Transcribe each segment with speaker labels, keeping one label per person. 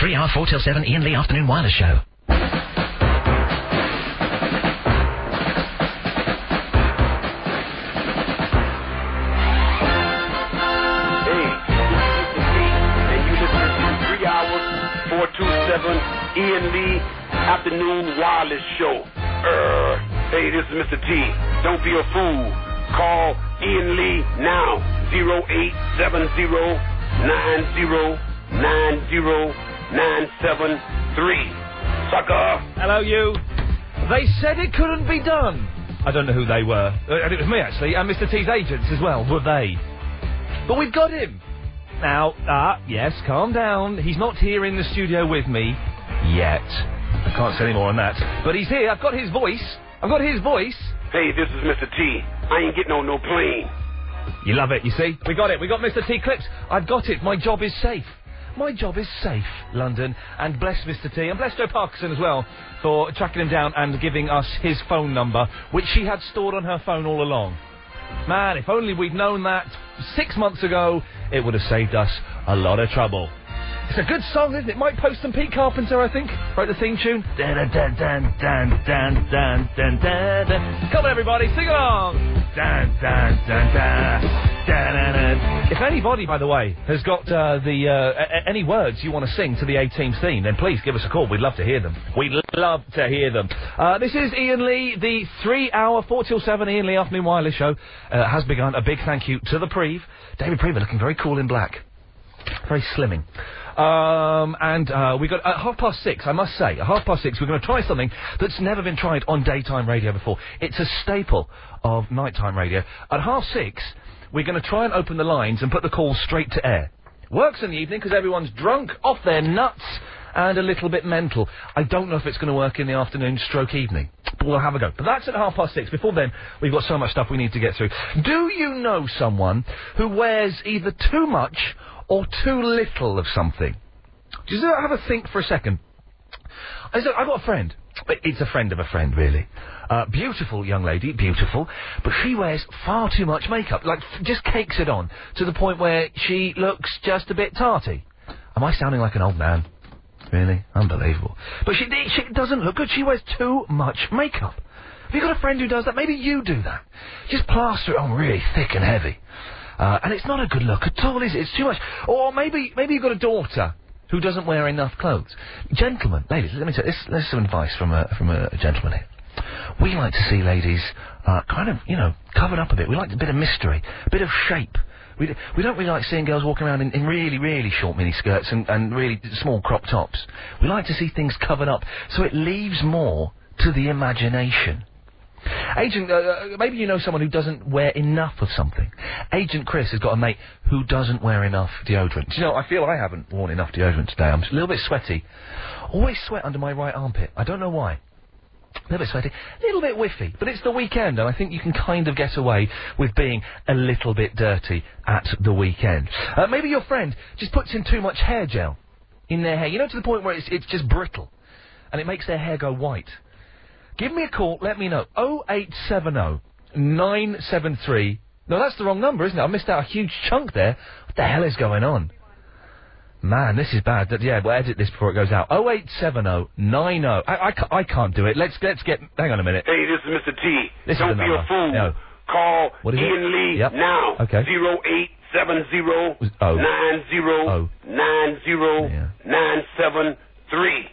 Speaker 1: three-hour, four till seven Ian Lee Afternoon Wireless Show.
Speaker 2: Hey, this is Pete, and you listen to three hours, four two seven Ian Lee Afternoon Wireless Show. Uh, hey, this is Mr. T. Don't be a fool. Call Ian Lee now. Zero eight seven zero nine zero nine zero nine seven three. Sucker.
Speaker 3: Hello, you. They said it couldn't be done. I don't know who they were. Uh, And it was me, actually, and Mr. T's agents as well, were they? But we've got him. Now, ah, yes, calm down. He's not here in the studio with me yet. I can't say any more on that. But he's here. I've got his voice. I've got his voice.
Speaker 2: Hey, this is Mr. T. I ain't getting on no plane.
Speaker 3: You love it, you see? We got it. We got Mr. T clips. I've got it. My job is safe. My job is safe, London. And bless Mr. T and bless Joe Parkinson as well for tracking him down and giving us his phone number, which she had stored on her phone all along. Man, if only we'd known that six months ago, it would have saved us a lot of trouble. It's a good song, isn't it? Mike Post and Pete Carpenter, I think, wrote the theme tune. Dun, dun, dun, dun, dun, dun, dun, dun, dun, dun. Come on, everybody, sing along. Dun, dun, dun, dun, dun, dun, dun. If anybody, by the way, has got uh, the uh, a- a- any words you want to sing to the A Team theme, then please give us a call. We'd love to hear them. We'd love to hear them. Uh, this is Ian Lee, the three-hour, four till seven Ian Lee Afternoon Wireless Show uh, has begun. A big thank you to the Preve, David Preve, looking very cool in black very slimming. Um, and uh, we got at half past six. I must say, at half past six, we're going to try something that's never been tried on daytime radio before. It's a staple of nighttime radio. At half six, we're going to try and open the lines and put the calls straight to air. Works in the evening because everyone's drunk, off their nuts, and a little bit mental. I don't know if it's going to work in the afternoon, stroke evening. But we'll have a go. But that's at half past six. Before then, we've got so much stuff we need to get through. Do you know someone who wears either too much or too little of something? Just uh, have a think for a second. I said, I've got a friend. But It's a friend of a friend, really. Uh, beautiful young lady, beautiful, but she wears far too much makeup. Like, f- just cakes it on to the point where she looks just a bit tarty. Am I sounding like an old man? Really? Unbelievable. But she, she doesn't look good. She wears too much makeup. Have you got a friend who does that? Maybe you do that. Just plaster it on really thick and heavy. Uh, and it's not a good look at all, is it? It's too much. Or maybe, maybe you've got a daughter who doesn't wear enough clothes. Gentlemen, ladies, let me tell you, this, this is some advice from a, from a gentleman here. We like to see ladies uh, kind of, you know, covered up a bit. We like a bit of mystery, a bit of shape. We, d- we don't really like seeing girls walking around in, in really, really short mini skirts and, and really small crop tops. We like to see things covered up, so it leaves more to the imagination. Agent, uh, uh, maybe you know someone who doesn't wear enough of something. Agent Chris has got a mate who doesn't wear enough deodorant. Do you know, I feel I haven't worn enough deodorant today. I'm a little bit sweaty. Always sweat under my right armpit. I don't know why. A little bit sweaty, a little bit whiffy, but it's the weekend, and I think you can kind of get away with being a little bit dirty at the weekend. Uh, maybe your friend just puts in too much hair gel in their hair, you know, to the point where it's, it's just brittle, and it makes their hair go white. Give me a call, let me know. 0870 973. No, that's the wrong number, isn't it? I missed out a huge chunk there. What the hell is going on? Man, this is bad. That- Yeah, we'll edit this before it goes out. 0870 90. oh. I, I, ca- I can't do it. Let's, let's get. Hang on a minute.
Speaker 2: Hey, this is Mr. T.
Speaker 3: This is
Speaker 2: Don't
Speaker 3: the
Speaker 2: be a
Speaker 3: number.
Speaker 2: fool.
Speaker 3: No.
Speaker 2: Call
Speaker 3: What is it?
Speaker 2: Ian Lee
Speaker 3: Yep.
Speaker 2: now.
Speaker 3: Okay.
Speaker 2: Zero eight seven zero
Speaker 3: Was- oh.
Speaker 2: nine
Speaker 3: Oh.
Speaker 2: zero nine zero
Speaker 3: Yeah.
Speaker 2: nine seven three.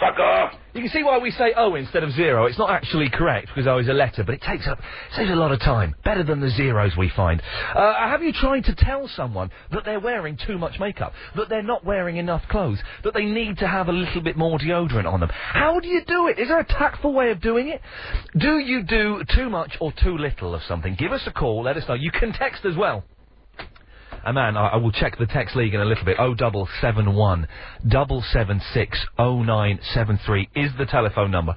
Speaker 2: Sucker.
Speaker 3: You can see why we say O instead of zero. It's not actually correct because O is a letter, but it takes up saves a lot of time. Better than the zeros we find. Uh, have you tried to tell someone that they're wearing too much makeup, that they're not wearing enough clothes, that they need to have a little bit more deodorant on them? How do you do it? Is there a tactful way of doing it? Do you do too much or too little of something? Give us a call. Let us know. You can text as well. And man, I, I will check the text league in a little bit. O double seven one double seven six O nine seven three is the telephone number.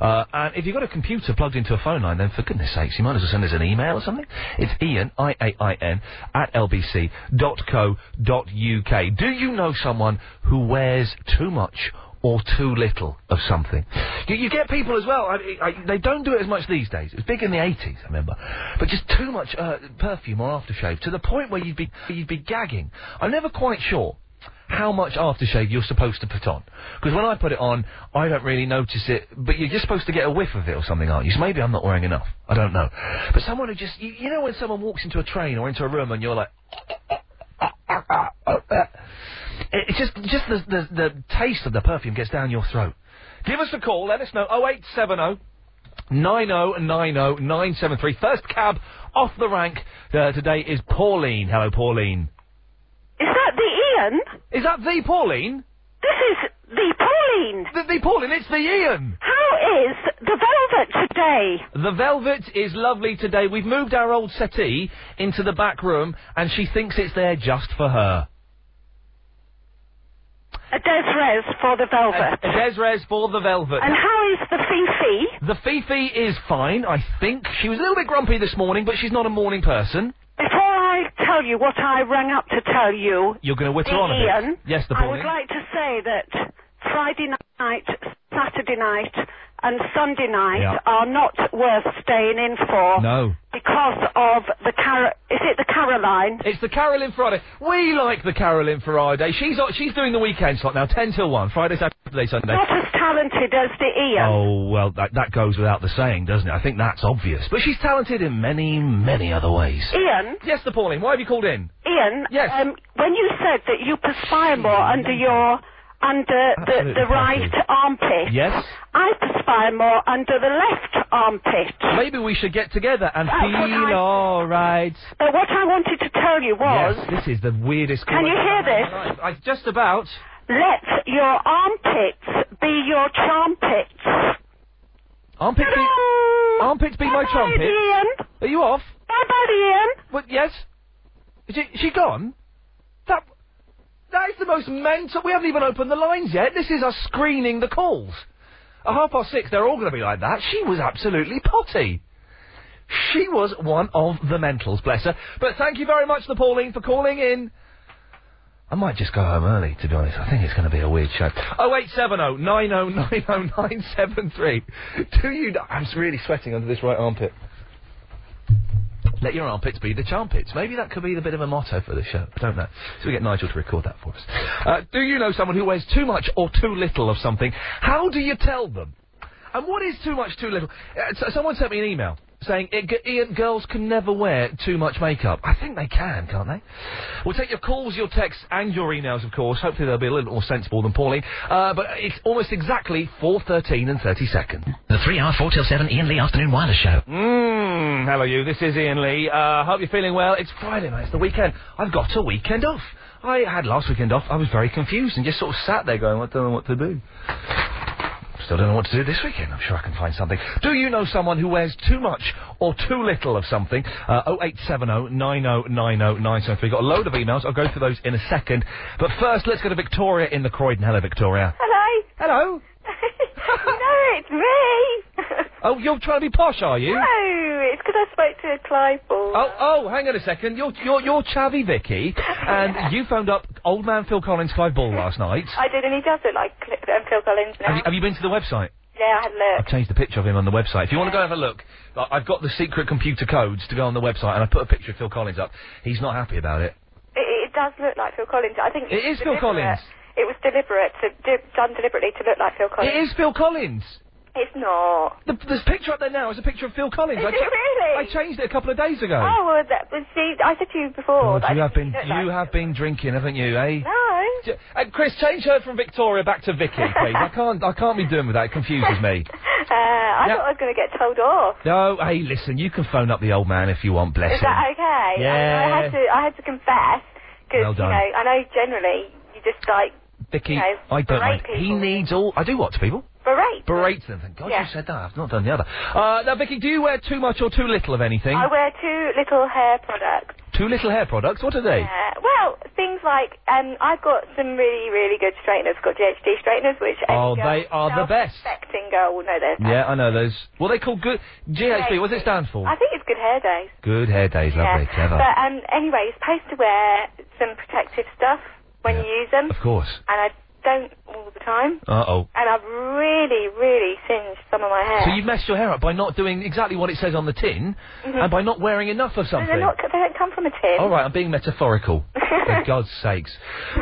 Speaker 3: Uh, and if you've got a computer plugged into a phone line, then for goodness sakes, you might as well send us an email or something. It's Ian I A I N at lbc dot co dot uk. Do you know someone who wears too much? Or too little of something. You, you get people as well. I, I, they don't do it as much these days. It was big in the 80s, I remember. But just too much uh, perfume or aftershave to the point where you'd be you'd be gagging. I'm never quite sure how much aftershave you're supposed to put on. Because when I put it on, I don't really notice it, but you're just supposed to get a whiff of it or something, aren't you? So maybe I'm not wearing enough. I don't know. But someone who just, you, you know when someone walks into a train or into a room and you're like, It- It's just just the, the the taste of the perfume gets down your throat. Give us a call. Let us know. 0870 9090 973. First cab off the rank uh, today is Pauline. Hello, Pauline.
Speaker 4: Is that the Ian?
Speaker 3: Is that the Pauline?
Speaker 4: This is the Pauline.
Speaker 3: The, the Pauline, it's the Ian.
Speaker 4: How is the Velvet today?
Speaker 3: The velvet is lovely today. We've moved our old settee into the back room, and she thinks it's there just for her.
Speaker 4: A Des Res for the Velvet.
Speaker 3: Desres for the velvet.
Speaker 4: And how is the Fifi?
Speaker 3: The Fifi is fine, I think. She was a little bit grumpy this morning, but she's not a morning person.
Speaker 4: Before I tell you what I rang up to tell you,
Speaker 3: You're going to whitter
Speaker 4: the
Speaker 3: on a
Speaker 4: Ian,
Speaker 3: bit. Yes, the
Speaker 4: I would
Speaker 3: morning.
Speaker 4: like to say that Friday night, Saturday night, and Sunday night
Speaker 3: Yeah.
Speaker 4: are not worth staying in for
Speaker 3: No.
Speaker 4: because of the Car. Is it the Caroline?
Speaker 3: It's the Carolyn Friday. We like the Carolyn Friday. She's on, she's doing the weekend slot now, 10 till 1, Friday, Saturday, Sunday.
Speaker 4: Not as talented as the Ian.
Speaker 3: Oh, well, that, that goes without the saying, doesn't it? I think that's obvious. But she's talented in many, many other ways.
Speaker 4: Ian,
Speaker 3: Oh. Yes, the Pauline, why have you called in?
Speaker 4: Ian,
Speaker 3: Yes.
Speaker 4: um, when you said that you perspire more under your under the,
Speaker 3: Absolutely
Speaker 4: the right
Speaker 3: fabulous.
Speaker 4: armpit,
Speaker 3: Yes?
Speaker 4: I perspire more under the left armpit.
Speaker 3: Maybe we should get together and
Speaker 4: That's what I-
Speaker 3: feel alright.
Speaker 4: But what I wanted to tell you was,
Speaker 3: Yes, this is the weirdest
Speaker 4: Can
Speaker 3: call
Speaker 4: you
Speaker 3: I've
Speaker 4: hear
Speaker 3: ever had in
Speaker 4: this?
Speaker 3: my life. I, just about.
Speaker 4: let your armpits be your trumpets.
Speaker 3: Armpit be,
Speaker 4: Hello.
Speaker 3: armpits be my
Speaker 4: Bye-bye,
Speaker 3: trumpet.
Speaker 4: Ian.
Speaker 3: Are you off?
Speaker 4: Bye-bye, Ian.
Speaker 3: What, yes? Is she, is she gone? That, that is the most mental. We haven't even opened the lines yet. This is us screening the calls. At half past six, they're all going to be like that. She was absolutely potty. She was one of the mentals, bless her. But thank you very much, the Pauline, for calling in. I might just go home early, to be honest. I think it's going to be a weird show. 0870 oh, 9090973. Do you... I'm really sweating under this right armpit. Let your armpits be the charmpits. Maybe that could be the bit of a motto for the show. I don't know. So we get Nigel to record that for us. Uh, do you know someone who wears too much or too little of something? How do you tell them? And what is too much, too little? Uh, so- someone sent me an email saying, "I- g- Ian, girls can never wear too much makeup. I think they can, can't they? We'll take your calls, your texts, and your emails, of course. Hopefully they'll be a little more sensible than Pauline. Uh, but it's almost exactly 4.13 and 30 seconds.
Speaker 5: The 3 hour 4 till 7 Ian Lee Afternoon Wireless Show.
Speaker 3: Mmm, hello you, this is Ian Lee. Uh, hope you're feeling well. It's Friday night, it's the weekend. I've got a weekend off. I had last weekend off, I was very confused and just sort of sat there going, I don't know what to do. Still don't know what to do this weekend. I'm sure I can find something. Do you know someone who wears too much or too little of something? Uh, 0870 oh, 9090973. Got a load of emails. I'll go through those in a second. But first, let's go to Victoria in the Croydon. Hello, Victoria.
Speaker 6: Hello.
Speaker 3: Hello.
Speaker 6: no, it's me.
Speaker 3: Oh, you're trying to be posh, are you?
Speaker 6: no, it's because I spoke to Clive Ball.
Speaker 3: Oh, oh, hang on a second. You're you're you're Chavy Vicky, and you phoned up old man Phil Collins, Clive Ball last night.
Speaker 6: I did, and he does look like Cl- um, Phil Collins now.
Speaker 3: Have you, have you been to the website?
Speaker 6: yeah, I had a
Speaker 3: I've
Speaker 6: look.
Speaker 3: changed the picture of him on the website. If you want to go have a look, I- I've got the secret computer codes to go on the website, and I put a picture of Phil Collins up. He's not happy about it.
Speaker 6: It, it does look like Phil Collins. I think
Speaker 3: It is
Speaker 6: it's
Speaker 3: Phil
Speaker 6: deliberate.
Speaker 3: Collins.
Speaker 6: It was deliberate, to, di- done deliberately to look like Phil
Speaker 3: It
Speaker 6: uh, Collins.
Speaker 3: is Phil Collins.
Speaker 6: It's not.
Speaker 3: The, this picture up there now is a picture of Phil Collins.
Speaker 6: Is
Speaker 3: I
Speaker 6: it really?
Speaker 3: I changed it a couple of days ago.
Speaker 6: Oh, well, that was see. I said to you before.
Speaker 3: God,
Speaker 6: that Oh, I
Speaker 3: Oh, you have been
Speaker 6: didn't look
Speaker 3: you
Speaker 6: like-
Speaker 3: have been drinking, haven't you, eh?
Speaker 6: No.
Speaker 3: J- uh, Chris, change her from Victoria back to Vicky, please. I can't I can't be doing with that. It confuses me.
Speaker 6: Uh, I
Speaker 3: Yeah.
Speaker 6: thought I was going to get told off.
Speaker 3: No, hey, listen, you can phone up the old man if you want, bless
Speaker 6: Is
Speaker 3: him.
Speaker 6: that okay?
Speaker 3: Yeah.
Speaker 6: I, I had to. I had to confess because
Speaker 3: Well
Speaker 6: you
Speaker 3: done.
Speaker 6: know I know generally you just like
Speaker 3: Vicky,
Speaker 6: you know,
Speaker 3: I don't mind.
Speaker 6: berate
Speaker 3: He
Speaker 6: people.
Speaker 3: needs all. I do what to people?
Speaker 6: berate.
Speaker 3: Berate them. Thank God
Speaker 6: Yeah.
Speaker 3: you said that. I've not done the other. Uh, now, Vicky, do you wear too much or too little of anything?
Speaker 6: I wear two little hair products.
Speaker 3: too little hair products? What are they?
Speaker 6: Uh, well, things like um, I've got some really, really good straighteners. Got GHD straighteners, which any
Speaker 3: Oh,
Speaker 6: girl-
Speaker 3: they are the best.
Speaker 6: Self-respecting girl will know those.
Speaker 3: Yeah, I know those. Well, they call good. GHD, what's it stand for?
Speaker 6: I think it's good hair days.
Speaker 3: Good hair days, lovely,
Speaker 6: yeah.
Speaker 3: clever.
Speaker 6: But um, anyway, you're supposed to wear some protective stuff when
Speaker 3: Yeah.
Speaker 6: you use them,
Speaker 3: Of course.
Speaker 6: and I don't all the time.
Speaker 3: Uh oh.
Speaker 6: And I've really, really singed some of my hair.
Speaker 3: So you've messed your hair up by not doing exactly what it says on the tin,
Speaker 6: Mhm.
Speaker 3: and by not wearing enough of
Speaker 6: No,
Speaker 3: something.
Speaker 6: they're not. They don't come from a tin.
Speaker 3: All right, I'm being metaphorical. For God's sakes,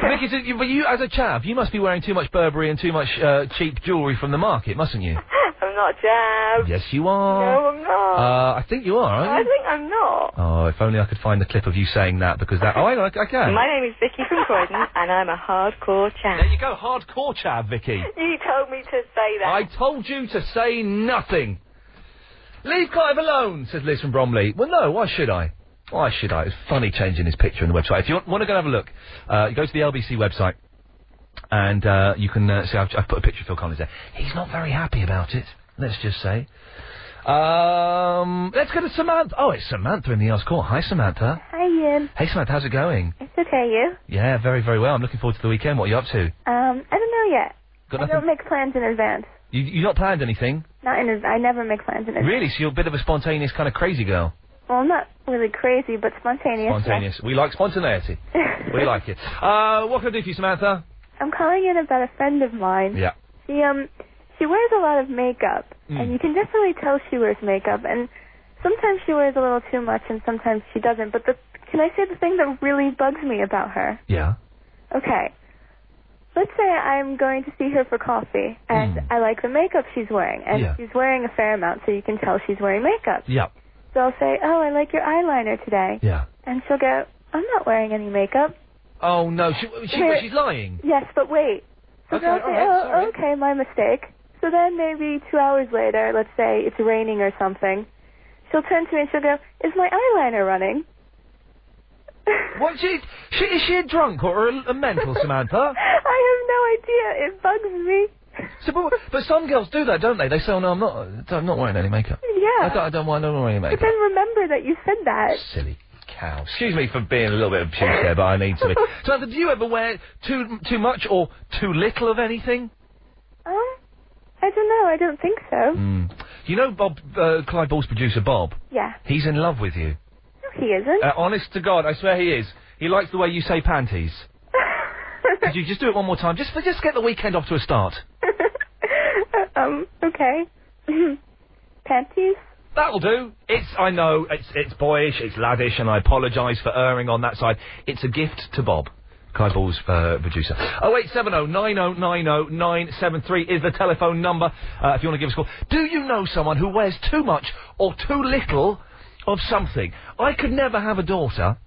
Speaker 3: Vicky, so you- but you, as a chav, you must be wearing too much Burberry and too much uh, cheap jewellery from the market, mustn't you?
Speaker 6: I'm not jabbed.
Speaker 3: yes, you are.
Speaker 6: No, I'm not.
Speaker 3: Uh, I think you are,
Speaker 6: I
Speaker 3: aren't you?
Speaker 6: think I'm not.
Speaker 3: Oh, if only I could find the clip of you saying that, because that. Oh, hang on, I, I can.
Speaker 7: My name is Vicky from Croydon, and I'm a hardcore
Speaker 3: There
Speaker 7: chat.
Speaker 3: you go, hardcore chav, Vicky.
Speaker 6: You told me to say that.
Speaker 3: I told you to say nothing. Leave Clive alone, says Liz from Bromley. Well, no, why should I? Why should I? It's funny changing his picture on the website. If you want, to go and have a look, uh, go to the LBC website and uh, you can uh, see I've, I've put a picture of Phil Collins there. He's not very happy about it, let's just say. Um, let's go to Samantha. Oh, it's Samantha in the Arts Court. Hi, Samantha.
Speaker 8: Hi, Ian.
Speaker 3: Hey, Samantha, how's it going?
Speaker 8: It's okay, you?
Speaker 3: Yeah, very, very well. I'm looking forward to the weekend. What are you up to?
Speaker 8: Um, I don't know yet.
Speaker 3: Got
Speaker 8: I
Speaker 3: nothing-
Speaker 8: don't make plans in advance.
Speaker 3: You, you not planned anything?
Speaker 8: Not in. ad- I never make plans in advance.
Speaker 3: Really? So you're a bit of a spontaneous kind of crazy girl?
Speaker 8: Well, I'm not really crazy, but spontaneous.
Speaker 3: Spontaneous. We like spontaneity. we like it. Uh, what can I do for you, Samantha?
Speaker 8: I'm calling in about a friend of mine.
Speaker 3: Yeah.
Speaker 8: She um, she wears a lot of makeup,
Speaker 3: Mm.
Speaker 8: and you can definitely tell she wears makeup. And sometimes she wears a little too much, and sometimes she doesn't. But the can I say the thing that really bugs me about her?
Speaker 3: Yeah.
Speaker 8: Okay. Let's say I'm going to see her for coffee, and I like the makeup she's wearing, and
Speaker 3: Hmm. Yeah.
Speaker 8: she's wearing a fair amount, so you can tell she's wearing makeup.
Speaker 3: Yeah.
Speaker 8: So I'll say, "Oh, I like your eyeliner today,"
Speaker 3: Yeah.
Speaker 8: and she'll go, "I'm not wearing any makeup."
Speaker 3: Oh no, she, she,
Speaker 8: Here-
Speaker 3: she's lying.
Speaker 8: Yes, but wait. So
Speaker 3: Okay,
Speaker 8: then I'll
Speaker 3: all
Speaker 8: say,
Speaker 3: right,
Speaker 8: "Oh,
Speaker 3: sorry."
Speaker 8: okay, my mistake." So then maybe two hours later, let's say it's raining or something, she'll turn to me and she'll go, "Is my eyeliner running?"
Speaker 3: What? She, she is she a drunk or a, a mental, Samantha?
Speaker 8: I have no idea. It bugs me.
Speaker 3: So, but, but some girls do that, don't they? They say, "Oh no, I'm not. I'm not wearing any makeup.
Speaker 8: Yeah.
Speaker 3: I don't. I don't want. I don't wear any
Speaker 8: But
Speaker 3: makeup."
Speaker 8: then remember that you said that.
Speaker 3: Silly cow. Excuse me for being a little bit obtuse there, but I need to be. Samantha, do you ever wear too too much or too little of anything?
Speaker 8: Um, I don't know. I don't think so.
Speaker 3: Mm. You know, Bob, uh, Clyde Ball's producer Bob.
Speaker 8: Yeah.
Speaker 3: He's in love with you.
Speaker 8: No, he isn't.
Speaker 3: Uh, honest to God, I swear he is. He likes the way you say panties. Could you just do it one more time? Just just get the weekend off to a start.
Speaker 8: um, okay. Panties?
Speaker 3: That'll do. It's I know it's it's boyish, it's laddish, and I apologise for erring on that side. It's a gift to Bob. Kyball's uh, producer. Oh eight seven oh nine oh nine oh nine seven three is the telephone number uh, if you want to give us a call. Do you know someone who wears too much or too little of something? I could never have a daughter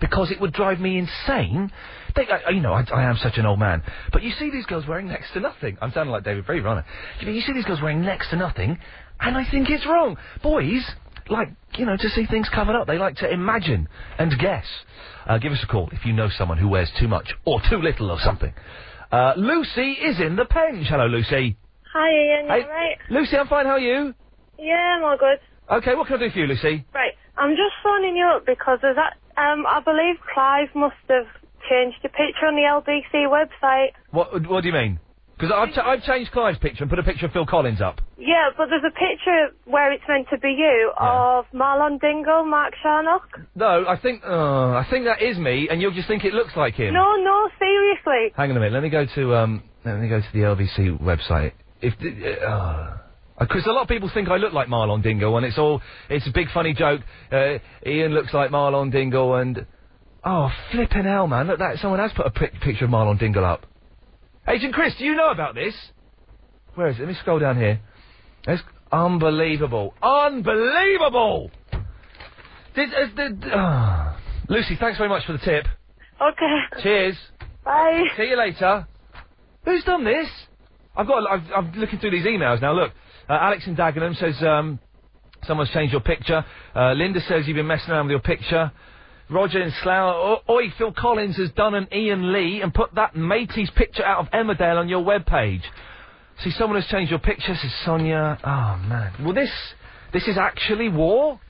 Speaker 3: because it would drive me insane. They, I, I- you know, I, I am such an old man. But you see these girls wearing next to nothing. I'm sounding like David Brever, aren't I? You, know, you see these girls wearing next to nothing, and I think it's wrong. Boys like, you know, to see things covered up. They like to imagine and guess. Uh, give us a call if you know someone who wears too much or too little of something. Uh, Lucy is in the penge. Hello, Lucy.
Speaker 9: Hi Ian, you
Speaker 3: Hey.
Speaker 9: alright?
Speaker 3: Lucy, I'm fine. How are you?
Speaker 9: Yeah, I'm all good.
Speaker 3: Okay, what can I do for you, Lucy?
Speaker 9: Right, I'm just phoning you up because there's that, um, I believe Clive must have changed the picture on the LBC website.
Speaker 3: What What do you mean? Because I've, ch- I've changed Clive's picture and put a picture of Phil Collins up.
Speaker 9: Yeah, but there's a picture where it's meant to be you of Marlon Dingle, Mark Sharnock.
Speaker 3: No, I think uh, I think that is me, and you'll just think it looks like him.
Speaker 9: No, no, seriously.
Speaker 3: Hang on a minute. Let me go to um. Let me go to the LBC website. If the, uh, because a lot of people think I look like Marlon Dingle, and it's all it's a big funny joke. Uh, Ian looks like Marlon Dingle, and oh flipping hell, man! Look that someone has put a pic- picture of Marlon Dingle up. Agent Chris, do you know about this? Where is it? Let me scroll down here. It's unbelievable, unbelievable. Did, uh, did, ah. Lucy, thanks very much for the tip.
Speaker 9: Okay,
Speaker 3: Cheers.
Speaker 9: bye.
Speaker 3: See you later. Who's done this? I've got. I've, I'm looking through these emails now. Look, uh, Alex in Dagenham says um, someone's changed your picture. Uh, Linda says you've been messing around with your picture. Roger in Slough. O- Oi, Phil Collins has done an Ian Lee and put that matey's picture out of Emmerdale on your webpage. See, someone has changed your picture. Says Sonia. Oh man. Well, this this is actually war.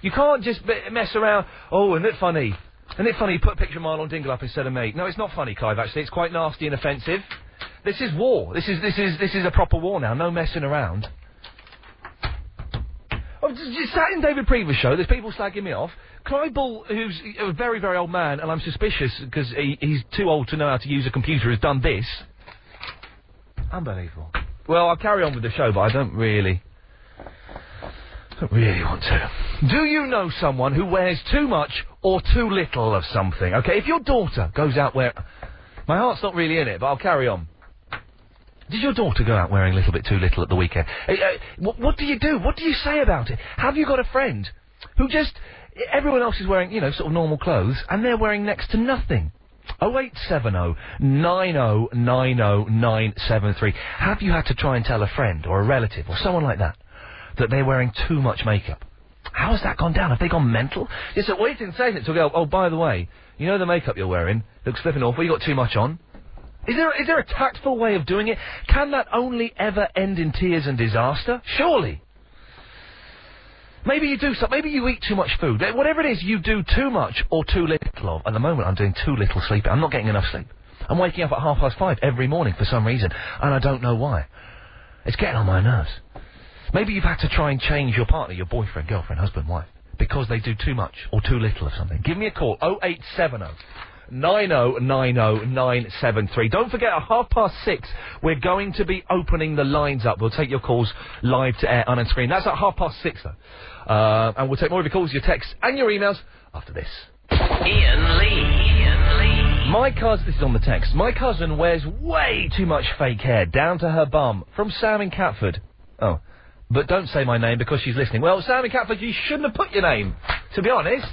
Speaker 3: You can't just be- mess around. Oh, isn't it funny? Isn't it funny you put a picture of Marlon Dingle up instead of me? No, it's not funny, Clive. Actually, it's quite nasty and offensive. This is war. This is this is this is a proper war now. No messing around. Oh, just, just sat in David Previous show. There's people slagging me off. Clive Bull, who's a very very old man, and I'm suspicious because he, he's too old to know how to use a computer, has done this. Unbelievable. Well, I'll carry on with the show, but I don't really. don't really want to. Do you know someone who wears too much or too little of something? Okay, if your daughter goes out where. My heart's not really in it, but I'll carry on. Did your daughter go out wearing a little bit too little at the weekend? Eh, eh, what, what do you do? What do you say about it? Have you got a friend who just. Everyone else is wearing, you know, sort of normal clothes, and they're wearing next to nothing. 0870 9090973. Have you had to try and tell a friend or a relative or someone like that that they're wearing too much makeup? How has that gone down? Have they gone mental? It's a waiting statement to go, oh, by the way, you know the makeup you're wearing looks flipping awful, you got too much on. Is there, is there a tactful way of doing it? Can that only ever end in tears and disaster? Surely. Maybe you do something. Maybe you eat too much food. Eh, Whatever it is, you do too much or too little of. At the moment, I'm doing too little sleep. I'm not getting enough sleep. I'm waking up at half past five every morning for some reason, and I don't know why. It's getting on my nerves. Maybe you've had to try and change your partner, your boyfriend, girlfriend, husband, wife, because they do too much or too little of something. Give me a call, 0870 9090973. Don't forget, at half past six, we're going to be opening the lines up. We'll take your calls live to air on screen. That's at half past six, though. Uh, and we'll take more of your calls, your texts, and your emails after this.
Speaker 1: Ian Lee. Ian Lee.
Speaker 3: My cousin, this is on the text. My cousin wears way too much fake hair down to her bum from Sam in Catford. Oh, but don't say my name because she's listening. Well, Sam in Catford, you shouldn't have put your name, to be honest.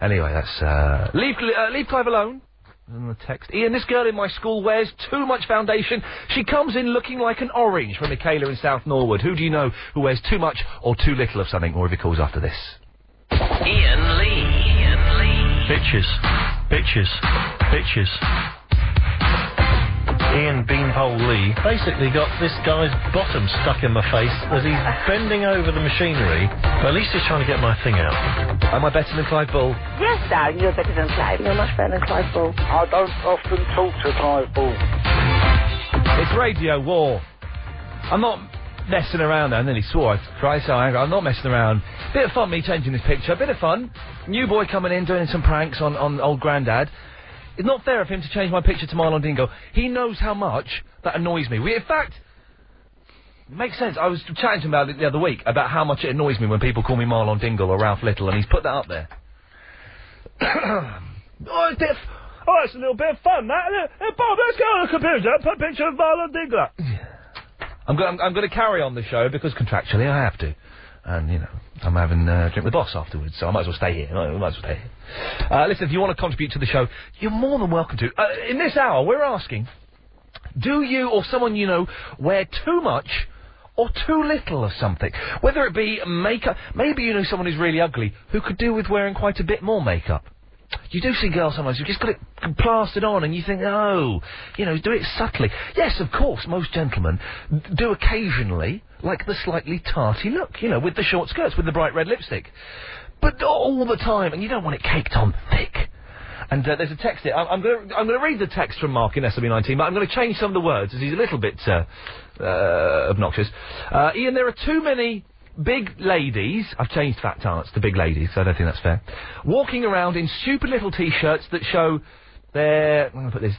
Speaker 3: Anyway, that's uh, leave Cl- uh, leave Clive alone. And the text. Ian, this girl in my school wears too much foundation. She comes in looking like an orange from Michaela in South Norwood. Who do you know who wears too much or too little of something? Or if he calls after this.
Speaker 1: Ian Lee. Ian Lee.
Speaker 10: Bitches. Bitches. Bitches. Ian Beanpole Lee basically got this guy's bottom stuck in my face as he's bending over the machinery, but at least he's trying to get my thing out.
Speaker 3: Am I better than Clive Bull?
Speaker 11: Yes, darling, you're better than Clive. You're much better than Clive Ball.
Speaker 2: I don't often talk to Clive Ball.
Speaker 3: It's Radio War. I'm not messing around. I nearly swore. I cried so angry. I'm not messing around. Bit of fun, me changing this picture. Bit of fun. New boy coming in, doing some pranks on, on old grandad. It's not fair of him to change my picture to Marlon Dingo. He knows how much that annoys me. We, in fact, it makes sense. I was chatting to him about it the other week about how much it annoys me when people call me Marlon Dingle or Ralph Little, and he's put that up there. oh, it's a bit of- oh, it's a little bit of fun. That, uh, Bob, let's go on the computer and put a picture of Marlon Dingle up. I'm, go- I'm, I'm going to carry on the show because contractually I have to. And, you know, I'm having uh, a drink with the boss afterwards, so I might as well stay here. I might as well stay here. Uh, listen, if you want to contribute to the show, you're more than welcome to. Uh, in this hour, we're asking do you or someone you know wear too much or too little of something? Whether it be makeup, maybe you know someone who's really ugly who could do with wearing quite a bit more makeup. You do see girls sometimes who've just got it plastered on, and you think, oh, you know, do it subtly. Yes, of course, most gentlemen do occasionally like the slightly tarty look, you know, with the short skirts, with the bright red lipstick. But not all the time, and you don't want it caked on thick. And uh, there's a text here. I'm, I'm going to I'm going to read the text from Mark in SB19, but I'm going to change some of the words as he's a little bit uh, uh, obnoxious. Uh, Ian, there are too many big ladies. I've changed fat tarts to big ladies. So I don't think that's fair. Walking around in stupid little t-shirts that show their how do I put this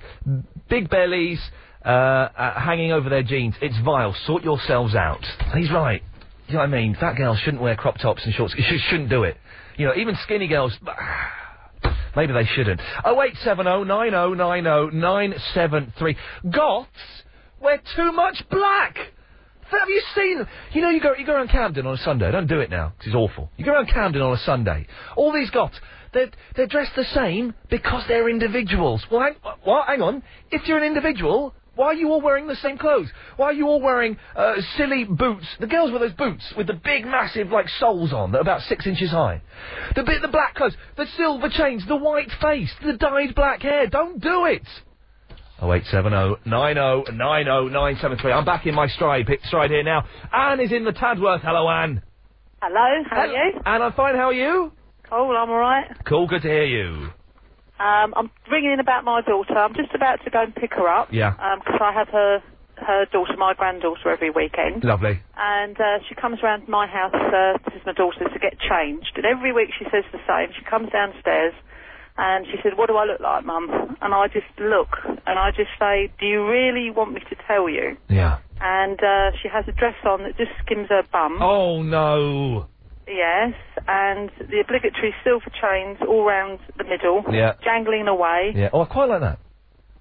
Speaker 3: big bellies uh, uh, hanging over their jeans. It's vile. Sort yourselves out. He's right. You know what I mean? Fat girls shouldn't wear crop tops and shorts. Sh- shouldn't do it. You know, even skinny girls. Maybe they shouldn't. 0870 9090 973. Goths wear too much black! Have you seen them? You know, you go, you go around Camden on a Sunday. Don't do it now, 'cause it's awful. You go around Camden on a Sunday. All these Goths, they're, they're dressed the same because they're individuals. Well hang, well, hang on. If you're an individual, why are you all wearing the same clothes? Why are you all wearing uh, silly boots? The girls wear those boots with the big, massive, like, soles on that are about six inches high. The bit, the black clothes, the silver chains, the white face, the dyed black hair. Don't do it! 0870 90 90 973. I'm back in my stride, pit stride here now. Anne is in the Tadworth. Hello, Anne.
Speaker 12: Hello, how are you?
Speaker 3: Anne, I'm fine. How are you?
Speaker 12: Cool, I'm alright.
Speaker 3: Cool, good to hear you.
Speaker 12: Um, I'm ringing in about my daughter. I'm just about to go and pick her up.
Speaker 3: Yeah.
Speaker 12: Because I have her, her daughter, my granddaughter, every weekend.
Speaker 3: Lovely.
Speaker 12: And uh, she comes round to my house, uh, this is my daughter, to get changed. And every week she says the same. She comes downstairs and she said, What do I look like, Mum? And I just look and I just say, Do you really want me to tell you?
Speaker 3: Yeah.
Speaker 12: and uh, she has a dress on that just skims her bum.
Speaker 3: Oh no.
Speaker 12: Yes, and the obligatory silver chains all round the middle,
Speaker 3: Yeah.
Speaker 12: jangling away.
Speaker 3: Yeah. Oh, I quite like that.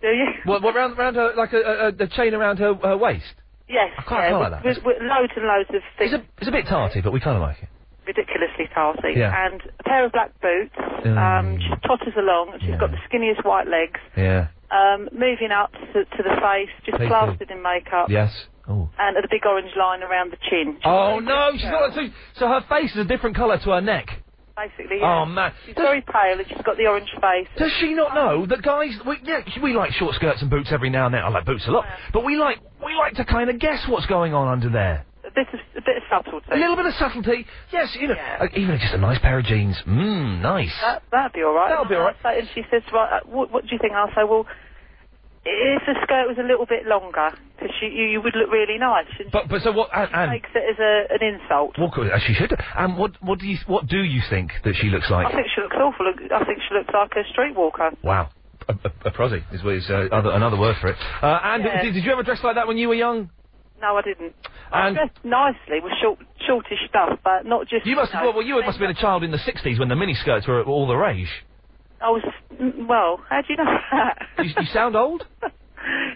Speaker 12: Do you?
Speaker 3: What, what round, round her, like a, a, a- a chain around her, her waist?
Speaker 12: Yes.
Speaker 3: I quite
Speaker 12: yeah,
Speaker 3: like
Speaker 12: with,
Speaker 3: that.
Speaker 12: With, with loads and loads of things.
Speaker 3: It's a bit tarty, but we kind of like it.
Speaker 12: ridiculously tarty.
Speaker 3: Yeah.
Speaker 12: And a pair of black boots. Um, she totters along, and she's got the skinniest white legs.
Speaker 3: Yeah.
Speaker 12: Um, moving up to, to the face, just
Speaker 3: Please do.
Speaker 12: plastered in makeup.
Speaker 3: Yes.
Speaker 12: And a big orange line around the chin.
Speaker 3: Oh no, she's got so, so her face is a different colour to her neck.
Speaker 12: Basically, yeah.
Speaker 3: Oh, man.
Speaker 12: She's very pale, and she's got the orange face.
Speaker 3: Does she not know that guys? We, yeah, we like short skirts and boots every now and then. I like boots a lot, but we like we like to kind of guess what's going on under there.
Speaker 12: A bit of, a bit of subtlety.
Speaker 3: A little bit of subtlety. Yes, you know, uh, even just a nice pair of jeans. Mmm, nice.
Speaker 12: That, that'd be all right.
Speaker 3: That'll be all right.
Speaker 12: And, I say- and she says, well, uh, what, what do you think? I'll say, well, if the skirt was a little bit longer, because you, you would look really nice. And
Speaker 3: But but so what? And,
Speaker 12: she
Speaker 3: and
Speaker 12: takes it as a, an insult.
Speaker 3: what could, as she should. And what what do you what do you think that she looks like?
Speaker 12: I think she looks awful. I think she looks like a streetwalker.
Speaker 3: Wow. A, a, a prosy is, is uh, other, another word for it. Uh, and
Speaker 12: Yeah.
Speaker 3: did, did you ever dress like that when you were young?
Speaker 12: No, I didn't.
Speaker 3: And-
Speaker 12: I dressed nicely with short, shortish stuff, but not just.
Speaker 3: You must
Speaker 12: know,
Speaker 3: well, well, you must have been a child in the '60s when the miniskirts were all the rage.
Speaker 12: I was. mm, Well, how do you know that?
Speaker 3: You, you sound old.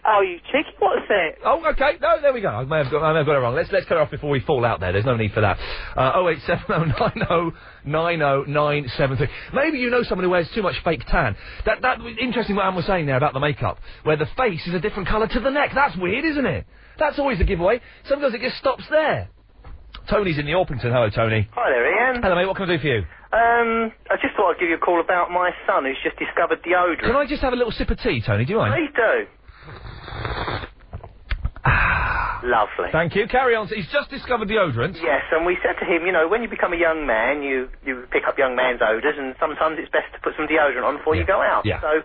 Speaker 12: oh, you cheeky! What's it?
Speaker 3: Oh, okay. No, there we go. I may have got, I may have got it wrong. Let's let's cut it off before we fall out there. There's no need for that. Oh eight seven oh nine oh nine oh nine seven three. Maybe you know someone who wears too much fake tan. That that was interesting what Anne was saying there about the makeup, where the face is a different colour to the neck. That's weird, isn't it? That's always a giveaway. Sometimes it just stops there. Tony's in the Orpington. Hello, Tony.
Speaker 13: Hi there, Ian.
Speaker 3: Hello, mate. What can I do for you?
Speaker 13: Um, I just thought I'd give you a call about my son who's just discovered deodorant.
Speaker 3: Can I just have a little sip of tea, Tony? Do you mind?
Speaker 13: Please do. Lovely.
Speaker 3: Thank you. Carry on. So he's just discovered deodorant.
Speaker 13: Yes, and we said to him, you know, when you become a young man, you, you pick up young man's odours, and sometimes it's best to put some deodorant on before you go out.
Speaker 3: yeah.
Speaker 13: So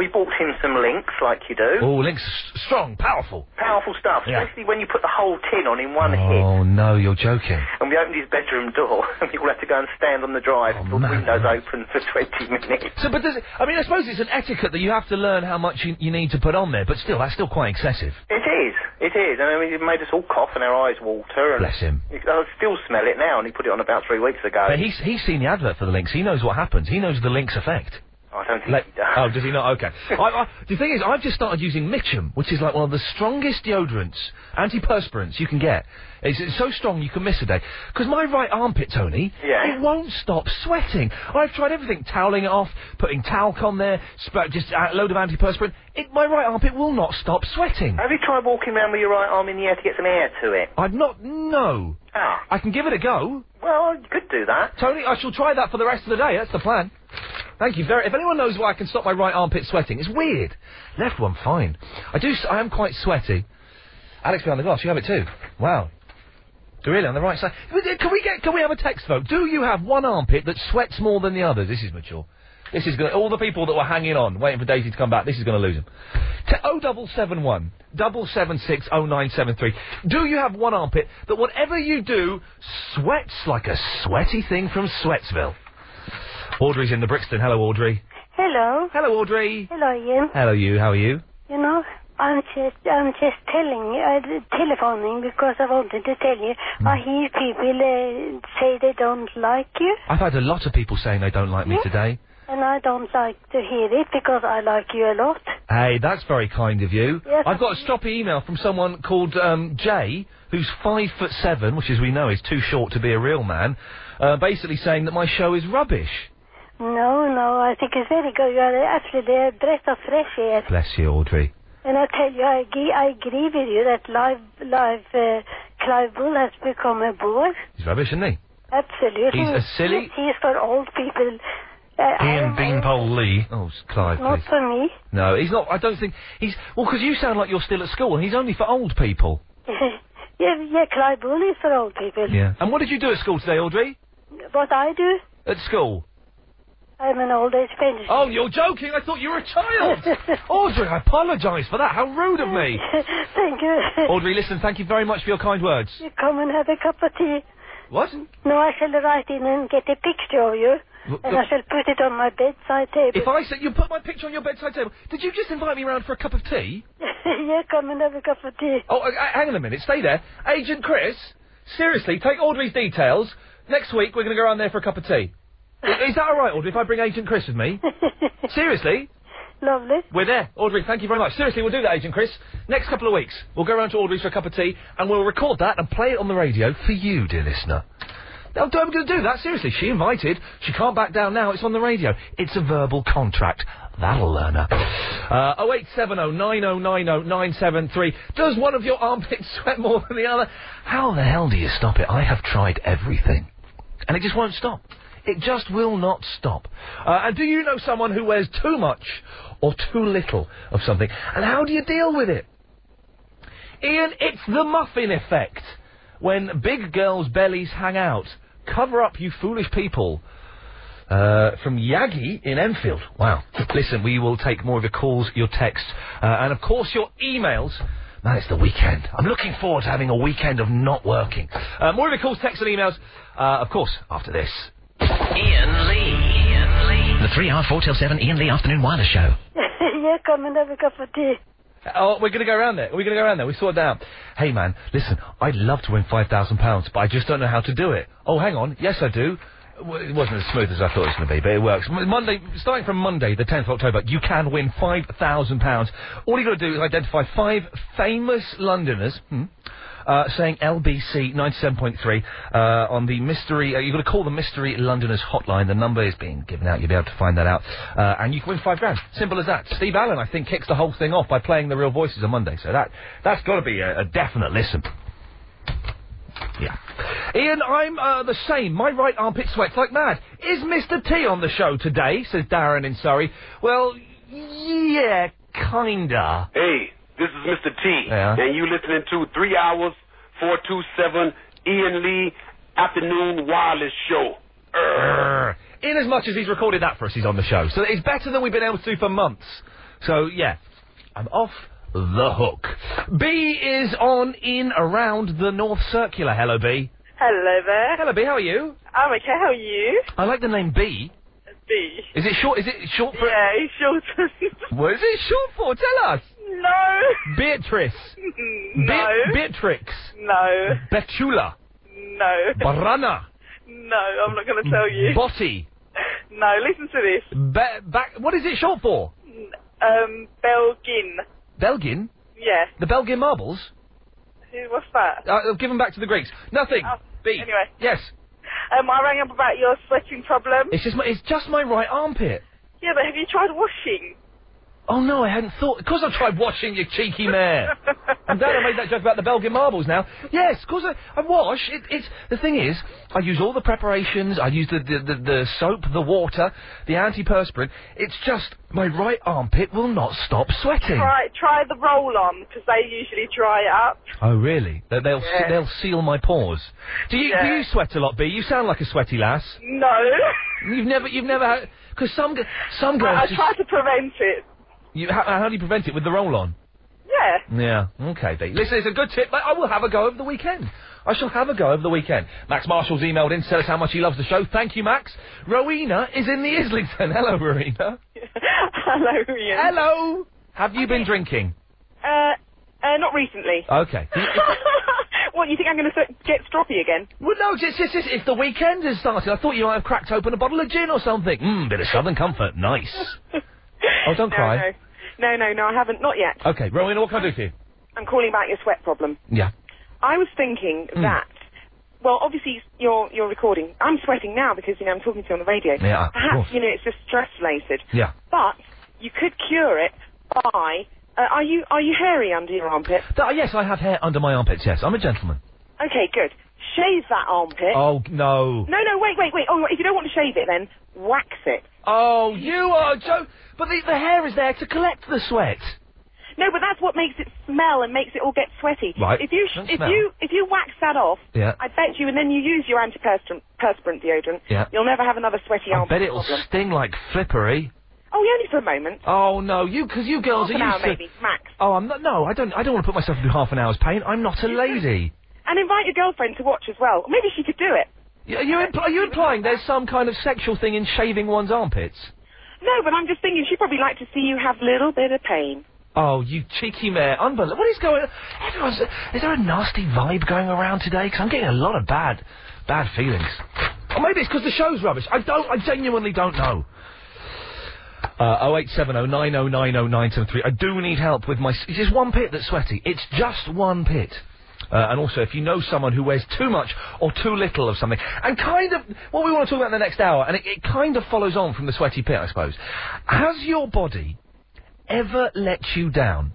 Speaker 13: we bought him some links, like you do.
Speaker 3: Oh, links strong, powerful.
Speaker 13: Powerful stuff,
Speaker 3: Yeah.
Speaker 13: especially when you put the whole tin on in one hit.
Speaker 3: Oh no, you're joking.
Speaker 13: And we opened his bedroom door, and we all had to go and stand on the
Speaker 3: Oh,
Speaker 13: drive until the windows open for 20 minutes.
Speaker 3: So, but does it, I mean, I suppose it's an etiquette that you have to learn how much you, you need to put on there, but still, that's still quite excessive.
Speaker 13: It is. It is. And I mean, it made us all cough and our eyes water. And
Speaker 3: Bless him.
Speaker 13: I still smell it now, and he put it on about three weeks ago.
Speaker 3: But he's, he's seen the advert for the links. He knows what happens. He knows the links effect.
Speaker 13: I don't think
Speaker 3: Like-
Speaker 13: he does.
Speaker 3: oh, does he not? Okay. I, I, the thing is, I've just started using Mitchum, which is like one of the strongest deodorants, antiperspirants you can get. It's, it's so strong you can miss a day. Because my right armpit, Tony,
Speaker 13: Yeah.
Speaker 3: it won't stop sweating. I've tried everything: toweling it off, putting talc on there, sp- just a load of antiperspirant. It, my right armpit will not stop sweating.
Speaker 13: Have you tried walking around with your right arm in the air to get some air to it?
Speaker 3: I've not. No.
Speaker 13: Ah.
Speaker 3: I can give it a go.
Speaker 13: Well, you could do that.
Speaker 3: Tony, I shall try that for the rest of the day. That's the plan. Thank you very. If anyone knows why I can stop my right armpit sweating, it's weird. Left one, fine. I do. s- I am quite sweaty. Alex behind the glass, you have it too. Wow. Really, on the right side. But, uh, Can we get? Can we have a text vote? Do you have one armpit that sweats more than the other? This is mature. This is going. to All the people that were hanging on, waiting for Daisy to come back. This is going to lose them. T- O double seven one double seven six O nine seven three. Do you have one armpit that, whatever you do, sweats like a sweaty thing from Sweatsville? Audrey's in the Brixton. Hello, Audrey.
Speaker 14: Hello.
Speaker 3: Hello, Audrey.
Speaker 14: Hello, Ian.
Speaker 3: Hello, you. How are you?
Speaker 14: You know, I'm just, I'm just telling, uh, telephoning because I wanted to tell you.
Speaker 3: Hmm.
Speaker 14: I hear people uh, say they don't like you,
Speaker 3: I've had a lot of people saying they don't like me
Speaker 14: Yeah.
Speaker 3: today.
Speaker 14: and I don't like to hear it because I like you a lot.
Speaker 3: Hey, that's very kind of you.
Speaker 14: Yes,
Speaker 3: I've got a stroppy email from someone called um, Jay, who's five foot seven, which, as we know, is too short to be a real man. Uh, basically, saying that my show is rubbish.
Speaker 14: No, no, I think it's very good. You are actually a breath of fresh air.
Speaker 3: Bless you, Audrey.
Speaker 14: And I tell you, I agree, I agree with you that live, live, uh, Clive Bull has become a bore.
Speaker 3: He's rubbish, isn't he?
Speaker 14: Absolutely.
Speaker 3: He's a silly-
Speaker 14: He's for old people. Uh,
Speaker 10: Ian Beanpole Lee.
Speaker 3: Oh, Clive,
Speaker 14: not
Speaker 3: please.
Speaker 14: for me.
Speaker 3: No, he's not. I don't think he's. Well, because you sound like you're still at school, and he's only for old people.
Speaker 14: yeah, yeah, Clive Bull is for old people.
Speaker 3: Yeah. And what did you do at school today, Audrey?
Speaker 14: What I do,
Speaker 3: At school.
Speaker 14: I'm an old age pensioner.
Speaker 3: Oh, you're joking! I thought you were a child. Audrey, I apologise for that. How rude of me.
Speaker 14: Thank you.
Speaker 3: Audrey, listen. Thank you very much for your kind words.
Speaker 14: You come and have a cup of tea.
Speaker 3: What?
Speaker 14: No, I shall write in and get a picture of you.
Speaker 3: Look,
Speaker 14: and
Speaker 3: look-
Speaker 14: I shall put it on my bedside table.
Speaker 3: If I said you put my picture on your bedside table, did you just invite me round for a cup of tea?
Speaker 14: yeah, come and have a cup of tea.
Speaker 3: Oh, uh, uh, hang on a minute, stay there, Agent Chris. Seriously, take Audrey's details. Next week we're going to go round there for a cup of tea. I- Is that all right, Audrey? If I bring Agent Chris with me? Seriously?
Speaker 14: Lovely.
Speaker 3: We're there. Audrey, thank you very much. Seriously, we'll do that, Agent Chris. Next couple of weeks, we'll go round to Audrey's for a cup of tea and we'll record that and play it on the radio for you, dear listener. Now, I'm going to do that. Seriously, she invited. She can't back down now. It's on the radio. It's a verbal contract. That'll learn her. Uh, 0870 9090 973. Does one of your armpits sweat more than the other? How the hell do you stop it? I have tried everything. And it just won't stop. It just will not stop. Uh, and do you know someone who wears too much or too little of something? And how do you deal with it? Ian, it's the muffin effect. When big girls' bellies hang out, cover up, you foolish people. Uh, from Yagi in Enfield. Wow. Listen, we will take more of your calls, your texts, uh, and of course your emails. Man, it's the weekend. I'm looking forward to having a weekend of not working. Uh, more of your calls, texts, and emails, uh, of course, after this.
Speaker 1: Ian Lee. Ian Lee.
Speaker 15: The three hour, four till seven Ian Lee afternoon wireless show.
Speaker 14: yeah, come and have a cup of tea.
Speaker 3: Oh, we're going to go around there. We're going to go around there. We sort that out. Hey, man, listen, I'd love to win £5,000, but I just don't know how to do it. Oh, hang on. Yes, I do. Well, It wasn't as smooth as I thought it was going to be, but it works. M- Monday, starting from Monday, the 10th of October, you can win £5,000. All you've got to do is identify five famous Londoners. Hmm, uh, saying LBC 97.3 uh, on the mystery. Uh, you've got to call the Mystery Londoners hotline. The number is being given out. You'll be able to find that out. Uh, and you can win five grand. Simple as that. Steve Allen, I think, kicks the whole thing off by playing the real voices on Monday. So that, that's got to be a, a definite listen. Yeah. Ian, I'm uh, the same. My right armpit sweats like mad. Is Mr. T on the show today? Says Darren in Surrey. Well, yeah, kinda.
Speaker 2: Hey, this is Mr. T,
Speaker 3: Yeah.
Speaker 2: and you listening to three hours, four two seven Ian Lee afternoon wireless show.
Speaker 3: Err. In as much as he's recorded that for us, he's on the show. So it's better than we've been able to do for months. So, yeah, I'm off the hook. B is on in around the North Circular. Hello, B.
Speaker 16: Hello there.
Speaker 3: Hello, B. How are you?
Speaker 16: I'm okay. How Uh, are you?
Speaker 3: I like the name B.
Speaker 16: B.
Speaker 3: Is it short? Is it short for?
Speaker 16: Yeah, it's short.
Speaker 3: What is it short for? Tell us.
Speaker 16: no.
Speaker 3: Beatrice.
Speaker 16: no.
Speaker 3: Be- Beatrix.
Speaker 16: no.
Speaker 3: Betula.
Speaker 16: No.
Speaker 3: Barana.
Speaker 16: No, I'm not going to tell you.
Speaker 3: Botti.
Speaker 16: No, listen to this.
Speaker 3: Be- back. What is it short for?
Speaker 16: Um, Belgin.
Speaker 3: Belgin.
Speaker 16: Yeah.
Speaker 3: The Belgian marbles.
Speaker 16: Who? What's that? Oh,
Speaker 3: Uh, give them back to the Greeks. Nothing. B.
Speaker 16: Anyway.
Speaker 3: Yes.
Speaker 16: Um, I rang up about your sweating problem.
Speaker 3: It's just my, it's just my right armpit.
Speaker 16: Yeah, but have you tried washing?
Speaker 3: Oh no, I hadn't thought. Of course, I tried washing you cheeky mare. I'm glad I made that joke about the Belgian marbles now. Yes, of course I, I wash. It, it's the thing is, I use all the preparations. I use the the, the the soap, the water, the antiperspirant. It's just my right armpit will not stop sweating.
Speaker 16: Try try the roll on because they usually dry it up.
Speaker 3: Oh really? They, they'll se-
Speaker 16: Yeah.
Speaker 3: they'll seal my pores. Do you do you sweat a lot, B? You sound like a sweaty lass.
Speaker 16: No.
Speaker 3: You've never you've never had because some g- some girls.
Speaker 16: I, I
Speaker 3: just-
Speaker 16: try to prevent it.
Speaker 3: You, how, how do you prevent it with the roll on?
Speaker 16: Yeah.
Speaker 3: Yeah. Okay, Dee. Listen, it's a good tip. but I will have a go over the weekend. I shall have a go over the weekend. Max Marshall's emailed in to tell us how much he loves the show. Thank you, Max. Rowena is in the Islington. Hello, Rowena.
Speaker 16: Hello, Ian.
Speaker 3: Hello. Have you been drinking?
Speaker 16: Uh, uh, not recently.
Speaker 3: Okay.
Speaker 16: what, you think I'm going to get stroppy again?
Speaker 3: Well, no, it's, it's, it's, it's the weekend has started. I thought you might have cracked open a bottle of gin or something. Mmm, bit of Southern comfort. Nice. Oh, don't
Speaker 16: no,
Speaker 3: cry.
Speaker 16: No. no, no, no, I haven't. Not yet.
Speaker 3: Okay, Rowena, what can I do for you?
Speaker 16: I'm calling about your sweat problem.
Speaker 3: Yeah.
Speaker 16: I was thinking
Speaker 3: Hmm.
Speaker 16: that. Well, obviously you're you're recording. I'm sweating now because you know I'm talking to you on the radio.
Speaker 3: Yeah, of course.
Speaker 16: Perhaps you know it's just stress related.
Speaker 3: Yeah.
Speaker 16: But you could cure it by. Uh, are you are you hairy under your armpit?
Speaker 3: Th- uh, yes, I have hair under my armpits, yes. I'm a gentleman.
Speaker 16: Okay, good. Shave that armpit.
Speaker 3: Oh, no.
Speaker 16: No, no, wait, wait, wait. Oh, if you don't want to shave it, then wax it.
Speaker 3: Oh, you are Joe. But the, the hair is there to collect the sweat.
Speaker 16: No, but that's what makes it smell and makes it all get sweaty.
Speaker 3: Right.
Speaker 16: If you
Speaker 3: Don't
Speaker 16: if
Speaker 3: smell.
Speaker 16: you if you wax that off,
Speaker 3: Yeah.
Speaker 16: I bet you, and then you use your antiperspirant perspirant deodorant,
Speaker 3: Yeah.
Speaker 16: you'll never have another sweaty
Speaker 3: I
Speaker 16: armpit
Speaker 3: bet it'll
Speaker 16: problem.
Speaker 3: sting like flippery.
Speaker 16: Oh, yeah, only for a moment.
Speaker 3: Oh no, you because you girls
Speaker 16: Half an
Speaker 3: are
Speaker 16: hour,
Speaker 3: used to.
Speaker 16: maybe, max.
Speaker 3: Oh, I'm not. No, I don't. I don't want to put myself through half an hour's pain. I'm not a lady.
Speaker 16: And invite your girlfriend to watch as well. Maybe she could do it.
Speaker 3: Y- Are you, impl- are you implying there's some kind of sexual thing in shaving one's armpits?
Speaker 16: No, but I'm just thinking she'd probably like to see you have a little bit of pain.
Speaker 3: Oh, you cheeky mare. Unbelievable. What is going Everyone's. Is there a nasty vibe going around today? Because I'm getting a lot of bad, bad feelings. Or maybe it's because the show's rubbish. I don't. I genuinely don't know. Uh, oh, 08709090973. I do need help with my. s- It's just one pit that's sweaty. It's just one pit. Uh, and also, if you know someone who wears too much or too little of something, and kind of what we want to talk about in the next hour, and it, it kind of follows on from the sweaty pit, I suppose. Has your body ever let you down?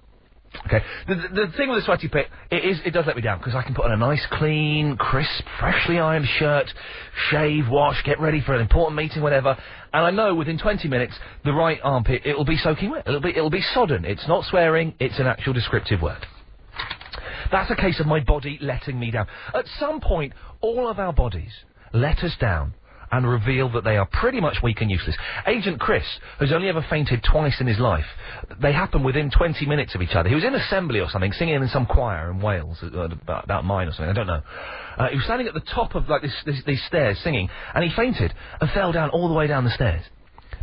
Speaker 3: Okay, the, the, the thing with the sweaty pit, it is it does let me down because I can put on a nice, clean, crisp, freshly ironed shirt, shave, wash, get ready for an important meeting, whatever, and I know within 20 minutes the right armpit it'll be soaking wet, it'll be it'll be sodden. It's not swearing, it's an actual descriptive word. That's a case of my body letting me down. At some point, all of our bodies let us down and reveal that they are pretty much weak and useless. Agent Chris has only ever fainted twice in his life. They happen within 20 minutes of each other. He was in assembly or something, singing in some choir in Wales, uh, about, about mine or something, I don't know. Uh, he was standing at the top of like this, this, these stairs singing, and he fainted and fell down all the way down the stairs.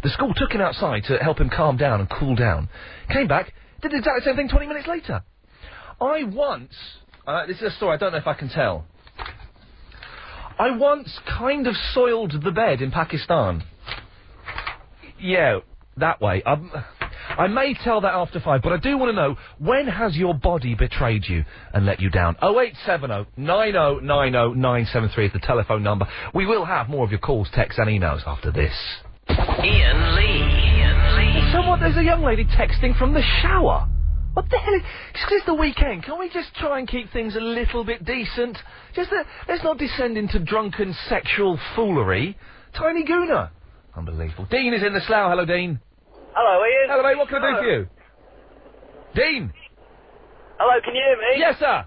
Speaker 3: The school took him outside to help him calm down and cool down. Came back, did the exact same thing 20 minutes later. I once, uh, this is a story I don't know if I can tell. I once kind of soiled the bed in Pakistan. Yeah, that way. Um, I may tell that after five, but I do want to know when has your body betrayed you and let you down? Oh, 0870 oh, 9090 973 is the telephone number. We will have more of your calls, texts, and emails after this.
Speaker 1: Ian Lee. Ian Lee.
Speaker 3: Someone, there's a young lady texting from the shower. What the hell? Is, it's 'cause it's the weekend. Can we just try and keep things a little bit decent? Just uh, let's not descend into drunken sexual foolery. Tiny Gooner. Unbelievable. Dean is in the slough. Hello, Dean.
Speaker 17: Hello, Ian.
Speaker 3: Hello, mate. What can I do for you? Dean.
Speaker 17: Hello, can you hear me?
Speaker 3: Yes, sir.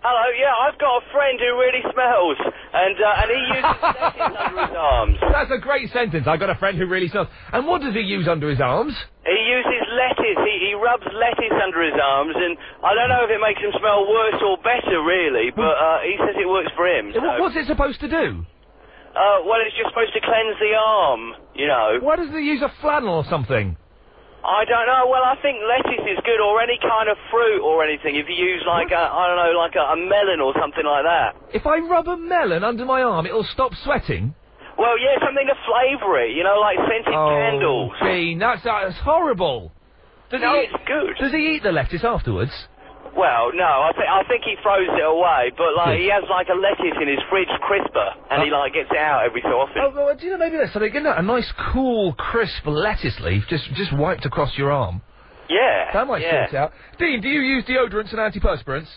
Speaker 17: Hello, yeah, I've got a friend who really smells, and uh, and he uses settings under his arms.
Speaker 3: That's a great sentence. I got a friend who really smells. And what does he use under his arms?
Speaker 17: He uses lettuce. He he rubs lettuce under his arms, and I don't know if it makes him smell worse or better, really. But uh, he says it works for him. So.
Speaker 3: What, what's it supposed to do?
Speaker 17: Uh, well, it's just supposed to cleanse the arm, you know.
Speaker 3: Why doesn't he use a flannel or something?
Speaker 17: I don't know. Well, I think lettuce is good, or any kind of fruit or anything. If you use like a, I don't know, like a, a melon or something like that.
Speaker 3: If I rub a melon under my arm, it'll stop sweating.
Speaker 17: Well, yeah, something to flavour it, you know, like scented candles.
Speaker 3: Dean, Oh, that's, that's horrible. Does
Speaker 17: No,
Speaker 3: he
Speaker 17: it's good.
Speaker 3: Does he eat the lettuce afterwards?
Speaker 17: Well, no, I, th- I think he throws it away, but like
Speaker 3: Good.
Speaker 17: he has like a lettuce in his fridge crisper, and he like gets it out every so often.
Speaker 3: Uh. Oh, well, do you know maybe that's something? Isn't that a nice, cool, crisp lettuce leaf just just wiped across your arm?
Speaker 17: Yeah.
Speaker 3: That might
Speaker 17: yeah.
Speaker 3: sort it out. Dean, do you use deodorants and antiperspirants?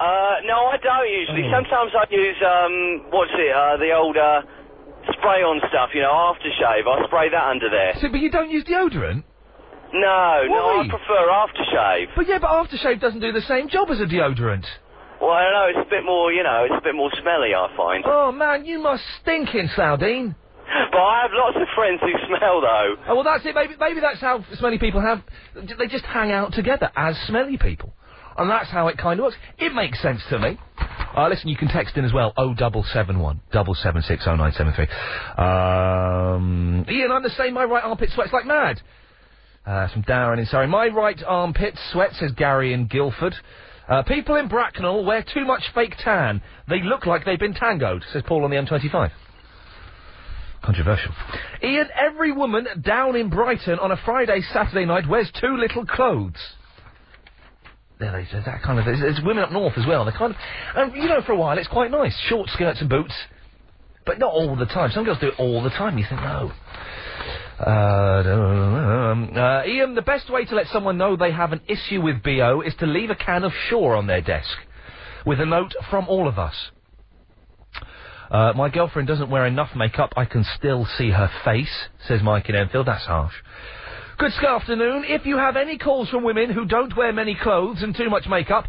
Speaker 17: Uh, no, I don't
Speaker 3: Oh.
Speaker 17: usually. Sometimes I use um, what's it? Uh, the old uh, spray-on stuff, you know, aftershave. I spray that under there.
Speaker 3: So, but you don't use deodorant.
Speaker 17: No, no,
Speaker 3: Why?
Speaker 17: I prefer aftershave.
Speaker 3: But yeah, but aftershave doesn't do the same job as a deodorant.
Speaker 17: Well, I don't know. It's a bit more, you know, it's a bit more smelly. I find.
Speaker 3: Oh man, you must stink in Dean.
Speaker 17: But I have lots of friends who smell though.
Speaker 3: Oh, well, that's it. Maybe, maybe that's how smelly people have. They just hang out together as smelly people. And that's how it kind of works. It makes sense to me. Uh, listen, you can text in as well. 0771 776 0973. Um, Ian, I'm the same. My right armpit sweats like mad. Uh, from Darren in Surrey. My right armpit sweats, says Gary in Guildford. Uh, people in Bracknell wear too much fake tan. They look like they've been tangoed, says Paul on the M25. Controversial. Ian, every woman down in Brighton on a Friday, Saturday night wears too little clothes. There they there's that kind of. There's, there's women up north as well. They kind of, and you know, for a while it's quite nice, short skirts and boots, but not all the time. Some girls do it all the time. You think no. Uh, um, uh, Ian, the best way to let someone know they have an issue with bo is to leave a can of Shore on their desk with a note from all of us. Uh, my girlfriend doesn't wear enough makeup. I can still see her face, says Mike in Enfield. That's harsh. Good sc- afternoon. If you have any calls from women who don't wear many clothes and too much makeup,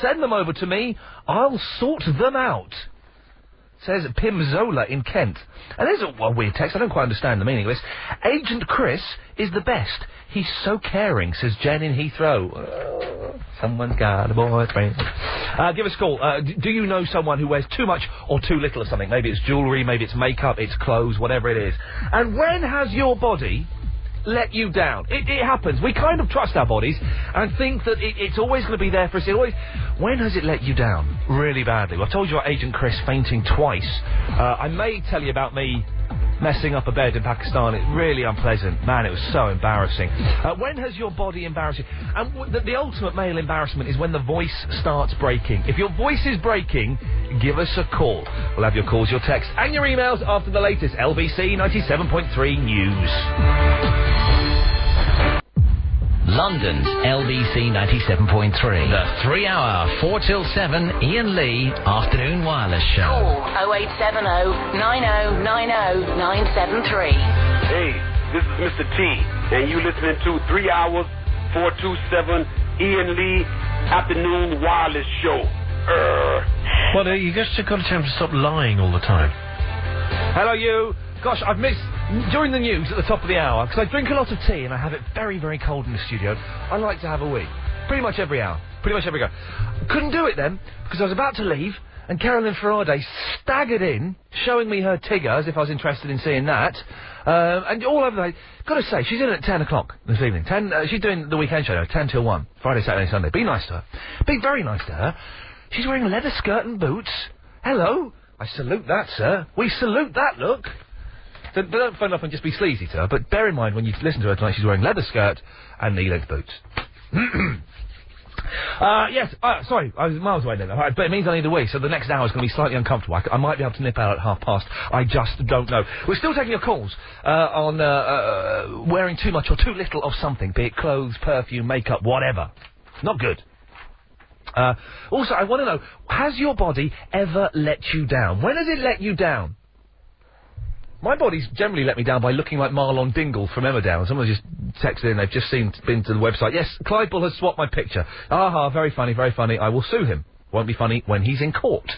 Speaker 3: send them over to me. I'll sort them out, Says Pimzola in Kent. And there's a, a weird text. I don't quite understand the meaning of this. Agent Chris is the best. He's so caring, says Jen in Heathrow. Uh, someone's got a boyfriend. Uh, give us a call. Uh, d- do you know someone who wears too much or too little of something? Maybe it's jewellery, maybe it's makeup, it's clothes, whatever it is. And when has your body let you down. It, it happens. We kind of trust our bodies and think that it, it's always going to be there for us. It always. When has it let you down really badly? Well, I told you about Agent Chris fainting twice. Uh, I may tell you about me messing up a bed in Pakistan. It's really unpleasant, man. It was so embarrassing. Uh, when has your body embarrassed you? And w- the, the ultimate male embarrassment is when the voice starts breaking. If your voice is breaking, give us a call. We'll have your calls, your texts, and your emails after the latest LBC 97.3 news.
Speaker 15: London's LBC 97.3. The three hour, 4 till 7 Ian Lee Afternoon Wireless Show.
Speaker 18: Call 0870 9090 973.
Speaker 2: Hey, this is Mr. T, and you listening to three hours, four two seven Ian Lee Afternoon Wireless Show. Err.
Speaker 10: Well, uh, you just got to tell him to stop lying all the time.
Speaker 3: Hello, you. Gosh, I've missed during the news at the top of the hour because I drink a lot of tea and I have it very, very cold in the studio. I like to have a wee, pretty much every hour, pretty much every go. Couldn't do it then because I was about to leave and Carolyn Faraday staggered in, showing me her Tigger as if I was interested in seeing that, um, and all over the. Got to say, she's in at ten o'clock this evening. Ten, uh, she's doing the weekend show now, ten till one, Friday, Saturday, Sunday. Be nice to her. Be very nice to her. She's wearing leather skirt and boots. Hello. I salute that, sir. We salute that look. So but don't phone up and just be sleazy to her. But bear in mind, when you listen to her tonight, she's wearing leather skirt and knee-length boots. uh, yes, uh, sorry, I was miles away then. All right, but it means I need a wee, so the next hour is going to be slightly uncomfortable. I, c- I might be able to nip out at half past. I just don't know. We're still taking your calls uh, on uh, uh, wearing too much or too little of something, be it clothes, perfume, makeup, whatever. Not good. Uh, also, I want to know, has your body ever let you down? When has it let you down? My body's generally let me down by looking like Marlon Dingle from Emmerdale. Someone just texted in, they've just seen, been to the website. Yes, Clive Bull has swapped my picture. Aha, very funny, very funny. I will sue him. Won't be funny when he's in court.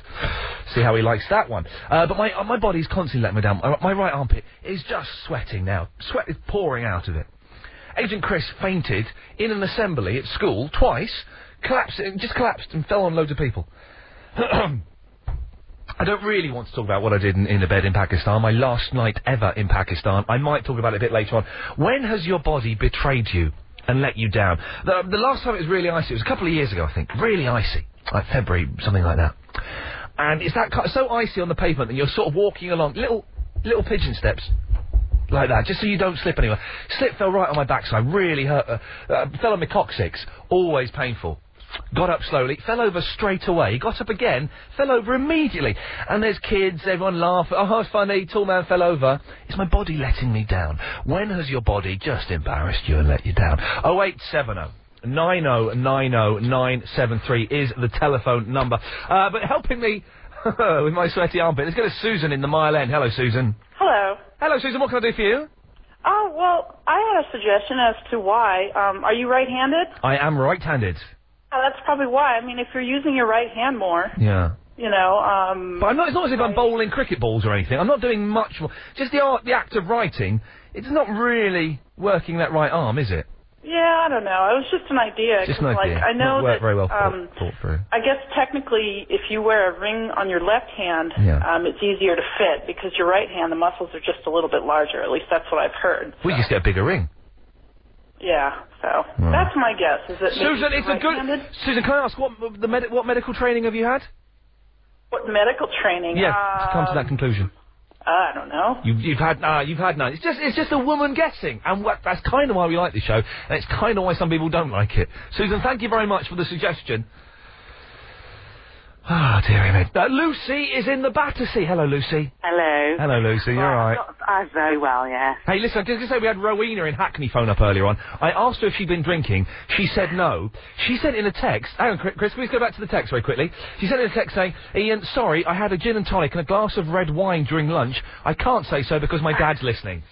Speaker 3: See how he likes that one. Uh, but my, uh, my body's constantly letting me down. Uh, My, my right armpit is just sweating now. Sweat is pouring out of it. Agent Chris fainted in an assembly at school twice, collapsed, just collapsed and fell on loads of people. I don't really want to talk about what I did in, in the bed in Pakistan, my last night ever in Pakistan. I might talk about it a bit later on. When has your body betrayed you and let you down? The, the last time it was really icy, it was a couple of years ago, I think. Really icy. Like February, something like that. And it's that ki- so icy on the pavement that you're sort of walking along little little pigeon steps like that, just so you don't slip anywhere. Slip fell right on my backside, really hurt. Uh, uh, fell on my coccyx, always painful. Got up slowly, fell over straight away, got up again, fell over immediately. And there's kids, everyone laugh, oh, it's funny, tall man fell over. Is my body letting me down? When has your body just embarrassed you and let you down? 0870 9090973 is the telephone number. Uh, but helping me with my sweaty armpit, let's go to Susan in the Mile End. Hello, Susan.
Speaker 19: Hello.
Speaker 3: Hello, Susan, what can I do for you?
Speaker 19: Oh, well, I had a suggestion as to why. Um, are you right-handed?
Speaker 3: I am right-handed.
Speaker 19: Oh, that's probably why. I mean, if you're using your right hand more,
Speaker 3: Yeah.
Speaker 19: you know, um...
Speaker 3: But I'm not, it's not as if I'm bowling cricket balls or anything. I'm not doing much more. Just the art, the act of writing. It's not really working that right arm, is it?
Speaker 19: Yeah, I don't know. It was just an idea.
Speaker 3: Just
Speaker 19: 'cause,
Speaker 3: an idea.
Speaker 19: Like, I know
Speaker 3: not worked
Speaker 19: that,
Speaker 3: very well thought-
Speaker 19: um,
Speaker 3: thought through.
Speaker 19: I guess technically, if you wear a ring on your left hand,
Speaker 3: Yeah.
Speaker 19: um, it's easier to fit because your right hand, the muscles are just a little bit larger. At least that's what I've heard.
Speaker 3: We just get a bigger ring.
Speaker 19: Yeah, so that's my guess. Is that maybe
Speaker 3: Susan, it's a
Speaker 19: right-handed?
Speaker 3: good. Susan, can I ask what the med- what medical training have you had?
Speaker 19: What medical training?
Speaker 3: Yeah, to come to
Speaker 19: Um,
Speaker 3: that conclusion.
Speaker 19: I don't know.
Speaker 3: You, you've had no, you've had none. It's just it's just a woman guessing, and wha- that's kind of why we like this show, and it's kind of why some people don't like it. Susan, thank you very much for the suggestion. Ah, oh, dearie me. Uh, Lucy is in the Battersea. Hello, Lucy.
Speaker 20: Hello.
Speaker 3: Hello, Lucy. You're all right.
Speaker 20: I'm uh, very well, yeah.
Speaker 3: Hey, listen, I'm just going to say we had Rowena in Hackney phone up earlier on. I asked her if she'd been drinking. She said no. She sent in a text. Hang on, Chris, Chris, can we go back to the text very quickly? She sent in a text saying, Ian, sorry, I had a gin and tonic and a glass of red wine during lunch. I can't say so because my dad's listening.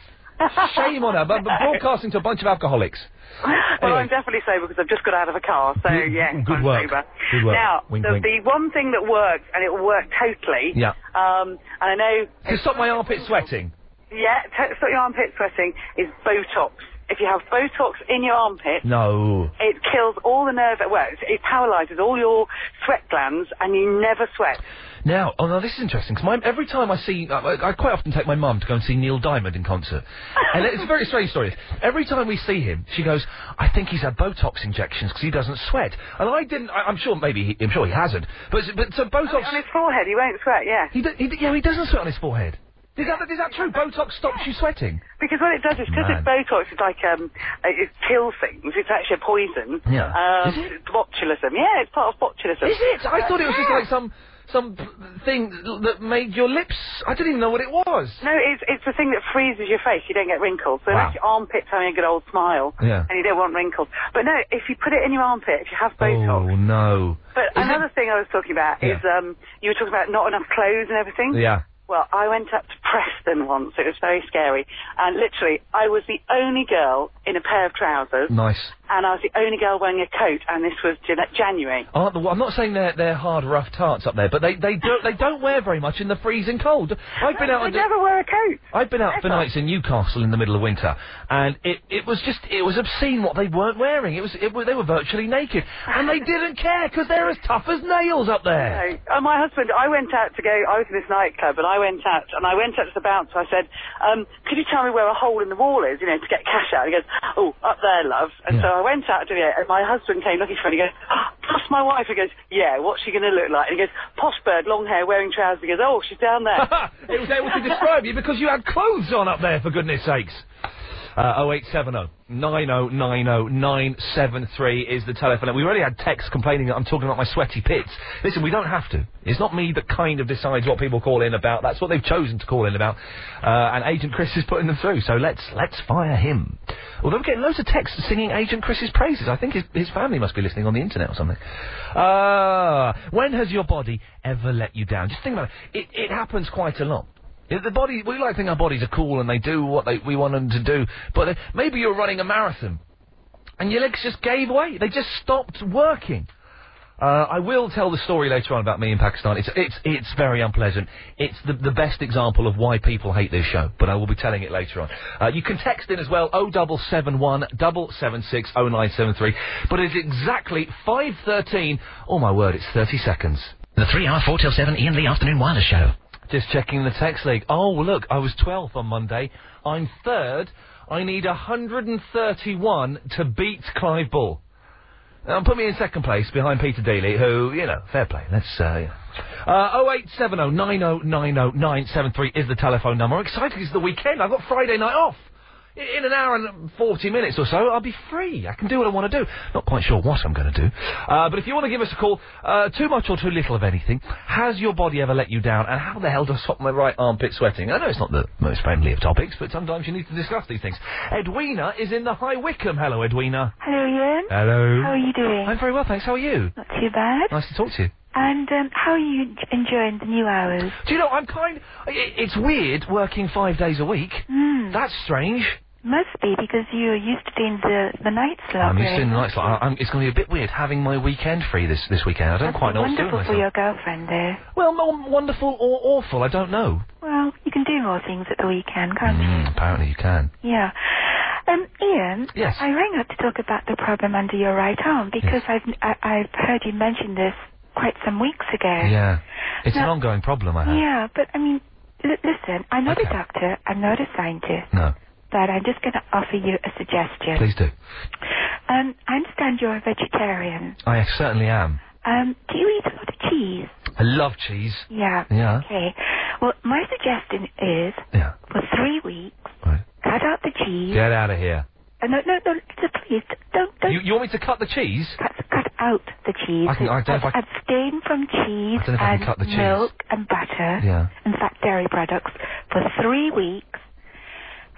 Speaker 3: Shame on her, but, but broadcasting to a bunch of alcoholics.
Speaker 20: Well, I'm definitely sober because I've just got out of a car, so
Speaker 3: Good-
Speaker 20: yeah,
Speaker 3: good
Speaker 20: I'm
Speaker 3: work.
Speaker 20: sober.
Speaker 3: Good work.
Speaker 20: Now,
Speaker 3: Wink,
Speaker 20: the,
Speaker 3: wink.
Speaker 20: the one thing that works, and it will work totally,
Speaker 3: Yeah.
Speaker 20: um, and I know,
Speaker 3: To stop my armpit sweating.
Speaker 20: yeah, to stop your armpit sweating, is Botox. If you have Botox in your armpit,
Speaker 3: No.
Speaker 20: it kills all the nerve, well, it, it paralyzes all your sweat glands, and you never sweat.
Speaker 3: Now, oh no, this is interesting because every time I see, I, I I quite often take my mum to go and see Neil Diamond in concert, and it's a very strange story. Every time we see him, she goes, "I think he's had Botox injections because he doesn't sweat," and I didn't. I, I'm sure maybe he, I'm sure he hasn't, but but so Botox
Speaker 20: On his forehead, he won't sweat, yeah.
Speaker 3: He, do, he do- yeah, he doesn't sweat on his forehead. Is that, is that true? Botox stops you sweating?
Speaker 20: Uh, Because what it does is because
Speaker 3: Man.
Speaker 20: it's Botox, it's like um, it it kills things. It's actually a poison.
Speaker 3: Yeah.
Speaker 20: Um,
Speaker 3: Is it?
Speaker 20: it's botulism. Yeah, it's part of botulism.
Speaker 3: Is it? I
Speaker 20: Uh,
Speaker 3: thought it was just
Speaker 20: yeah.
Speaker 3: like some some thing that made your lips. I didn't even know what it was.
Speaker 20: No, it's it's the thing that freezes your face. You don't get wrinkles. So
Speaker 3: Wow.
Speaker 20: that's your armpit having a good old smile.
Speaker 3: Yeah.
Speaker 20: And you don't want wrinkles. But no, if you put it in your armpit, if you have Botox.
Speaker 3: Oh no.
Speaker 20: But another thing I was talking about
Speaker 3: Yeah.
Speaker 20: is um, you were talking about not enough clothes and everything.
Speaker 3: Yeah.
Speaker 20: Well, I went up to Preston once. It was very scary. And literally, I was the only girl in a pair of trousers.
Speaker 3: Nice.
Speaker 20: and I was the only girl wearing a coat, and this was Jan- January.
Speaker 3: Aren't the, I'm not saying they're they're hard rough tarts up there, but they they don't they don't wear very much in the freezing cold. I've been out.
Speaker 20: I
Speaker 3: and-
Speaker 20: never wear a coat.
Speaker 3: I've been out for nights in Newcastle in the middle of winter, and it, it was just it was obscene what they weren't wearing. It was it, wa- they were virtually naked, and they didn't care because they're as tough as nails up there.
Speaker 20: No. Uh, my husband, I went out to go, I was in this nightclub, and I went out, and I went up to the bouncer, I said, um, could you tell me where a hole in the wall is, you know, to get cash out? He goes, oh, up there, love. And so I went out to the, and my husband came looking for me, and he goes, oh, that's my wife. He goes, yeah, what's she going to look like? And he goes, posh bird, long hair, wearing trousers. He goes, oh, she's down there.
Speaker 3: it was able to describe you because you had clothes on up there, for goodness sakes. Uh, 0870 9090 973 is the telephone. We already had texts complaining that I'm talking about my sweaty pits. Listen, we don't have to. It's not me that kind of decides what people call in about. That's what they've chosen to call in about. Uh, and Agent Chris is putting them through, so let's let's fire him. Although we're getting loads of texts singing Agent Chris's praises. I think his, his family must be listening on the internet or something. Uh, when has your body ever let you down? Just think about it. It, it happens quite a lot. Yeah, The body, we like to think our bodies are cool and they do what they, we want them to do, but they, maybe you're running a marathon and your legs just gave way. They just stopped working. Uh, I will tell the story later on about me in Pakistan. It's, it's, it's very unpleasant. It's the, the best example of why people hate this show, but I will be telling it later on. Uh, you can text in as well, 0771 776 0973, but it's exactly 5.13, oh my word, it's 30 seconds.
Speaker 15: The three hour four till seven Ian Lee afternoon wireless show.
Speaker 3: Just checking the text league. Oh, well, look, I was 12th on Monday. I'm third. I need 131 to beat Clive Ball. Now, put me in second place behind Peter Daly, who, you know, fair play. Let's, uh, yeah. Uh, 0870 9090 973 is the telephone number. I'm excited 'cause it's the weekend. I've got Friday night off. I- In an hour and 40 minutes or so, I'll be free. I can do what I want to do. Not quite sure what I'm going to do. Uh, but if you want to give us a call, uh, too much or too little of anything, has your body ever let you down? And how the hell does stop my right armpit sweating? I know it's not the most friendly of topics, but sometimes you need to discuss these things. Edwina is in the High Wycombe. Hello, Edwina.
Speaker 21: Hello, Ian.
Speaker 3: Hello.
Speaker 21: How are you doing?
Speaker 3: I'm very well, thanks. How are you?
Speaker 21: Not too bad.
Speaker 3: Nice to talk to you.
Speaker 21: And um, how are you en- enjoying the new hours?
Speaker 3: Do you know, I'm kind i it's weird working five days a week. That's strange.
Speaker 21: Hmm. Must be because you're used to doing the the night slot.
Speaker 3: I'm
Speaker 21: right?
Speaker 3: used to the nights like I- I'm, It's going to be a bit weird having my weekend free this, this weekend. I don't
Speaker 21: Must
Speaker 3: quite
Speaker 21: be
Speaker 3: know what to do with
Speaker 21: Wonderful
Speaker 3: myself.
Speaker 21: for your girlfriend there.
Speaker 3: Well, more wonderful or awful, I don't know.
Speaker 21: Well, you can do more things at the weekend, can't
Speaker 3: Mm, apparently you can.
Speaker 21: you? Yeah. Um, Ian.
Speaker 3: Yes.
Speaker 21: I rang up to talk about the problem under your right arm because I've I, I've heard you mention this quite some weeks ago.
Speaker 3: Yeah. It's an
Speaker 21: Now-
Speaker 3: ongoing problem I have.
Speaker 21: Yeah, but I mean, l- listen, I'm not a doctor, I'm not a scientist.
Speaker 3: No.
Speaker 21: But I'm just going to offer you a suggestion.
Speaker 3: Please do.
Speaker 21: Um, I understand you're a vegetarian.
Speaker 3: I certainly am.
Speaker 21: Um, do you eat a lot of cheese?
Speaker 3: I love cheese.
Speaker 21: Yeah.
Speaker 3: Yeah.
Speaker 21: Okay. Well, my suggestion is for three weeks, cut out the cheese.
Speaker 3: Get out of here.
Speaker 21: Uh, no, no, no, just please, don't, don't
Speaker 3: You, you want me to cut the cheese?
Speaker 21: cut, cut out the cheese.
Speaker 3: I can- I don't know if I-
Speaker 21: Abstain from cheese
Speaker 3: I don't know if I can
Speaker 21: and
Speaker 3: cut the cheese.
Speaker 21: milk and butter
Speaker 3: Yeah.
Speaker 21: and fat dairy products for three weeks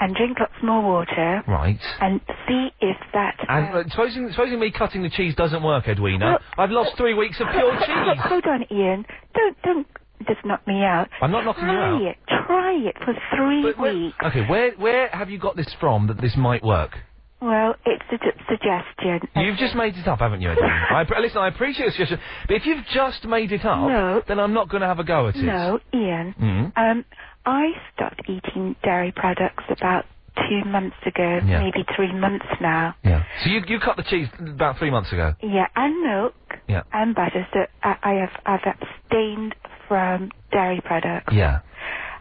Speaker 21: and drink lots more water
Speaker 3: Right.
Speaker 21: and see if that...
Speaker 3: And uh, supposing, supposing me cutting the cheese doesn't work, Edwina,
Speaker 21: Well- uh,
Speaker 3: I've lost three weeks of pure cheese.
Speaker 21: Hold on, Ian. Don't, don't... just knocked me out.
Speaker 3: I'm not knocking you
Speaker 21: try
Speaker 3: out.
Speaker 21: it. Try it for three weeks.
Speaker 3: Okay, where where have you got this from that this might work?
Speaker 21: Well, it's a d- suggestion.
Speaker 3: You've just made it up, haven't you? Adrian? I, appre- listen, I appreciate the suggestion, but if you've just made it up,
Speaker 21: No.
Speaker 3: then I'm not going to have a go at it.
Speaker 21: No, Ian.
Speaker 3: Mm.
Speaker 21: Um, I stopped eating dairy products about two months ago,
Speaker 3: Yeah.
Speaker 21: maybe three months now.
Speaker 3: Yeah. So you you cut the cheese about three months ago.
Speaker 21: Yeah, and milk
Speaker 3: Yeah.
Speaker 21: and butter. So I, I have I've abstained from dairy products,
Speaker 3: Yeah.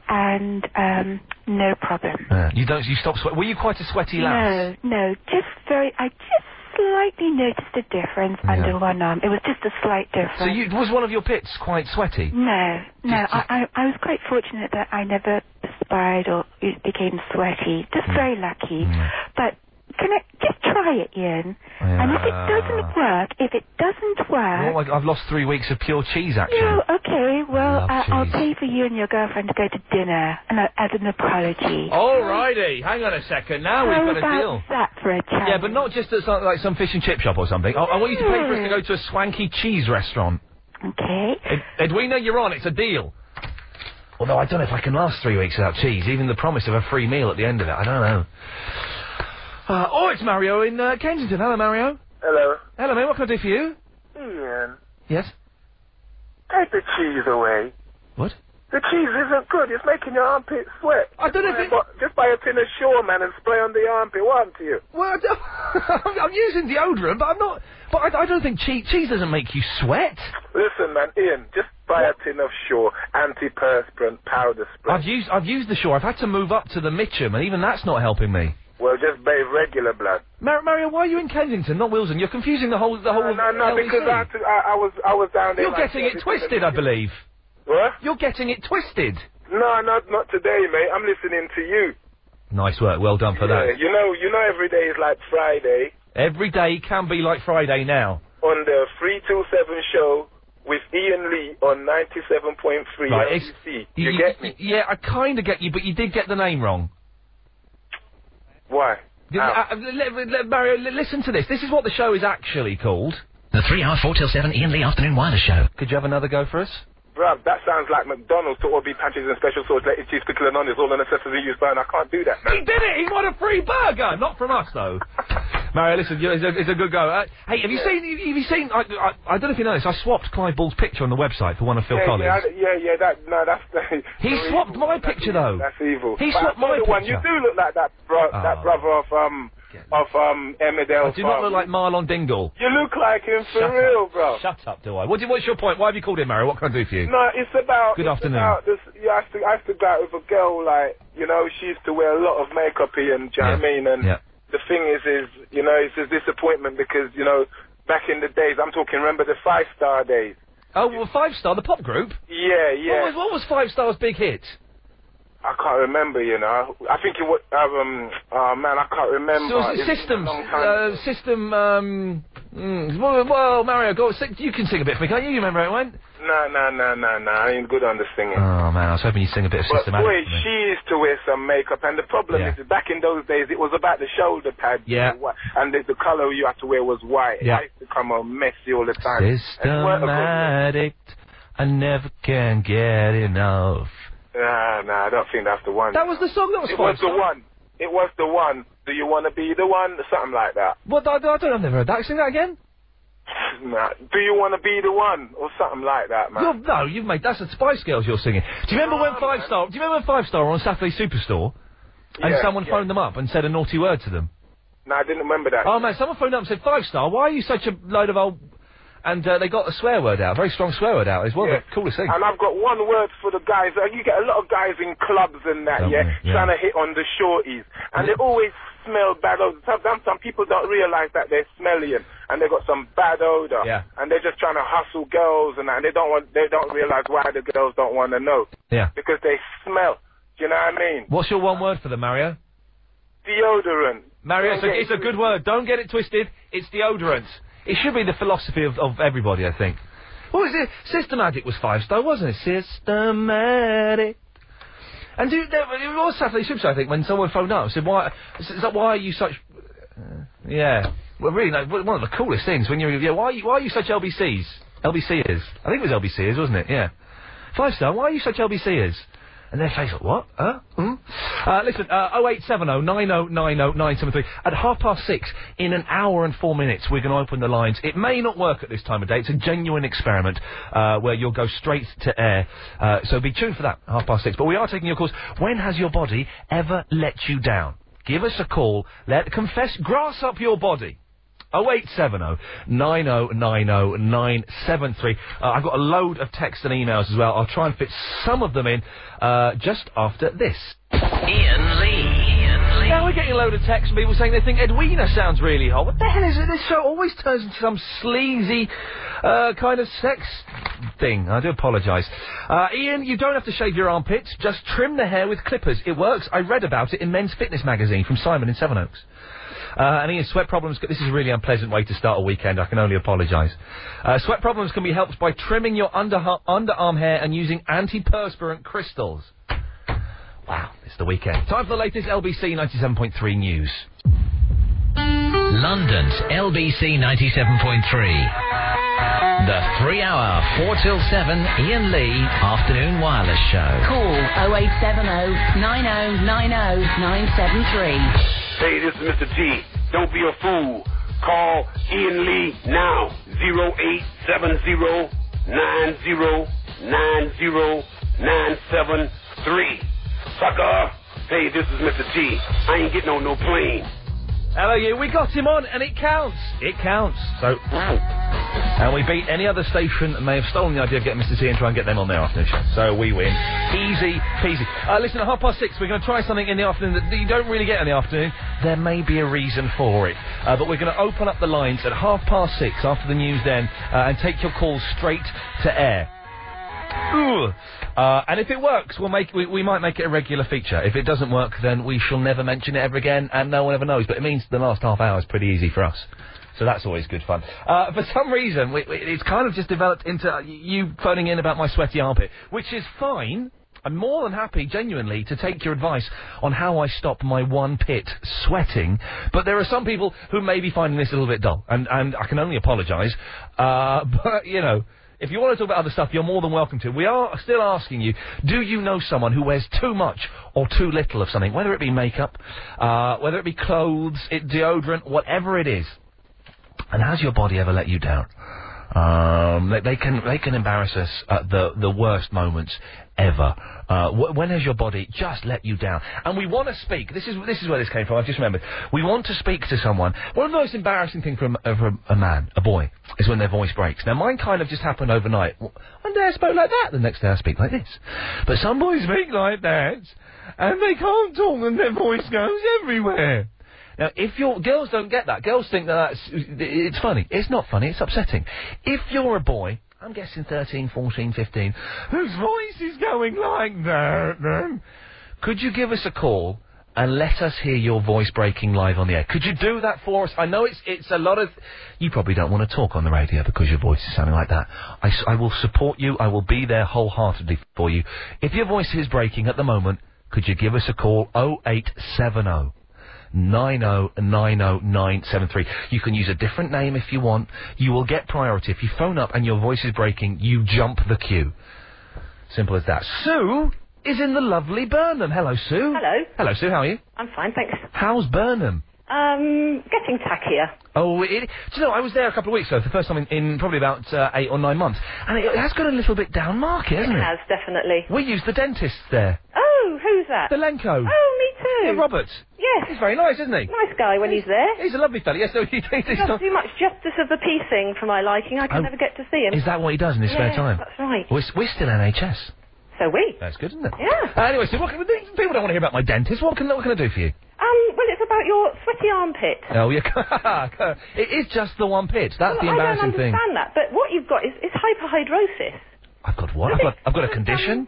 Speaker 21: and um, no problem.
Speaker 3: Yeah. You don't. You stop sweat. Were you quite a sweaty lass?
Speaker 21: No, no, just very. I just slightly noticed a difference under one arm. It was just a slight difference.
Speaker 3: So you was one of your pits quite sweaty.
Speaker 21: No, no. I, I, I was quite fortunate that I never perspired or it became sweaty. Just
Speaker 3: Mm.
Speaker 21: very lucky. But can I just try it, Ian? And if it doesn't work, if it doesn't
Speaker 3: Oh
Speaker 21: work,
Speaker 3: my, I've lost three weeks of pure cheese action.
Speaker 21: no, okay. Well,
Speaker 3: Love
Speaker 21: I, I'll
Speaker 3: cheese.
Speaker 21: pay for you and your girlfriend to go to dinner, and I, as an apology.
Speaker 3: Alrighty, hang on a second. Oh, Now
Speaker 21: How
Speaker 3: we've got
Speaker 21: about
Speaker 3: a deal.
Speaker 21: that for a challenge?
Speaker 3: Yeah, but not just at some, like some fish and chip shop or something. I, I want you to pay for us to go to a swanky cheese restaurant.
Speaker 21: Okay.
Speaker 3: Ed- Edwina, you're on. It's a deal. Although I don't know if I can last three weeks without cheese. Even the promise of a free meal at the end of it, I don't know. Uh, oh, it's Mario in uh, Kensington. Hello, Mario.
Speaker 22: Hello.
Speaker 3: Hello, mate. What can I do for you?
Speaker 22: Ian,
Speaker 3: Yes.
Speaker 22: take the cheese away.
Speaker 3: What?
Speaker 22: The cheese isn't good. It's making your armpit sweat. I don't know if it... Just buy a tin of Shaw, man, and spray on the armpit. What happened to you?
Speaker 3: Well, I don't, I'm using deodorant, but I'm not. But I, I don't think cheese cheese doesn't make you sweat.
Speaker 22: Listen, man, Ian, just buy a tin of Shaw antiperspirant powder spray.
Speaker 3: I've used I've used the shore. I've had to move up to the Mitcham, and even that's not helping me.
Speaker 22: Well, just bathe regular blood.
Speaker 3: Mar- Mario, why are you in Kensington, not Wilson? You're confusing the whole the whole. E
Speaker 22: No, no, because I, had to- I, I was I was down there.
Speaker 3: You're
Speaker 22: like
Speaker 3: getting it
Speaker 22: every day.
Speaker 3: twisted, I believe.
Speaker 22: What?
Speaker 3: You're getting it twisted.
Speaker 22: No, not not today, mate. I'm listening to you.
Speaker 3: Nice work. Well done for that.
Speaker 22: Yeah, you know, you know, every day is like Friday.
Speaker 3: Every day can be like Friday now.
Speaker 22: on the 327 show with Ian Lee on 97.3
Speaker 3: Right, it's-
Speaker 22: LBC.
Speaker 3: You, get me? Yeah, I kind of get you, but you did get the name wrong.
Speaker 22: Why?
Speaker 3: Uh, uh, let- let- Mario, li- listen to this. This is what the show is actually called.
Speaker 15: The three hour four till seven Ian Lee afternoon wireless show.
Speaker 3: Could you have another go for us?
Speaker 22: Bruv, that sounds like McDonald's to all be patches and special sauce, lettuce, cheese, pickle and onions, all the necessary use burn. I can't do that,
Speaker 3: He
Speaker 22: man.
Speaker 3: did it. He won a free burger. Not from us though. Mario, listen, you- it's a, it's a good go. Uh, hey, have you seen?
Speaker 22: Yeah.
Speaker 3: Have you seen? I, I, I don't know if you know this. I swapped Clive Ball's picture on the website for one of Phil
Speaker 22: yeah,
Speaker 3: Collins.
Speaker 22: yeah, I- yeah, yeah, that, no, that's...
Speaker 3: He swapped my picture though.
Speaker 22: That's evil.
Speaker 3: He
Speaker 22: But I
Speaker 3: swapped
Speaker 22: saw
Speaker 3: my
Speaker 22: the one. You
Speaker 3: picture.
Speaker 22: do look like that, bro- that brother of, um, of, um, Emmerdale.
Speaker 3: Oh. I do not look like Marlon Dingle.
Speaker 22: You look like him for
Speaker 3: Shut up.
Speaker 22: real, bro.
Speaker 3: Shut up, do I? What, do- what's your point? Why have you called him, Mario? What can I do for you?
Speaker 22: No, it's about.
Speaker 3: Good
Speaker 22: it's
Speaker 3: afternoon.
Speaker 22: About this, yeah, I used, to, I used to go out with a girl, like, you know, she used to wear a lot of makeup here, and do you know what I mean? And
Speaker 3: Yeah.
Speaker 22: the thing is, is, you know, it's a disappointment because, you know, back in the days, I'm talking, remember the five star days?
Speaker 3: Oh, well, Five Star, the pop group. Oh,
Speaker 22: Yeah, yeah.
Speaker 3: What was, what was Five Star's big hit?
Speaker 22: I can't remember, you know. I think it was, um, oh man, I can't remember.
Speaker 3: So it was
Speaker 22: It's been a
Speaker 3: systems.
Speaker 22: long time.
Speaker 3: Uh, system. Um, mm, well, well, Mario, go. Sing, you can sing a bit for me, can't you? You remember how it went?
Speaker 22: Nah, nah, nah, nah, nah. I ain't good on the singing.
Speaker 3: Oh man, I was hoping you'd sing a bit of
Speaker 22: But
Speaker 3: System. Adam
Speaker 22: boy,
Speaker 3: for me.
Speaker 22: she used to wear some makeup, and the problem
Speaker 3: Yeah.
Speaker 22: is back in those days it was about the shoulder pad, you
Speaker 3: Yeah.
Speaker 22: know, wha- and the, the color you had to wear was white.
Speaker 3: Yeah.
Speaker 22: I used to come home messy all the time. And it
Speaker 3: System
Speaker 22: weren't a good-
Speaker 3: addict, I never can get enough.
Speaker 22: Nah, nah, I don't think that's the one.
Speaker 3: That was the song. That was
Speaker 22: it
Speaker 3: Five
Speaker 22: was the
Speaker 3: Star.
Speaker 22: one. It was the one. Do you want to be the one? Something like that.
Speaker 3: What? I, I don't. I've never heard that. Sing that again.
Speaker 22: Nah. Do you want to be the one? Or something like that, man.
Speaker 3: You're, no, you've made that's the Spice Girls you're singing. Do you remember when Five Star? Do you remember when Five Star were on Saturday Superstore, and
Speaker 22: Yeah,
Speaker 3: someone
Speaker 22: yeah.
Speaker 3: phoned them up and said a naughty word to them?
Speaker 22: Nah, I didn't remember that.
Speaker 3: Oh man, someone phoned up and said Five Star. Why are you such a load of old? And uh, they got a swear word out, a very strong swear word out. It's one of the coolest things.
Speaker 22: And I've got one word for the guys. Uh, You get a lot of guys in clubs and that,
Speaker 3: Don't
Speaker 22: yeah,
Speaker 3: they? Yeah.
Speaker 22: trying to hit on the shorties, and they always smell bad odor. Sometimes some people don't realise that they're smelly and, and they got some bad odor,
Speaker 3: Yeah.
Speaker 22: and they're just trying to hustle girls and that, and they don't want, they don't realise why the girls don't want to know
Speaker 3: Yeah.
Speaker 22: because they smell. Do you know what I mean?
Speaker 3: What's your one word for them, Mario?
Speaker 22: Deodorant.
Speaker 3: Mario, it's
Speaker 22: Don't
Speaker 3: a,
Speaker 22: get
Speaker 3: it's a good word. Don't get it twisted. It's deodorant. It should be the philosophy of, of everybody, I think. What was it? Systematic was five star, wasn't it? Systematic. And do, there, it was Saturday Super, I think, when someone phoned up and said, "Why is is that? Why are you such?" Uh, yeah. Well, really, no, one of the coolest things when you're yeah. Why are you, why are you such LBCs? LBC is. I think it was LBC is, wasn't it? Yeah. Five star, why are you such LBCers? And their face, like, what? Huh? Hmm? Uh, listen, uh, 0870 9090 973. At half past six, in an hour and four minutes, we're going to open the lines. It may not work at this time of day. It's a genuine experiment uh, where you'll go straight to air. Uh, so be tuned for that, half past six. But we are taking your calls. When has your body ever let you down? Give us a call. Let Confess, grass up your body. 0870 9090 973. Uh, I've got a load of texts and emails as well. I'll try and fit some of them in uh, just after this.
Speaker 1: Ian Lee.
Speaker 3: Now we're getting a load of texts from people saying they think Edwina sounds really hot. What the hell is it? This show always turns into some sleazy uh, kind of sex thing. I do apologise. Uh, Ian, you don't have to shave your armpits. Just trim the hair with clippers. It works. I read about it in Men's Fitness magazine from Simon in Sevenoaks. Uh, and Ian, sweat problems. This is a really unpleasant way to start a weekend. I can only apologise. Uh, sweat problems can be helped by trimming your underha- underarm hair and using antiperspirant crystals. Wow, it's the weekend. Time for the latest LBC 97.3 news.
Speaker 15: London's LBC 97.3. The three hour, 4 till 7 Ian Lee afternoon wireless show.
Speaker 18: Call 0870 9090 973.
Speaker 2: Hey, this is Mr. T. Don't be a fool. Call Ian Lee now. 0870-90-90-973. Sucker. Hey, this is Mr. T. I ain't getting on no plane.
Speaker 3: Hello, you. We got him on, and it counts. It counts. So, and we beat any other station that may have stolen the idea of getting Mr. T and try and get them on their afternoon show. So we win. Easy peasy. Uh, listen, at half past six, we're going to try something in the afternoon that you don't really get in the afternoon. There may be a reason for it. Uh, but we're going to open up the lines at half past six after the news then uh, and take your calls straight to air. Ooh. Uh, and if it works, we'll make we, we might make it a regular feature. If it doesn't work, then we shall never mention it ever again, and no one ever knows. But it means the last half hour is pretty easy for us, so that's always good fun. Uh, for some reason, we, we, it's kind of just developed into uh, you phoning in about my sweaty armpit, which is fine. I'm more than happy, genuinely, to take your advice on how I stop my one pit sweating. But there are some people who may be finding this a little bit dull, and, and I can only apologise. Uh, but you know. If you want to talk about other stuff, you're more than welcome to. We are still asking you, do you know someone who wears too much or too little of something? Whether it be makeup, uh, whether it be clothes, it, deodorant, whatever it is. And has your body ever let you down? Um, they, they can they can embarrass us at the the worst moments ever. Uh, wh- when has your body just let you down? And we want to speak. This is this is where this came from. I've just remembered. We want to speak to someone. One of the most embarrassing things for a, m- uh, for a man, a boy, is when their voice breaks. Now mine kind of just happened overnight. W- One day I spoke like that. The next day I speak like this. But some boys speak like that, and they can't talk, and their voice goes everywhere. Now, if your girls don't get that, girls think that that's it's funny. It's not funny. It's upsetting. If you're a boy, I'm guessing 13, 14, 15, whose voice is going like that, could you give us a call? And let us hear your voice breaking live on the air. Could you do that for us? I know it's it's a lot of. You probably don't want to talk on the radio because your voice is sounding like that. I, s- I will support you. I will be there wholeheartedly for you. If your voice is breaking at the moment, could you give us a call? 0870 9090973. You can use a different name if you want. You will get priority. If you phone up and your voice is breaking, you jump the queue. Simple as that. Sue is in the lovely Burnham. Hello, Sue.
Speaker 23: Hello.
Speaker 3: Hello, Sue. How are you?
Speaker 23: I'm fine, thanks.
Speaker 3: How's Burnham?
Speaker 23: Um, getting tackier.
Speaker 3: Oh, it, do you know, I was there a couple of weeks ago, for the first time in, in probably about uh, eight or nine months, and it, it has got a little bit down market, hasn't it?
Speaker 23: It has, definitely.
Speaker 3: We used the dentist there.
Speaker 23: Oh, who's that?
Speaker 3: The
Speaker 23: Oh,
Speaker 3: Lenko.
Speaker 23: me too.
Speaker 3: Yeah, Robert.
Speaker 23: Yes.
Speaker 3: He's very nice, isn't he?
Speaker 23: Nice guy when he's there.
Speaker 3: He's a lovely fella. Yes, no, he, he's
Speaker 23: He does
Speaker 3: not-
Speaker 23: too much justice of the piecing for my liking. I can
Speaker 3: Oh.
Speaker 23: never get to see him.
Speaker 3: Is that what he does in his
Speaker 23: Yeah,
Speaker 3: spare time?
Speaker 23: that's right.
Speaker 3: We're, s- we're still NHS.
Speaker 23: So we.
Speaker 3: That's good, isn't it?
Speaker 23: Yeah.
Speaker 3: Uh, anyway, so what can, people don't want to hear about my dentist. What can, what can I do for you?
Speaker 23: Um, well, it's about your sweaty armpit.
Speaker 3: Oh, yeah. it is just the one pitch. That's the
Speaker 23: Well, I don't
Speaker 3: embarrassing
Speaker 23: understand
Speaker 3: thing.
Speaker 23: that, but what you've got is, is hyperhidrosis.
Speaker 3: I've got what? I've got, I've got a condition.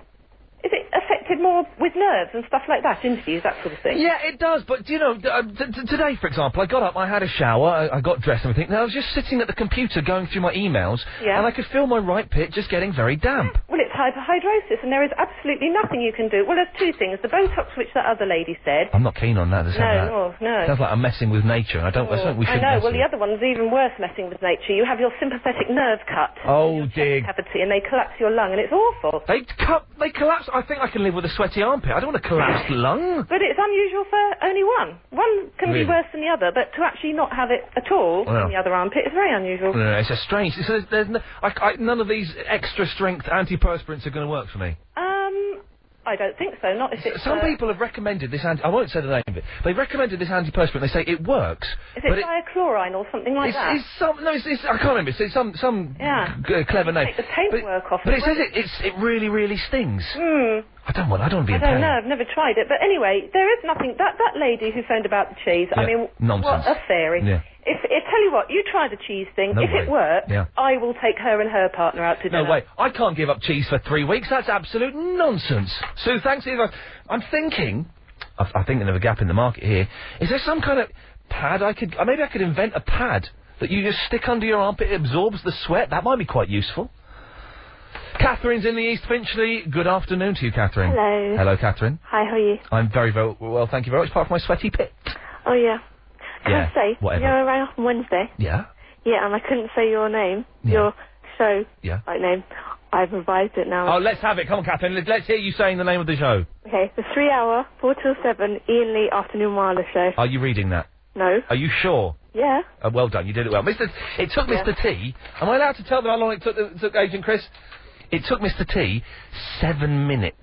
Speaker 23: Is it a affected more with nerves and stuff like that? Interviews, that sort of thing.
Speaker 3: Yeah, it does. But do you know, uh, t- t- today, for example, I got up, I had a shower, I, I got dressed and everything. Now I was just sitting at the computer going through my emails,
Speaker 23: Yeah.
Speaker 3: and I could feel my right pit just getting very damp.
Speaker 23: Well, it's hyperhidrosis, and there is absolutely nothing you can do. Well, there's two things: the Botox, which that other lady said.
Speaker 3: I'm not keen on that. Does that-
Speaker 23: No, oh, no, no.
Speaker 3: Sounds like I'm messing with nature, and I don't. That's something we
Speaker 23: Oh, I
Speaker 3: shouldn't.
Speaker 23: know.
Speaker 3: mess
Speaker 23: Well,
Speaker 3: with.
Speaker 23: the other one's even worse messing with nature. You have your sympathetic nerve cut
Speaker 3: Oh dear.
Speaker 23: cavity, and they collapse your lung, and it's awful.
Speaker 3: They cu- they collapse. I think I can live with a sweaty armpit. I don't want a collapsed lung.
Speaker 23: But it's unusual for only one. One can
Speaker 3: Hmm. Really?
Speaker 23: be worse than the other, but to actually not have it at all
Speaker 3: Well.
Speaker 23: in the other armpit is very unusual.
Speaker 3: No, no, no, it's a strange. It's a, there's no, I, I, none of these extra strength antiperspirants are going to work for me.
Speaker 23: Um, I don't think so. Not if it's
Speaker 3: Some
Speaker 23: uh,
Speaker 3: people have recommended this anti. I won't say the name of it. They've recommended this antiperspirant. They say it works,
Speaker 23: uh, If
Speaker 3: but
Speaker 23: it's diachlorine or something like
Speaker 3: it's,
Speaker 23: that.
Speaker 3: it's some. No, it's, it's, I can't remember. It's, it's some some
Speaker 23: Yeah.
Speaker 3: g- uh, clever name.
Speaker 23: Take the paintwork off.
Speaker 3: But it says
Speaker 23: won't
Speaker 3: it. It's, it really really stings.
Speaker 23: Hmm.
Speaker 3: I don't want. I don't want to be
Speaker 23: I
Speaker 3: in pain.
Speaker 23: don't know. I've never tried it. But anyway, there is nothing. That that lady who phoned about the cheese. I
Speaker 3: Yeah,
Speaker 23: mean,
Speaker 3: nonsense.
Speaker 23: what a fairy.
Speaker 3: Yeah.
Speaker 23: If, if tell you what, you try the cheese thing.
Speaker 3: No
Speaker 23: if
Speaker 3: way.
Speaker 23: it works,
Speaker 3: Yeah.
Speaker 23: I will take her and her partner out to
Speaker 3: No
Speaker 23: dinner.
Speaker 3: way. I can't give up cheese for three weeks. That's absolute nonsense. Sue, thanks. for your advice. I'm thinking, I, I think there's a gap in the market here. Is there some kind of pad I could, uh, maybe I could invent a pad that you just stick under your armpit, it absorbs the sweat. That might be quite useful. Catherine's in the East Finchley. Good afternoon to you, Catherine.
Speaker 24: Hello.
Speaker 3: Hello, Catherine.
Speaker 24: Hi, how are you?
Speaker 3: I'm very, very well, thank you very much, apart from my sweaty pit.
Speaker 24: Oh, yeah. Can
Speaker 3: Yeah,
Speaker 24: I say,
Speaker 3: whatever.
Speaker 24: you know, I rang up on Wednesday.
Speaker 3: Yeah?
Speaker 24: Yeah, and I couldn't say your name, your show,
Speaker 3: Yeah.
Speaker 24: like name. I've revised it now.
Speaker 3: Oh, let's have it. Come on, Catherine. Let- Let's hear you saying the name of the show.
Speaker 24: Okay, the three hour, four till seven, Ian Lee afternoon wireless show.
Speaker 3: Are you reading that?
Speaker 24: No.
Speaker 3: Are you sure?
Speaker 24: Yeah.
Speaker 3: Uh, well done, you did it well. Mr. It took
Speaker 24: Yeah.
Speaker 3: Mr. T. Am I allowed to tell them how long it took, it took Agent Chris? It took Mr. T seven minutes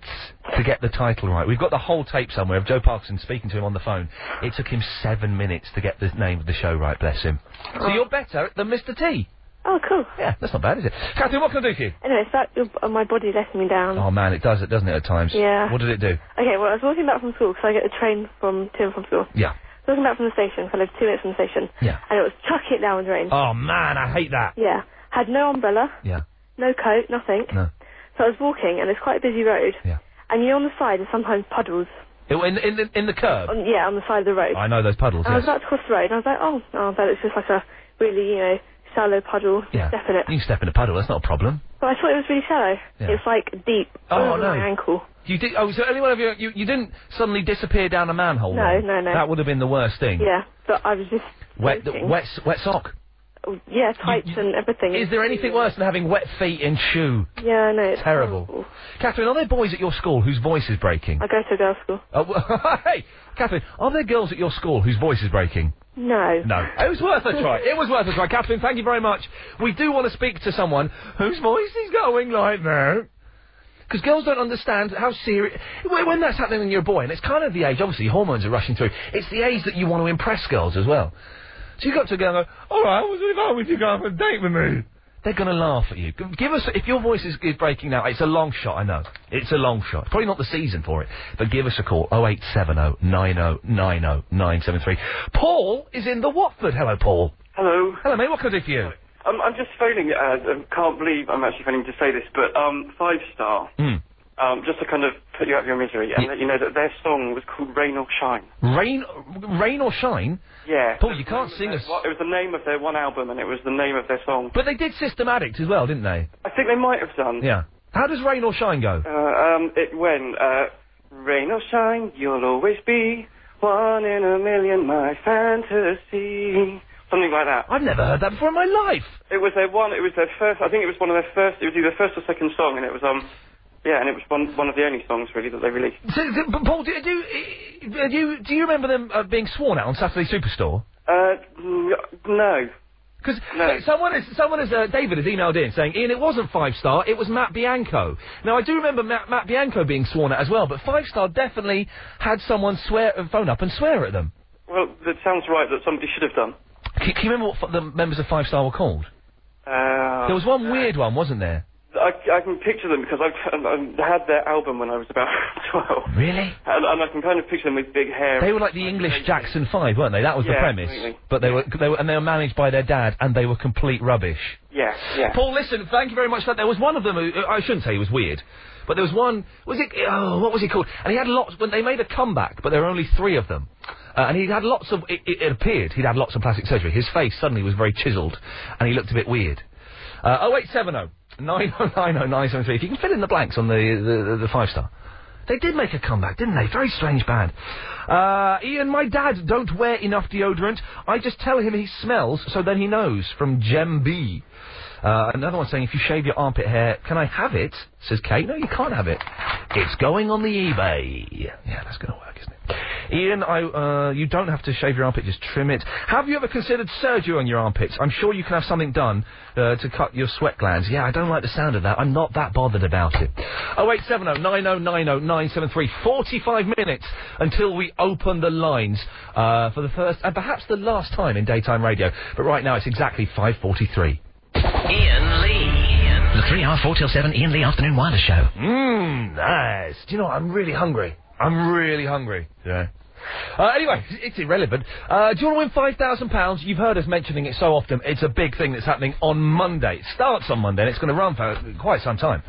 Speaker 3: to get the title right. We've got the whole tape somewhere of Joe Parkinson speaking to him on the phone. It took him seven minutes to get the name of the show right, bless him. So you're better than Mr. T.
Speaker 24: Oh, cool.
Speaker 3: Yeah, that's not bad, is it? Catherine, what can I do for you?
Speaker 24: Anyway, it's about your, uh, my body letting me down.
Speaker 3: Oh man, it does it, doesn't it, at times?
Speaker 24: Yeah.
Speaker 3: What did it do?
Speaker 24: Okay, well, I was walking back from school because I get the train from to and from school.
Speaker 3: Yeah.
Speaker 24: I was walking back from the station, kind of two minutes from the station.
Speaker 3: Yeah.
Speaker 24: And it was chuck it down with rain.
Speaker 3: Oh man, I hate that.
Speaker 24: Yeah. Had no umbrella.
Speaker 3: Yeah.
Speaker 24: No coat, nothing.
Speaker 3: No.
Speaker 24: So I was walking, and it's quite a busy road.
Speaker 3: Yeah.
Speaker 24: And you know, on the side, there's sometimes puddles.
Speaker 3: It, in, in, the, in the curb.
Speaker 24: On, yeah, on the side of the road.
Speaker 3: I know those Uh, puddles.
Speaker 24: And I was
Speaker 3: Yes.
Speaker 24: about to cross the road, and I was like, oh, oh, that looks just like a really, you know, shallow puddle.
Speaker 3: Yeah.
Speaker 24: Step in it.
Speaker 3: You can step in a puddle. That's not a problem.
Speaker 24: But I thought it was really shallow.
Speaker 3: Yeah.
Speaker 24: It's like deep
Speaker 3: Oh,
Speaker 24: over
Speaker 3: no.
Speaker 24: my ankle.
Speaker 3: You did. Oh, so anyone of you, you you didn't suddenly disappear down a manhole?
Speaker 24: No,
Speaker 3: then?
Speaker 24: no, no.
Speaker 3: That would have been the worst thing.
Speaker 24: Yeah, but I was just
Speaker 3: Wet,
Speaker 24: Soaking.
Speaker 3: wet, s- wet sock.
Speaker 24: yeah, tights and everything.
Speaker 3: Is there anything worse than having wet feet in shoe?
Speaker 24: Yeah, no, it's
Speaker 3: Terrible. Catherine, are there boys at your school whose voice is breaking?
Speaker 24: Oh. I go to a girls' school.
Speaker 3: Uh, w- hey, Catherine, are there girls at your school whose voice is breaking?
Speaker 24: No.
Speaker 3: No. It was worth a try. It was worth a try. Catherine, thank you very much. We do want to speak to someone whose voice is going like that. Because girls don't understand how serious. When when that's happening when you're a boy, and it's kind of the age, obviously, hormones are rushing through, it's the age that you want to impress girls as well. So you got to go and go, alright, what's it about? Would you go on a date with me? They're going to laugh at you. G- Give us, if your voice is, is breaking now, it's a long shot, I know. It's a long shot. Probably not the season for it, but give us a call. 0870 90 90 973. Paul is in the Watford. Hello, Paul.
Speaker 25: Hello.
Speaker 3: Hello, mate. What can I do for you?
Speaker 25: Um, I'm just phoning. Uh, I can't believe I'm actually phoning to say this, but um, Five Star,
Speaker 3: Mm.
Speaker 25: um, just to kind of put you out of your misery and let you know that their song was called Rain or Shine.
Speaker 3: Hmm. Rain, rain or shine?
Speaker 25: Yeah.
Speaker 3: Paul, you can't sing us.
Speaker 25: Well, it was the name of their one album and it was the name of their song.
Speaker 3: But they did System Addict as well, didn't they?
Speaker 25: I think they might have done.
Speaker 3: Yeah. How does rain or shine go?
Speaker 25: Uh, um, it went, uh, Rain or Shine, you'll always be one in a million, my fantasy. Something like that.
Speaker 3: I've never heard that before in my life.
Speaker 25: It was their one. It was their first. I think it was one of their first. It was either first or second song, and it was um, yeah, and it was one one of the only songs really that they released.
Speaker 3: So, so, but Paul, do, do, uh, do you do you remember them uh, being sworn at on Saturday Superstore?
Speaker 25: Uh, n- no.
Speaker 3: Because
Speaker 25: No.
Speaker 3: someone has, someone has, uh, David has emailed in saying, Ian, it wasn't Five Star, it was Matt Bianco. Now, I do remember Matt, Matt Bianco being sworn at as well, but Five Star definitely had someone swear, uh, phone up and swear at them.
Speaker 25: Well, that sounds right. That somebody should have done.
Speaker 3: Can, can you remember what f- the members of Five Star were called?
Speaker 25: Uh,
Speaker 3: there was one weird one, wasn't there?
Speaker 25: I, I can picture them because I've, I've had their album when I was about 12.
Speaker 3: Really?
Speaker 25: And, and I can kind of picture them with big hair.
Speaker 3: They were like the English Jackson Five, weren't they? That was the
Speaker 25: Yeah,
Speaker 3: premise.
Speaker 25: absolutely.
Speaker 3: But they were, they were, and they were managed by their dad, and they were complete rubbish.
Speaker 25: Yeah, yeah.
Speaker 3: Paul, listen, thank you very much. For that. There was one of them who uh, I shouldn't say he was weird, but there was one. Was it? Oh, what was he called? And he had lots. When they made a comeback, but there were only three of them. Uh, and he had lots of. It, it, it appeared he'd had lots of plastic surgery. His face suddenly was very chiselled, and he looked a bit weird. Uh, 0870 9090 973. If you can fill in the blanks on the the, the, the five star. They did make a comeback, didn't they? Very strange band. Uh, Ian, my dad don't wear enough deodorant. I just tell him he smells, so then he knows. From Gem B. Uh, another one saying, if you shave your armpit hair, can I have it? Says Kate. No, you can't have it. It's going on the eBay. Yeah, that's going to work, isn't it? Ian, I, uh, you don't have to shave your armpit, just trim it. Have you ever considered surgery on your armpits? I'm sure you can have something done uh, to cut your sweat glands. Yeah, I don't like the sound of that. I'm not that bothered about it. Oh, 0870 9090 973. 45 minutes until we open the lines uh, for the first and perhaps the last time in daytime radio. But right now it's exactly 543.
Speaker 1: Ian Lee.
Speaker 15: The three hour four till seven Ian Lee afternoon wireless show.
Speaker 3: Mmm, nice. Do you know what? I'm really hungry. I'm really hungry. Yeah. Uh, anyway, it's irrelevant. Uh, do you want to win £5,000? You've heard us mentioning it so often. It's a big thing that's happening on Monday. It starts on Monday and it's going to run for quite some time.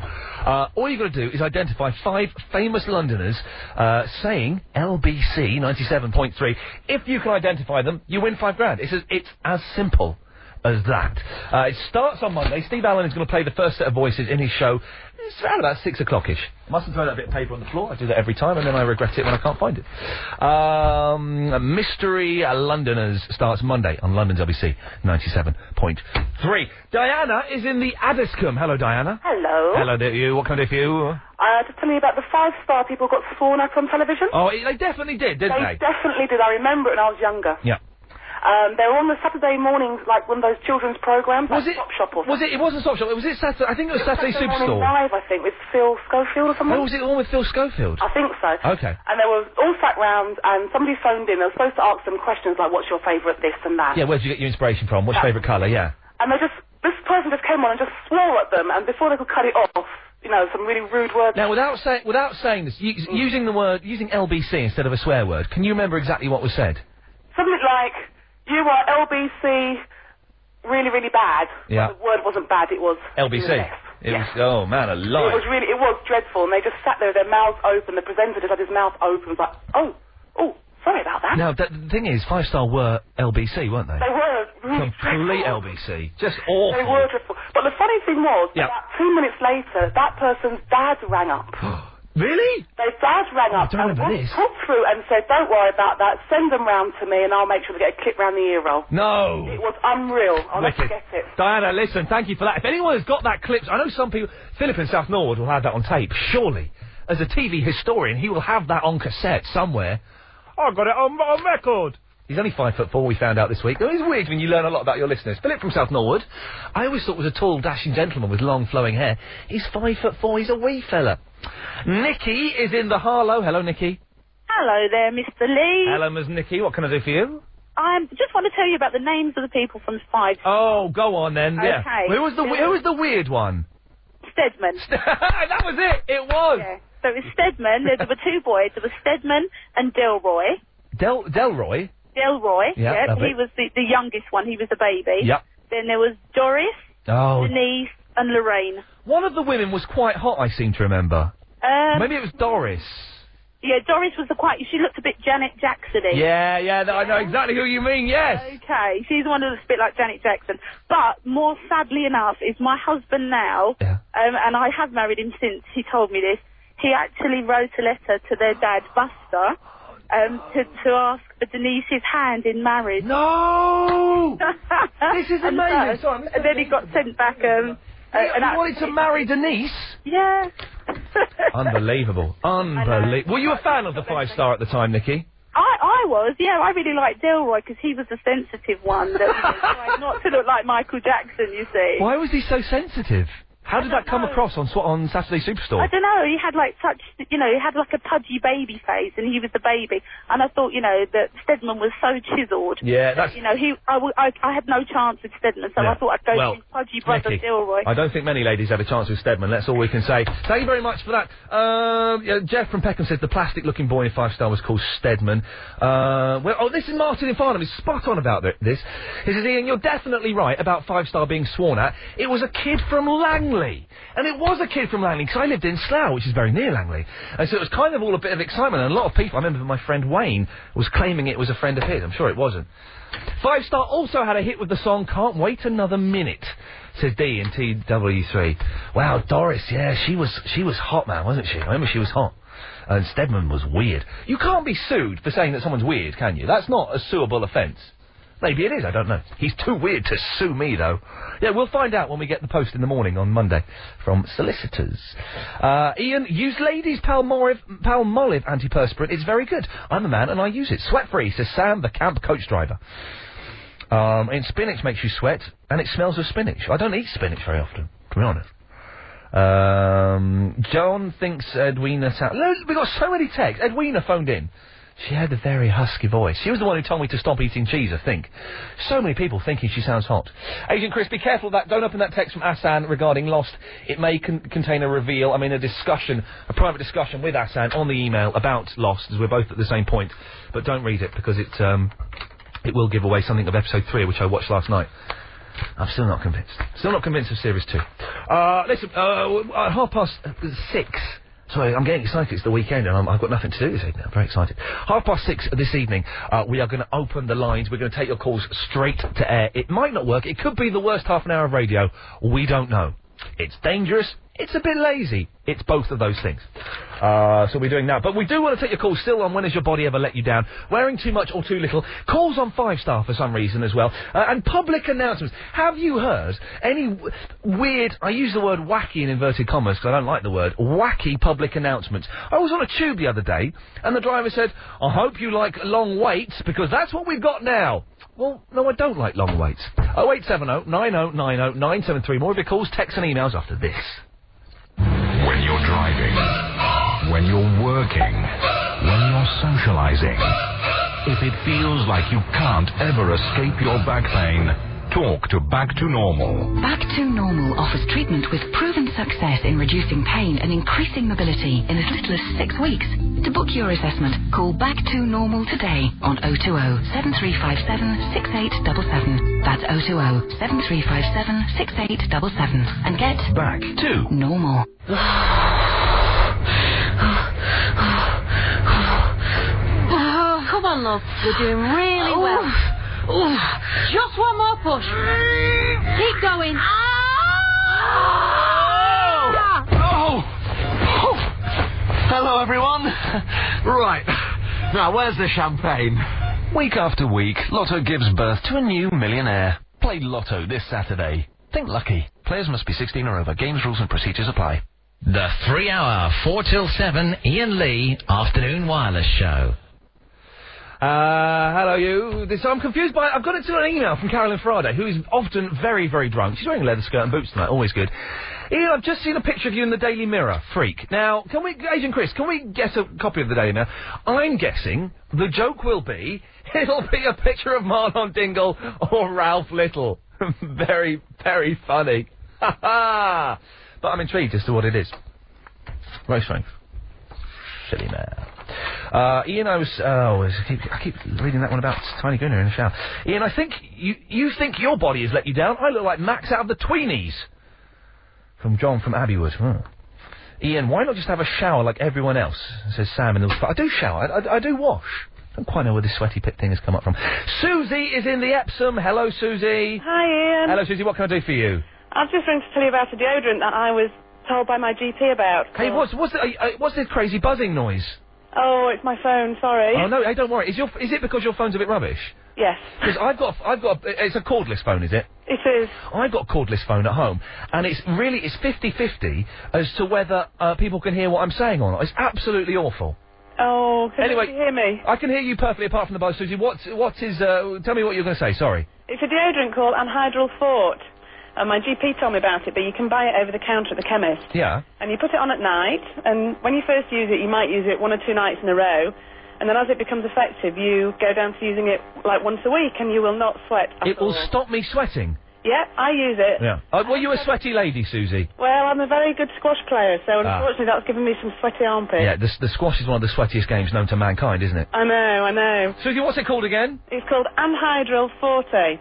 Speaker 3: Uh, all you've got to do is identify five famous Londoners uh, saying LBC 97.3. If you can identify them, you win five grand. It's as, it's as simple as that. Uh, it starts on Monday. Steve Allen is going to play the first set of voices in his show. It's around about six o'clockish. I mustn't throw that bit of paper on the floor. I do that every time, and then I regret it when I can't find it. Um, Mystery uh, Londoners starts Monday on London's LBC 97.3. Diana is in the Addiscombe. Hello, Diana.
Speaker 26: Hello.
Speaker 3: Hello to you. What can I do for you?
Speaker 26: Uh, just tell me about the five star people got sworn at on television.
Speaker 3: Oh, it- they definitely did, didn't they?
Speaker 26: definitely did. I remember it when I was younger.
Speaker 3: Yeah.
Speaker 26: Um, they were on the Saturday mornings, like one of those children's programs, was like it, Stop Shop or
Speaker 3: Was it? It wasn't Stop Shop. It was it Saturday. I think it was Saturday
Speaker 26: Morning
Speaker 3: Superstore.
Speaker 26: Live, I think, with Phil Schofield or someone.
Speaker 3: Oh, was it the one with Phil Schofield?
Speaker 26: I think so.
Speaker 3: Okay.
Speaker 26: And they were all sat round, and somebody phoned in. They were supposed to ask them questions like, "What's your favourite this and that?"
Speaker 3: Yeah, where did you get your inspiration from?
Speaker 26: Yeah.
Speaker 3: What's your favourite colour? Yeah.
Speaker 26: And they just, this person just came on and just swore at them, and before they could cut it off, you know, some really rude words.
Speaker 3: Now, without saying without saying this, u- using the word using LBC instead of a swear word, can you remember exactly what was said?
Speaker 26: Something like, you are LBC really, really bad.
Speaker 3: Yeah.
Speaker 26: The word wasn't bad, it was...
Speaker 3: LBC.
Speaker 26: It
Speaker 3: It was, oh man,
Speaker 26: was,
Speaker 3: alive.
Speaker 26: it was really, it was dreadful, and they just sat there with their mouths open. The presenter just had his mouth open, was like, oh, oh, sorry about that.
Speaker 3: Now, th- the thing is, five star were LBC, weren't they?
Speaker 26: They were really
Speaker 3: Complete LBC, just awful.
Speaker 26: They were dreadful. But the funny thing was,
Speaker 3: Yeah.
Speaker 26: about two minutes later, that person's dad rang up.
Speaker 3: Really?
Speaker 26: Their dad rang
Speaker 3: Oh, I
Speaker 26: up
Speaker 3: don't
Speaker 26: and
Speaker 3: remember this.
Speaker 26: put through and said, don't worry about that, send them round to me and I'll make sure they get a clip round the ear roll.
Speaker 3: No.
Speaker 26: It was unreal. I'll never
Speaker 3: Wicked.
Speaker 26: forget it.
Speaker 3: Diana, listen, thank you for that. If anyone has got that clip, I know some people. Philip in South Norwood will have that on tape, surely. As a TV historian, he will have that on cassette somewhere. I got it on, on record. He's only five foot four. We found out this week. Oh, It's weird when you learn a lot about your listeners. Philip from South Norwood, I always thought was a tall, dashing gentleman with long, flowing hair. He's five foot four. He's a wee fella. Nikki is in the Harlow. Hello, Nikki.
Speaker 27: Hello there, Mr. Lee.
Speaker 3: Hello, Ms. Nikki. What can I do for you?
Speaker 27: I just want to tell you about the names of the people from Five
Speaker 3: Oh, go on then.
Speaker 27: Okay.
Speaker 3: Yeah. Who was the we- who was the weird one?
Speaker 27: Stedman.
Speaker 3: that was it. It was.
Speaker 27: Yeah. So it was Stedman. there, there were two boys. There was Stedman and Delroy.
Speaker 3: Del Delroy.
Speaker 27: Delroy.
Speaker 3: Yeah, lovely.
Speaker 27: he was the, the youngest one. He was a baby.
Speaker 3: Yep.
Speaker 27: Then there was Doris,
Speaker 3: Oh.
Speaker 27: Denise, and Lorraine.
Speaker 3: One of the women was quite hot. I seem to remember.
Speaker 27: Um,
Speaker 3: Maybe it was Doris.
Speaker 27: Yeah, Doris was the quite. She looked a bit Janet Jacksony.
Speaker 3: Yeah, yeah, th- I know exactly who you mean. Yes.
Speaker 27: Okay, she's one that's a bit like Janet Jackson. But more sadly enough, is my husband now, um, and I have married him since he told me this. He actually wrote a letter to their dad, Buster, um, to, to ask for Denise's hand in marriage.
Speaker 3: No,
Speaker 27: this is
Speaker 3: amazing.
Speaker 27: So, and then he got sent back. Um, uh,
Speaker 3: He-
Speaker 27: an
Speaker 3: he wanted to marry Denise.
Speaker 27: Yeah.
Speaker 3: Unbelievable. Unbelievable. Were you a fan of the five star at the time, Nikki?
Speaker 27: I, I was, yeah, I really liked Delroy because he was the sensitive one that tried not to look like Michael Jackson, you see.
Speaker 3: Why was he so sensitive? How did that come across on Sw- on Saturday Superstore?
Speaker 27: I don't know. He had like such, you know, he had like a pudgy baby face, and he was the baby. And I thought, you know, that Stedman was so chiselled. that,
Speaker 3: Yeah, that's-
Speaker 27: You know, he, I, w- I, I had no chance with Stedman, so
Speaker 3: Yeah.
Speaker 27: I thought I'd go
Speaker 3: Well,
Speaker 27: to his pudgy brother
Speaker 3: Nicky,
Speaker 27: Gilroy.
Speaker 3: I don't think many ladies have a chance with Stedman. That's all we can say. Thank you very much for that. Um, yeah, Jeff from Peckham says the plastic-looking boy in Five Star was called Stedman. Uh, well, oh, this is Martin in Farnham. He's spot on about th- this. He says, Ian, you're definitely right about Five Star being sworn at. It was a kid from Langley. And it was a kid from Langley, because I lived in Slough, which is very near Langley. And so it was kind of all a bit of excitement. And a lot of people, I remember my friend Wayne was claiming it was a friend of his. I'm sure it wasn't. Five Star also had a hit with the song Can't Wait Another Minute, says D in TW3. Wow, Doris, yeah, she was, she was hot, man, wasn't she? I remember she was hot. And Stedman was weird. You can't be sued for saying that someone's weird, can you? That's not a suable offence. Maybe it is, I don't know. He's too weird to sue me, though. Yeah, we'll find out when we get the post in the morning on Monday from solicitors. Uh, Ian, use ladies' Palmolive, Palmolive antiperspirant. It's very good. I'm a man and I use it. Sweat free, says Sam, the camp coach driver. Um, and spinach makes you sweat, and it smells of spinach. I don't eat spinach very often, to be honest. Um, John thinks Edwina sounds. We got so many texts. Edwina phoned in. She had a very husky voice. She was the one who told me to stop eating cheese, I think. So many people thinking she sounds hot. Agent Chris, be careful of that. Don't open that text from Asan regarding Lost. It may con- contain a reveal, I mean, a discussion, a private discussion with Asan on the email about Lost, as we're both at the same point. But don't read it because it, um, it will give away something of episode three, which I watched last night. I'm still not convinced. Still not convinced of series two. Uh, listen, uh, w- at half past uh, six. Sorry, I'm getting excited. It's the weekend, and I'm, I've got nothing to do this evening. I'm very excited. Half past six this evening, uh, we are going to open the lines. We're going to take your calls straight to air. It might not work. It could be the worst half an hour of radio. We don't know. It's dangerous. It's a bit lazy. It's both of those things. Uh, so we're doing that. But we do want to take your calls still on when has your body ever let you down? Wearing too much or too little. Calls on five star for some reason as well. Uh, and public announcements. Have you heard any w- weird, I use the word wacky in inverted commas because I don't like the word, wacky public announcements? I was on a tube the other day and the driver said, I hope you like long waits because that's what we've got now. Well, no, I don't like long waits. 0870 9090 973. More of your calls, texts and emails after this.
Speaker 9: When you're driving, when you're working, when you're socializing, if it feels like you can't ever escape your back pain, talk to Back to Normal.
Speaker 11: Back to Normal offers treatment with proven success in reducing pain and increasing mobility in as little as six weeks. To book your assessment, call Back to Normal today on 020 7357 6877. That's 020 7357 6877. And get
Speaker 9: Back to
Speaker 11: Normal.
Speaker 28: Oh, come on, love. You're doing
Speaker 9: Oh.
Speaker 28: really well. Just one more push. Keep going.
Speaker 3: Oh!
Speaker 28: Ah!
Speaker 29: Oh! Oh! Hello, everyone. right. Now, where's the champagne?
Speaker 9: Week after week, Lotto gives birth to a new millionaire. Play Lotto this Saturday. Think lucky. Players must be 16 or over. Games rules and procedures apply.
Speaker 15: The three hour, four till seven Ian Lee afternoon wireless show.
Speaker 3: Uh, hello, you. This, I'm confused by. I've got it to an email from Carolyn Friday, who is often very, very drunk. She's wearing a leather skirt and boots tonight. Always good. Ian, I've just seen a picture of you in the Daily Mirror. Freak. Now, can we, Agent Chris, can we guess a copy of the Daily Mirror? I'm guessing the joke will be it'll be a picture of Marlon Dingle or Ralph Little. very, very funny. Ha ha! But I'm intrigued as to what it is. Right, thanks. Silly man. Uh, Ian, I was. Oh, I keep, I keep reading that one about Tiny Gooner in the shower. Ian, I think you you think your body has let you down. I look like Max out of the Tweenies. From John from Abbeywood. Huh. Ian, why not just have a shower like everyone else? Says Sam in the. I do shower. I, I, I do wash. Don't quite know where this sweaty pit thing has come up from. Susie is in the Epsom. Hello, Susie.
Speaker 28: Hi, Ian.
Speaker 3: Hello, Susie. What can I do for you?
Speaker 28: I've just ringed to tell you about a deodorant that I was told by my GP about.
Speaker 3: Hey,
Speaker 26: Oh.
Speaker 3: what's what's the, uh, uh, what's this crazy buzzing noise?
Speaker 28: Oh, it's my phone.
Speaker 26: Eh?
Speaker 28: Sorry.
Speaker 3: Oh no! Hey, don't worry. Is your is it because your phone's a bit rubbish?
Speaker 28: Yes,
Speaker 3: Because I've got, I've got, a, it's a cordless phone, is it?
Speaker 28: it is.
Speaker 3: I've got a cordless phone at home, and it's really, it's 50-50 as to whether uh, people can hear what I'm saying or not. It's absolutely awful.
Speaker 28: Oh, can
Speaker 3: Anyway-
Speaker 28: you hear me?
Speaker 3: I can hear you perfectly apart from the buzz, Susie. What, what is, uh, tell me what you're going to say, sorry.
Speaker 28: It's a deodorant called Anhydrous Fort.
Speaker 26: And my GP told me about it, but you can buy it over the counter at the chemist.
Speaker 3: Yeah.
Speaker 26: And you put it on at night, and when you first use it, you might use it one or two nights in a row. And then as it becomes effective, you go down to using it like once a week, and you will not sweat. At
Speaker 3: It will
Speaker 26: all.
Speaker 3: stop me sweating.
Speaker 26: Yeah, I use it.
Speaker 3: Yeah. Uh, were you a sweaty lady, Susie?
Speaker 26: Well, I'm a very good squash player, so
Speaker 3: Ah.
Speaker 26: unfortunately that's given me some sweaty armpits.
Speaker 3: Yeah. The, the squash is one of the sweatiest games known to mankind, isn't it?
Speaker 26: I know, I know.
Speaker 3: Susie, what's it called again?
Speaker 26: It's called Anhydrol Forte.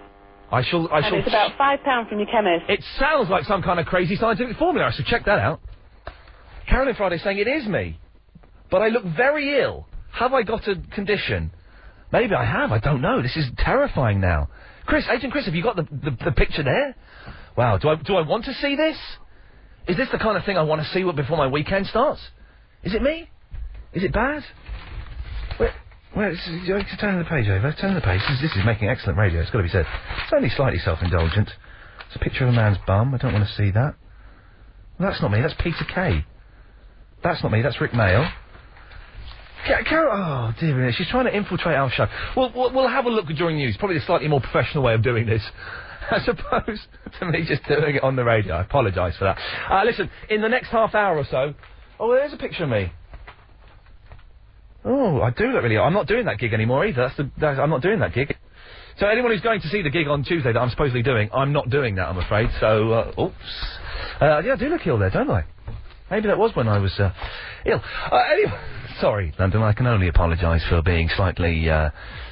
Speaker 3: I shall. I
Speaker 26: and
Speaker 3: shall.
Speaker 26: it's about five pounds from your chemist.
Speaker 3: It sounds like some kind of crazy scientific formula. I should check that out. Carolyn Friday saying it is me, but I look very ill. Have I got a condition? Maybe I have. I don't know. This is terrifying now. Chris, Agent Chris, have you got the, the, the picture there? Wow. Do I do I want to see this? Is this the kind of thing I want to see before my weekend starts? Is it me? Is it bad? Where, where, it's, it's, turn the page over. Turn the page. This, this is making excellent radio. It's got to be said. It's only slightly self-indulgent. It's a picture of a man's bum. I don't want to see that. Well, that's not me. That's Peter Kay. That's not me. That's Rick Mayo. Ca- Carol, oh dear me, she's trying to infiltrate our show. We'll, we'll, we'll have a look during news. Probably a slightly more professional way of doing this, as opposed to me just doing it on the radio. I apologise for that. Uh, listen, in the next half hour or so, oh, there's a picture of me. Oh, I do look really. I'm not doing that gig anymore either. That's the, that's, I'm not doing that gig. So anyone who's going to see the gig on Tuesday that I'm supposedly doing, I'm not doing that. I'm afraid. So, uh, oops. Uh, yeah, I do look ill there, don't I? Maybe that was when I was uh, ill. Uh, anyway, sorry, London. I can only apologise for being slightly uh,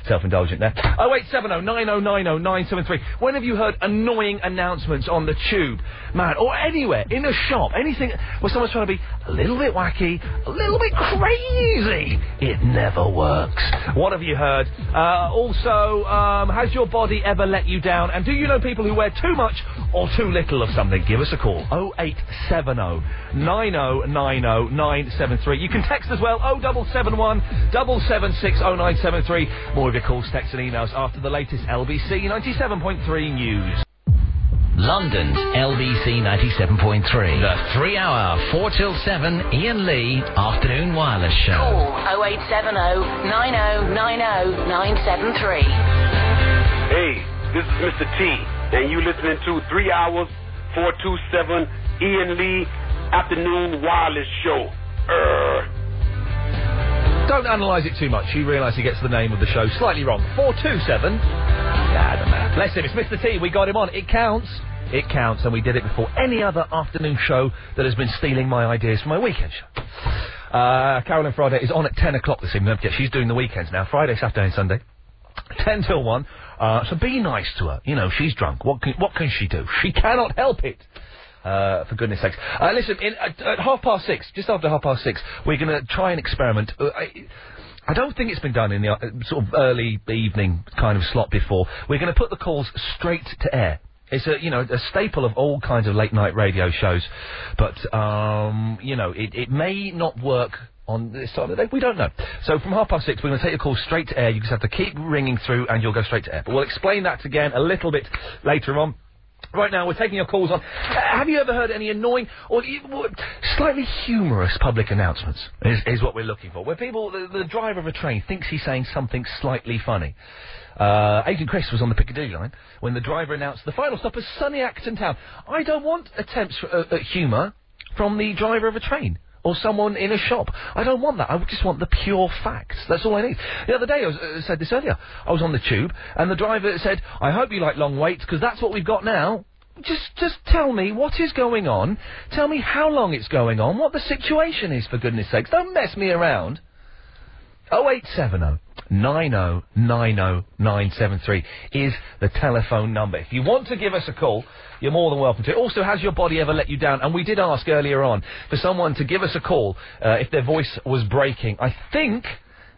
Speaker 3: self-indulgent there. Oh eight seven oh nine oh nine oh nine seven three. When have you heard annoying announcements on the tube, man, or anywhere in a shop, anything where someone's trying to be a little bit wacky, a little bit crazy? It never works. What have you heard? Uh, also, um, has your body ever let you down? And do you know people who wear too much or too little of something? Give us a call. 0870 9090 973. You can text as well. 0771 776 0973. More of your calls, texts and emails after the latest LBC 97.3 news.
Speaker 15: London's LBC 97.3. The three hour, 4 till 7 Ian Lee Afternoon Wireless Show.
Speaker 18: 0870 9090 973.
Speaker 2: Hey, this is Mr. T, and you listening to three hours, four two seven Ian Lee afternoon wireless show. Err.
Speaker 3: Don't analyse it too much. You realise he gets the name of the show slightly wrong. 427. Nah, don't matter. Bless him. It's Mr. T. We got him on. It counts. It counts, and we did it before any other afternoon show that has been stealing my ideas for my weekend show. Uh, Carolyn Friday is on at 10 o'clock this evening. Don't forget, she's doing the weekends now Friday, Saturday, and Sunday. 10 till 1. Uh, so be nice to her. You know, she's drunk. What can, what can she do? She cannot help it. Uh, for goodness sakes. Uh, listen, in, at, at half past six, just after half past six, we're going to try an experiment. Uh, I, I don't think it's been done in the uh, sort of early evening kind of slot before. We're going to put the calls straight to air. It's a you know a staple of all kinds of late night radio shows, but um, you know it, it may not work on this side of the day. We don't know. So from half past six, we're going to take your call straight to air. You just have to keep ringing through, and you'll go straight to air. But we'll explain that again a little bit later on. Right now, we're taking your calls on. Uh, have you ever heard any annoying or you- w- slightly humorous public announcements? Is, is what we're looking for. Where people, the, the driver of a train thinks he's saying something slightly funny. Uh, Agent Chris was on the Piccadilly line when the driver announced the final stop is sunny Acton Town. I don't want attempts for, uh, at humour from the driver of a train or someone in a shop. I don't want that. I just want the pure facts. That's all I need. The other day, I was, uh, said this earlier. I was on the tube, and the driver said, "I hope you like long waits because that's what we've got now." Just, just tell me what is going on. Tell me how long it's going on. What the situation is, for goodness sakes. Don't mess me around. 0870 oh, 973 is the telephone number. If you want to give us a call, you're more than welcome to. Also, has your body ever let you down? And we did ask earlier on for someone to give us a call uh, if their voice was breaking. I think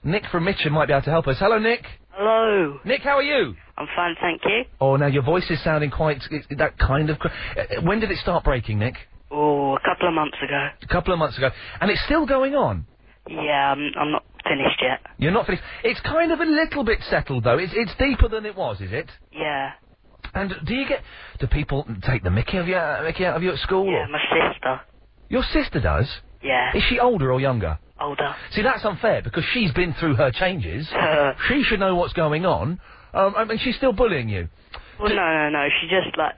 Speaker 3: Nick from Mitcham might be able to help us. Hello, Nick.
Speaker 12: Hello.
Speaker 3: Nick, how are you?
Speaker 12: I'm fine, thank you.
Speaker 3: Oh, now your voice is sounding quite it- that kind of. Cr- uh, when did it start breaking, Nick?
Speaker 12: Oh, a couple of months ago.
Speaker 3: A couple of months ago, and it's still going on.
Speaker 12: Yeah, I'm, Um, I'm not finished yet.
Speaker 3: You're not finished. It's kind of a little bit settled though. It's it's deeper than it was, is it?
Speaker 12: Yeah.
Speaker 3: And do you get do people take the Mickey of you Mickey out of you at school? Yeah,
Speaker 12: my sister.
Speaker 3: Your sister does.
Speaker 12: Yeah.
Speaker 3: Is she older or younger?
Speaker 12: Older.
Speaker 3: See, that's unfair because she's been through her changes. she should know what's going on. Um, I mean, she's still bullying you.
Speaker 12: Well, no, no, no. She just like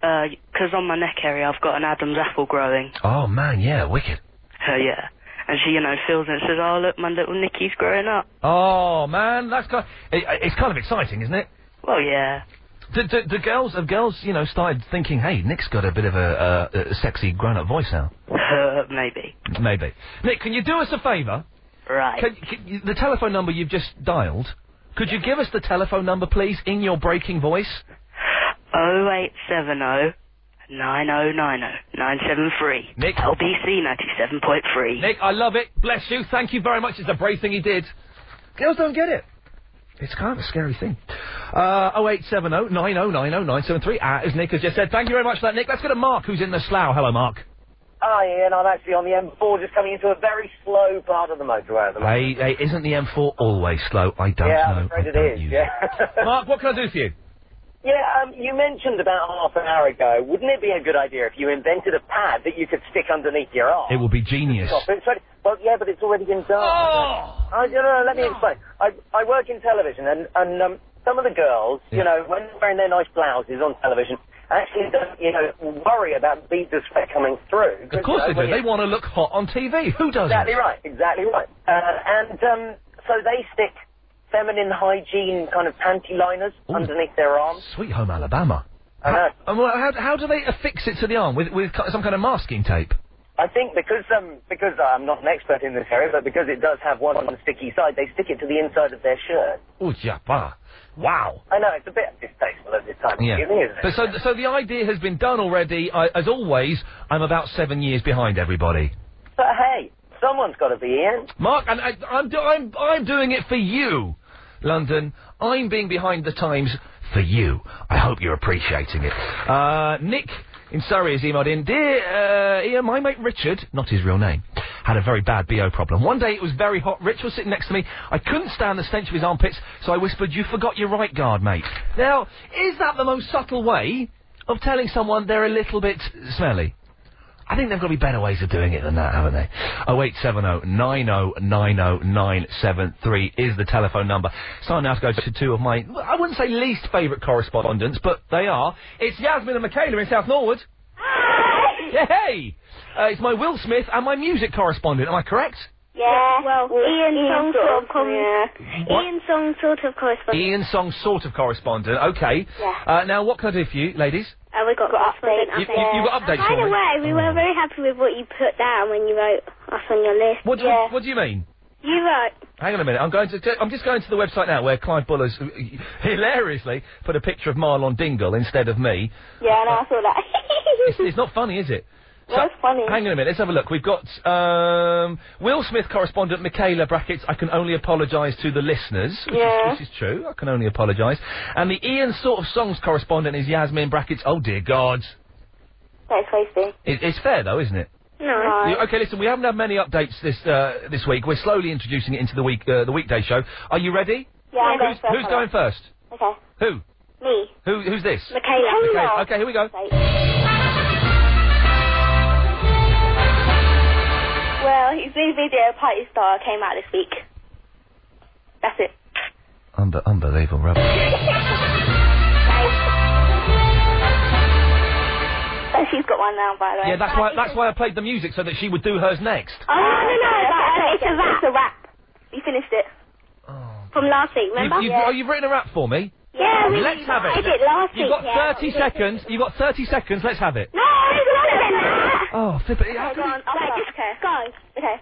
Speaker 12: because on my neck area I've got an Adam's apple growing.
Speaker 3: Oh man, yeah, wicked.
Speaker 12: Uh, yeah. And she, you know, feels it and says, oh, look, my little Nicky's growing up.
Speaker 3: Oh man, that's kind. It, it's kind of exciting, isn't it?
Speaker 12: Well, yeah.
Speaker 3: Do, do, do girls have girls, you know, started thinking, hey, Nick's got a bit of a, uh, a sexy grown-up voice now?
Speaker 12: Uh, maybe.
Speaker 3: Maybe. Nick, can you do us a favour?
Speaker 12: Right.
Speaker 3: Can, can you, the telephone number you've just dialed, could you give us the telephone number, please, in your breaking voice?
Speaker 12: 0870 9090 973.
Speaker 3: Nick.
Speaker 12: LBC 97.3.
Speaker 3: Nick, I love it. Bless you. Thank you very much. It's a brave thing he did. Girls don't get it. It's kind of a scary thing. Uh, 0870 9090 973. Ah, as Nick has just said. Thank you very much for that, Nick. Let's go to Mark, who's in the slough. Hello, Mark.
Speaker 13: Hi, Ian. I'm actually on the M4, just coming into a very slow part of the motorway at the moment.
Speaker 3: Hey, hey, isn't the M4 always slow? I don't
Speaker 13: yeah,
Speaker 3: know.
Speaker 13: I'm afraid
Speaker 3: I
Speaker 13: it
Speaker 3: don't
Speaker 13: is.
Speaker 3: use
Speaker 13: Yeah.
Speaker 3: Mark, what can I do for you?
Speaker 13: yeah, um, you mentioned about half an hour ago. Wouldn't it be a good idea if you invented a pad that you could stick underneath your arm?
Speaker 3: It will be genius.
Speaker 13: Stop it. Sorry. Well, yeah, but it's already been done. I, no, no, no, let me explain. I, I work in television, and, and um, some of the girls, you know, when they're wearing their nice blouses on television, actually don't, you know, worry about beads of sweat coming through.
Speaker 3: Of course they do. They want to look hot on TV. Who doesn't?
Speaker 13: Exactly right, exactly right. Uh, and um, so they stick feminine hygiene kind of panty liners underneath their arms.
Speaker 3: Sweet home Alabama.
Speaker 13: I know.
Speaker 3: And well, how, how do they affix it to the arm? With, with ki- some kind of masking tape?
Speaker 13: I think because um because I'm not an expert in this area, but because it does have one on the sticky side, they stick it to the inside of their shirt.
Speaker 3: Oh, jabba. Wow.
Speaker 13: I know it's a bit distasteful at this time of
Speaker 3: Yeah.
Speaker 13: evening, isn't it?
Speaker 3: But so, so the idea has been done already. I, as always, I'm about seven years behind everybody.
Speaker 13: But hey, someone's got to be Ian.
Speaker 3: Mark, and I, I'm, do- I'm, I'm doing it for you, London. I'm being behind the times for you. I hope you're appreciating it. Uh, Nick in Surrey has emailed in, Dear uh, Ian, my mate Richard, not his real name, had a very bad BO problem. One day it was very hot. Rich was sitting next to me. I couldn't stand the stench of his armpits, so I whispered, you forgot your right guard, mate. Now, is that the most subtle way of telling someone they're a little bit smelly? I think there've got to be better ways of doing it than that, haven't they? Oh, 0870 oh, 9090973 is the telephone number. It's time now to go to two of my, I wouldn't say least favourite correspondents, but they are. It's Yasmin and Michaela in South Norwood. Yay! Uh, it's my Will Smith and my music correspondent, am I correct?
Speaker 14: Yeah. Well, Ian, Song sort of comes.
Speaker 3: What?
Speaker 14: Ian Song sort of corresponds.
Speaker 3: Ian Song, sort of correspondent, okay.
Speaker 14: Yeah. Uh,
Speaker 3: Uh, now, what can I do for you, ladies?
Speaker 14: And we got, correspondent
Speaker 3: updates. You-
Speaker 14: update.
Speaker 3: you- you got updates
Speaker 14: By
Speaker 3: for
Speaker 14: the
Speaker 3: me?
Speaker 14: way, we were very happy with what you put down when you wrote us on your list.
Speaker 3: What do,
Speaker 14: yeah.
Speaker 3: you, what do you mean?
Speaker 14: you wrote.
Speaker 3: Hang on a minute. I'm going to. I'm just going to the website now where Clive Buller's uh, hilariously put a picture of Marlon Dingle instead of me.
Speaker 14: Yeah, and I saw that.
Speaker 3: It's, it's not funny, is it?
Speaker 14: Well, it's funny.
Speaker 3: Hang on a minute. Let's have a look. We've got um, Will Smith correspondent Michaela brackets. I can only apologise to the listeners, which,
Speaker 14: Yeah.
Speaker 3: is, which is true. I can only apologise. And the Ian sort of songs correspondent is Yasmin brackets. Oh dear God.
Speaker 14: That's wasting.
Speaker 3: It, it's fair though, isn't it?
Speaker 14: No.
Speaker 3: Yeah, Okay, listen. We haven't had many updates this uh, this week. We're slowly introducing it into the week uh, the weekday show. Are you ready?
Speaker 14: Yeah, I'm going
Speaker 3: Who's,
Speaker 14: first,
Speaker 3: who's
Speaker 14: all
Speaker 3: going
Speaker 14: right.
Speaker 3: first?
Speaker 14: Okay.
Speaker 3: Who?
Speaker 14: Me.
Speaker 3: Who? Who's this?
Speaker 14: Michaela.
Speaker 3: Michaela. Okay, here we go.
Speaker 14: Well, his new video, Party Star, came out this week. That's it.
Speaker 3: Unbe- unbelievable rubbish.
Speaker 14: Oh, she's got one now, by the way.
Speaker 3: Yeah, that's why that's why I played the music so that she would do hers next.
Speaker 14: Oh, no, no, no, but, uh, it's a wrap. It's a wrap. You finished it. From last week,
Speaker 3: You've,
Speaker 14: remember?
Speaker 3: Oh. you've, Oh, you've written a rap for me.
Speaker 14: Yeah, we-
Speaker 3: Let's have it.
Speaker 14: I did last
Speaker 3: You've
Speaker 14: week,
Speaker 3: got
Speaker 14: yeah.
Speaker 3: thirty seconds. You've got thirty seconds. Let's have it.
Speaker 14: No, it's longer than that.
Speaker 3: Oh, flip it.
Speaker 14: Okay, go on. Right, just go. Okay.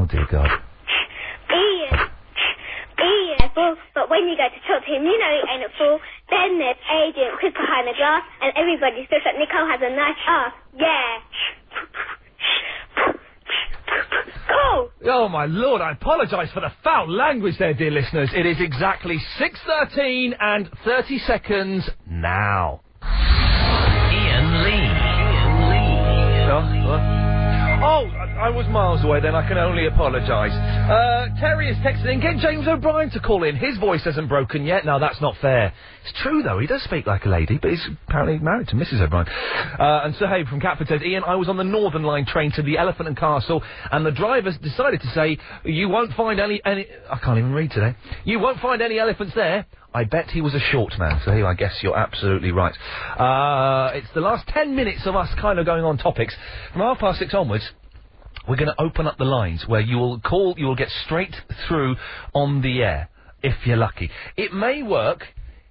Speaker 3: Oh dear God.
Speaker 14: Ian. Ian. Well, but when you go to talk to him, you know he ain't a fool. Then there's Adrian, Chris behind the glass, and everybody feels that Nicole has a nice ass. Yeah. Cool.
Speaker 3: Oh my lord, I apologise for the foul language there, dear listeners. It is exactly six thirteen and thirty seconds now. Ian Lee. Ian Lee. Oh, I, I I was miles away then, I can only apologise. Uh, Terry is texting in, get James O'Brien to call in. His voice hasn't broken yet. Now, that's not fair. It's true, though, he does speak like a lady, but he's apparently married to Mrs O'Brien. Uh, and Sahib from Catford says, Ian, I was on the Northern Line train to the Elephant and Castle, and the drivers decided to say, you won't find any, any... I can't even read today. You won't find any elephants there. I bet he was a short man, so I guess you're absolutely right. Uh, it's the last ten minutes of us kind of going on topics. From half past six onwards, we're going to open up the lines where you will call, you will get straight through on the air, if you're lucky. It may work.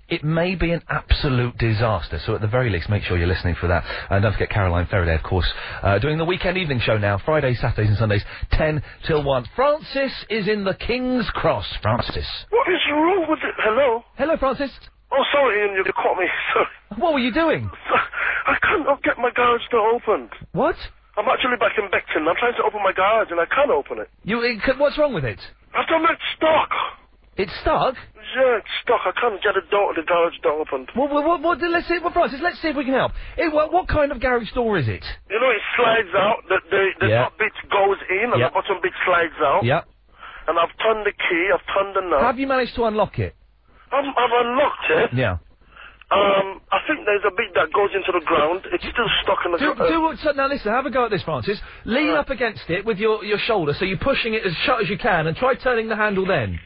Speaker 3: It may be an absolute disaster, so at the very least, make sure you're listening for that. And don't forget Caroline Faraday, of course, uh, doing the weekend evening show now, Fridays, Saturdays, and Sundays, 10 till 1. Francis is in the King's Cross. Francis.
Speaker 10: What is wrong with it? Hello?
Speaker 3: Hello, Francis.
Speaker 10: Oh, sorry, Ian, you caught me. Sorry.
Speaker 3: What were you doing?
Speaker 10: I cannot get my garage door opened.
Speaker 3: What?
Speaker 10: I'm actually back in Beckton. I'm trying to open my garage and I can't open it.
Speaker 3: You, it, c- what's wrong with it?
Speaker 10: I've done it stuck.
Speaker 3: It's stuck?
Speaker 10: Yeah, it's stuck. I can't get the door, the garage door opened.
Speaker 3: Well, well, well, well, let's see, well, Francis, let's see if we can help. Eh, what, what kind of garage door is it?
Speaker 10: You know, it slides out. The, the, the
Speaker 3: Yeah.
Speaker 10: top bit goes in and
Speaker 3: Yeah.
Speaker 10: the bottom bit slides out.
Speaker 3: Yeah.
Speaker 10: And I've turned the key. I've turned the knob.
Speaker 3: Have you managed to unlock it?
Speaker 10: I'm, I've unlocked it.
Speaker 3: Yeah.
Speaker 10: Um, I think there's a bit that goes into the ground. It's still stuck in the
Speaker 3: Do,
Speaker 10: ground.
Speaker 3: do what, so now listen, have a go at this, Francis. Lean
Speaker 10: uh,
Speaker 3: up against it with your, your shoulder, so you're pushing it as shut as you can, and try turning the handle then.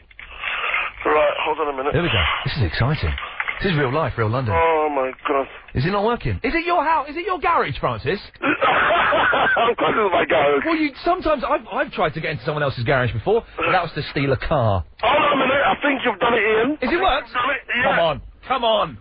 Speaker 10: Right, hold on a minute.
Speaker 3: There we go. This is exciting. This is real life, real London.
Speaker 10: Oh my god.
Speaker 3: Is it not working? Is it your house? Is it your garage, Francis?
Speaker 10: Of course it's my garage.
Speaker 3: Well, you sometimes I've I've tried to get into someone else's garage before, but that was to steal a car.
Speaker 10: Hold on a minute. I think you've done it, Ian.
Speaker 3: Is it worked? Come on, come on.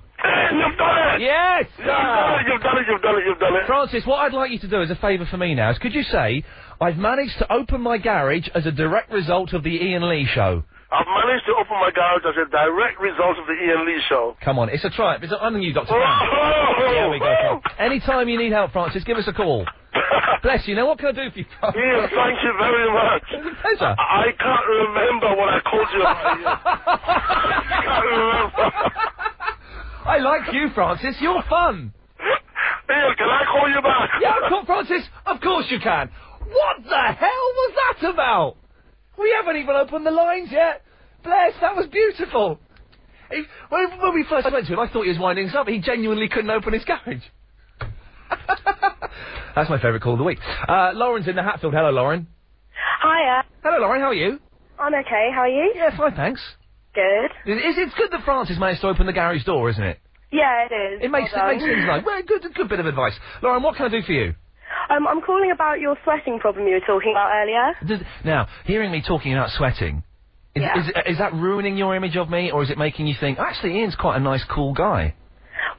Speaker 10: You've done it.
Speaker 3: Yes.
Speaker 10: You've done it. You've done it. You've done it. You've done it.
Speaker 3: Francis, what I'd like you to do as a favour for me now is could you say, I've managed to open my garage as a direct result of the Ian Lee show?
Speaker 10: I've managed to open my garage as a direct result of the Ian Lee show. Oh,
Speaker 3: Come on, it's a triumph. It's a, I'm the new Dr.
Speaker 10: Whoa!
Speaker 3: Brown. There we go. Frank. Anytime you need help, Francis, give us a call. Bless you. Now, what can I do for you, Francis?
Speaker 10: Ian, thank you very much.
Speaker 3: It's a pleasure.
Speaker 10: I can't remember what I called you about. Ian.
Speaker 3: I like you, Francis. You're fun.
Speaker 10: Ian, can I call you back?
Speaker 3: Yeah, of course, Francis. Of course you can. What the hell was that about? We haven't even opened the lines yet. Bless, that was beautiful. He- When when we first went to him, I thought he was winding us up. He genuinely couldn't open his garage. That's my favourite call of the week. Uh, Lauren's in the Hatfield. Hello, Lauren.
Speaker 16: Hiya.
Speaker 3: Hello, Lauren. How are you?
Speaker 16: I'm okay. How are you?
Speaker 3: Yeah, fine, thanks.
Speaker 16: Good.
Speaker 3: It- It's, it's good that Francis managed to open the garage door, isn't it?
Speaker 16: Yeah, it is.
Speaker 3: It makes
Speaker 16: Well
Speaker 3: it makes
Speaker 16: done.
Speaker 3: things nice. Well, good good bit of advice, Lauren. What can I do for you?
Speaker 16: Um, I'm calling about your sweating problem you were talking about earlier.
Speaker 3: Does- now, hearing me talking about sweating, is,
Speaker 16: Yeah.
Speaker 3: is, is that ruining your image of me, or is it making you think actually Ian's quite a nice, cool guy?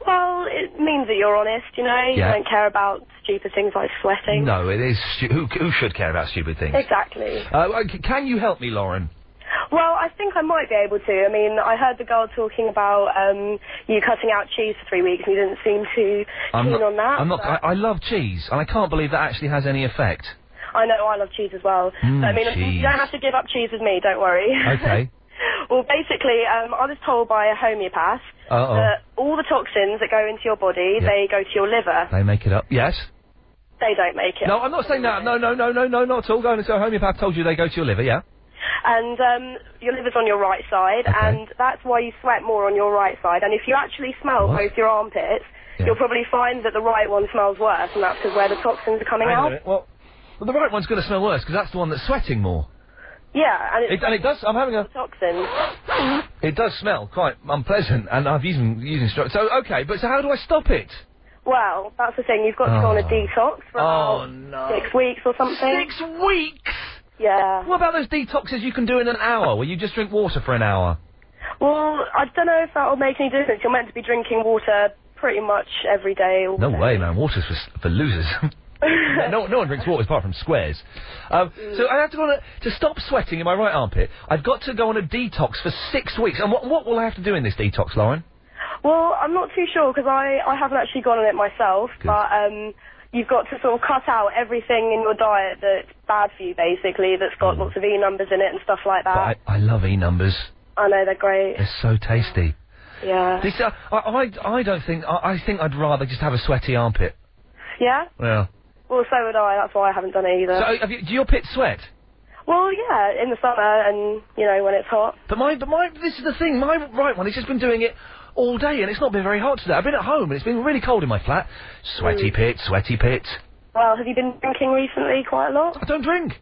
Speaker 16: Well, it means that you're honest, you know? You
Speaker 3: Yeah.
Speaker 16: don't care about stupid things like sweating.
Speaker 3: No, it is. Stu- who who should care about stupid things?
Speaker 16: Exactly.
Speaker 3: Uh, well, c- can you help me, Lauren?
Speaker 16: Well, I think I might be able to. I mean, I heard the girl talking about um, you cutting out cheese for three weeks and you didn't seem too
Speaker 3: I'm
Speaker 16: keen
Speaker 3: not.
Speaker 16: on that.
Speaker 3: I'm not.
Speaker 16: but-
Speaker 3: I, I love cheese, and I can't believe that actually has any effect.
Speaker 16: I know I love cheese as well.
Speaker 3: Mm,
Speaker 16: but, I mean,
Speaker 3: cheese.
Speaker 16: you don't have to give up cheese with me, don't worry.
Speaker 3: Okay.
Speaker 16: well, basically, um, I was told by a homeopath
Speaker 3: Uh-oh.
Speaker 16: that all the toxins that go into your body,
Speaker 3: Yeah.
Speaker 16: they go to your liver.
Speaker 3: They make it up. Yes.
Speaker 16: They don't make it.
Speaker 3: No, I'm not saying that. No, no, no, no, no, not at all. Going into a homeopath told you they go to your liver. Yeah.
Speaker 16: And um, your liver's on your right side,
Speaker 3: Okay.
Speaker 16: and that's why you sweat more on your right side. And if you actually smell
Speaker 3: What?
Speaker 16: both your armpits,
Speaker 3: Yeah.
Speaker 16: you'll probably find that the right one smells worse, and that's because where the toxins are coming
Speaker 3: Hang on a
Speaker 16: out.
Speaker 3: minute. Well, well, the right one's going to smell worse because that's the one that's sweating more.
Speaker 16: Yeah, and
Speaker 3: It,
Speaker 16: it's
Speaker 3: and it does. um, I'm having a.
Speaker 16: toxins.
Speaker 3: It does smell quite unpleasant, and I've even using stro- so okay. But so how do I stop it?
Speaker 16: Well, that's the thing. You've got to go on a detox for
Speaker 3: Oh,
Speaker 16: about
Speaker 3: no.
Speaker 16: six weeks or something.
Speaker 3: Six weeks.
Speaker 16: Yeah.
Speaker 3: What about those detoxes you can do in an hour, where you just drink water for an hour?
Speaker 16: Well, I don't know if that'll make any difference. You're meant to be drinking water pretty much every day. all
Speaker 3: No
Speaker 16: day.
Speaker 3: way, man. Water's for s- for losers. no, no one drinks water apart from squares. Um, so I have to go on a, to stop sweating in my right armpit. I've got to go on a detox for six weeks. And what what will I have to do in this detox, Lauren?
Speaker 16: Well, I'm not too sure because I, I haven't actually gone on it myself, but um, you've got to sort of cut out everything in your diet that's bad for you, basically, that's
Speaker 3: Mm.
Speaker 16: got lots of E numbers in it and stuff like
Speaker 3: But
Speaker 16: that.
Speaker 3: I, I love e numbers.
Speaker 16: I know they're great.
Speaker 3: They're so tasty.
Speaker 16: Yeah.
Speaker 3: This, uh, I, I I don't think I, I think I'd rather just have a sweaty armpit.
Speaker 16: Yeah?
Speaker 3: Well,
Speaker 16: Well, so would I. That's why I haven't done it either.
Speaker 3: So, uh, have you, do your pits sweat?
Speaker 16: well, yeah, in the summer and you know when it's hot.
Speaker 3: But my, but my, this is the thing. My right one, it's just been doing it all day, and it's not been very hot today. I've been at home, and it's been really cold in my flat. Sweaty pit, sweaty pit.
Speaker 16: Well, have you been drinking recently quite a lot? I
Speaker 3: don't drink.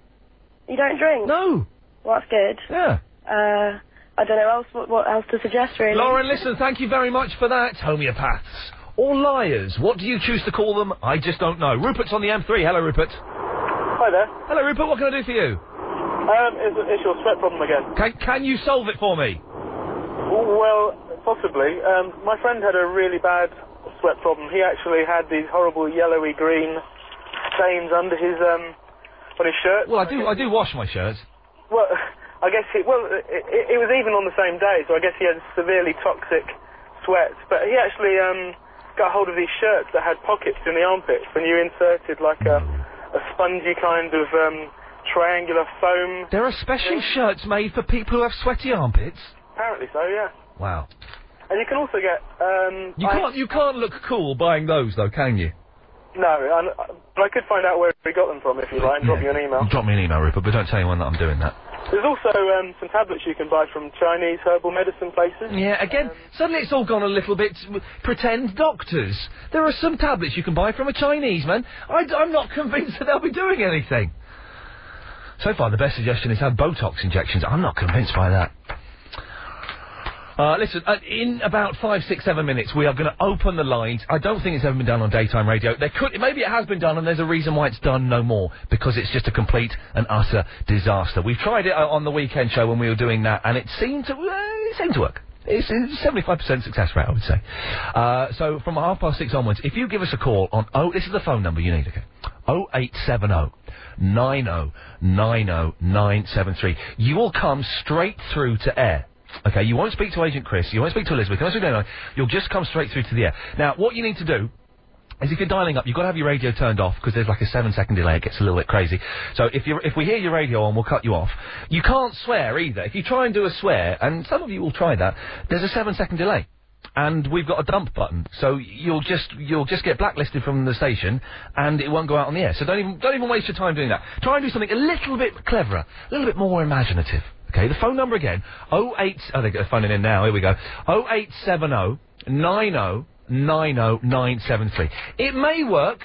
Speaker 16: You don't drink?
Speaker 3: No.
Speaker 16: Well, that's good.
Speaker 3: Yeah.
Speaker 16: Uh, I don't know else what, what else to suggest really.
Speaker 3: Lauren, listen, thank you very much for that. Homeopaths or liars? What do you choose to call them? I just don't know. Rupert's on the M3. Hello, Rupert.
Speaker 10: Hi there.
Speaker 3: Hello, Rupert. What can I do for you?
Speaker 10: Um, it's, it's your sweat problem again.
Speaker 3: Can Can you solve it for me?
Speaker 10: Well, possibly. Um, my friend had a really bad sweat problem. He actually had these horrible yellowy green stains under his um on his shirt.
Speaker 3: Well, I do. I do wash my shirts.
Speaker 10: Well, I guess he well it, it, it was even on the same day, so I guess he had severely toxic sweat. But he actually um got hold of these shirts that had pockets in the armpits, and you inserted like a a spongy kind of um triangular foam.
Speaker 3: There are special shirts made for people who have sweaty armpits.
Speaker 10: Apparently so, yeah.
Speaker 3: Wow.
Speaker 10: And you can also get um
Speaker 3: You
Speaker 10: I-
Speaker 3: can't. You can't look cool buying those, though, can you?
Speaker 10: No, and, uh, but I could find out where he got them from if you like, and drop you an email.
Speaker 3: Drop me an email, Rupert, but don't tell anyone that I'm doing that.
Speaker 10: There's also um, some tablets you can buy from Chinese herbal medicine places.
Speaker 3: Yeah, again, suddenly it's all gone a little bit w- pretend doctors. There are some tablets you can buy from a Chinese man. I, am not convinced that they'll be doing anything. So far, the best suggestion is have Botox injections. I'm not convinced by that. Uh, listen, uh, in about five, six, seven minutes, we are going to open the lines. I don't think it's ever been done on daytime radio. There could, maybe it has been done, and there's a reason why it's done no more because it's just a complete and utter disaster. We've tried it uh, on the weekend show when we were doing that, and it seemed to, uh, it seemed to work. It's a 75% success rate, I would say. Uh, so from half past six onwards, if you give us a call on, oh, this is the phone number you need, okay? 0870 90 90 973. You will come straight through to air. Okay, you won't speak to Agent Chris, you won't speak to Elizabeth, you won't speak to anyone. You'll just come straight through to the air. Now, what you need to do is if you're dialing up, you've got to have your radio turned off because there's like a seven second delay. It gets a little bit crazy. So if you if we hear your radio on, we'll cut you off. You can't swear either. If you try and do a swear, and some of you will try that, there's a seven second delay. And we've got a dump button, so you'll just you'll just get blacklisted from the station, and it won't go out on the air. So don't even don't even waste your time doing that. Try and do something a little bit cleverer, a little bit more imaginative. Okay, the phone number again: oh eight. Oh, they're phoning in now. Here we go: oh eight seven oh nine oh 90973. It may work,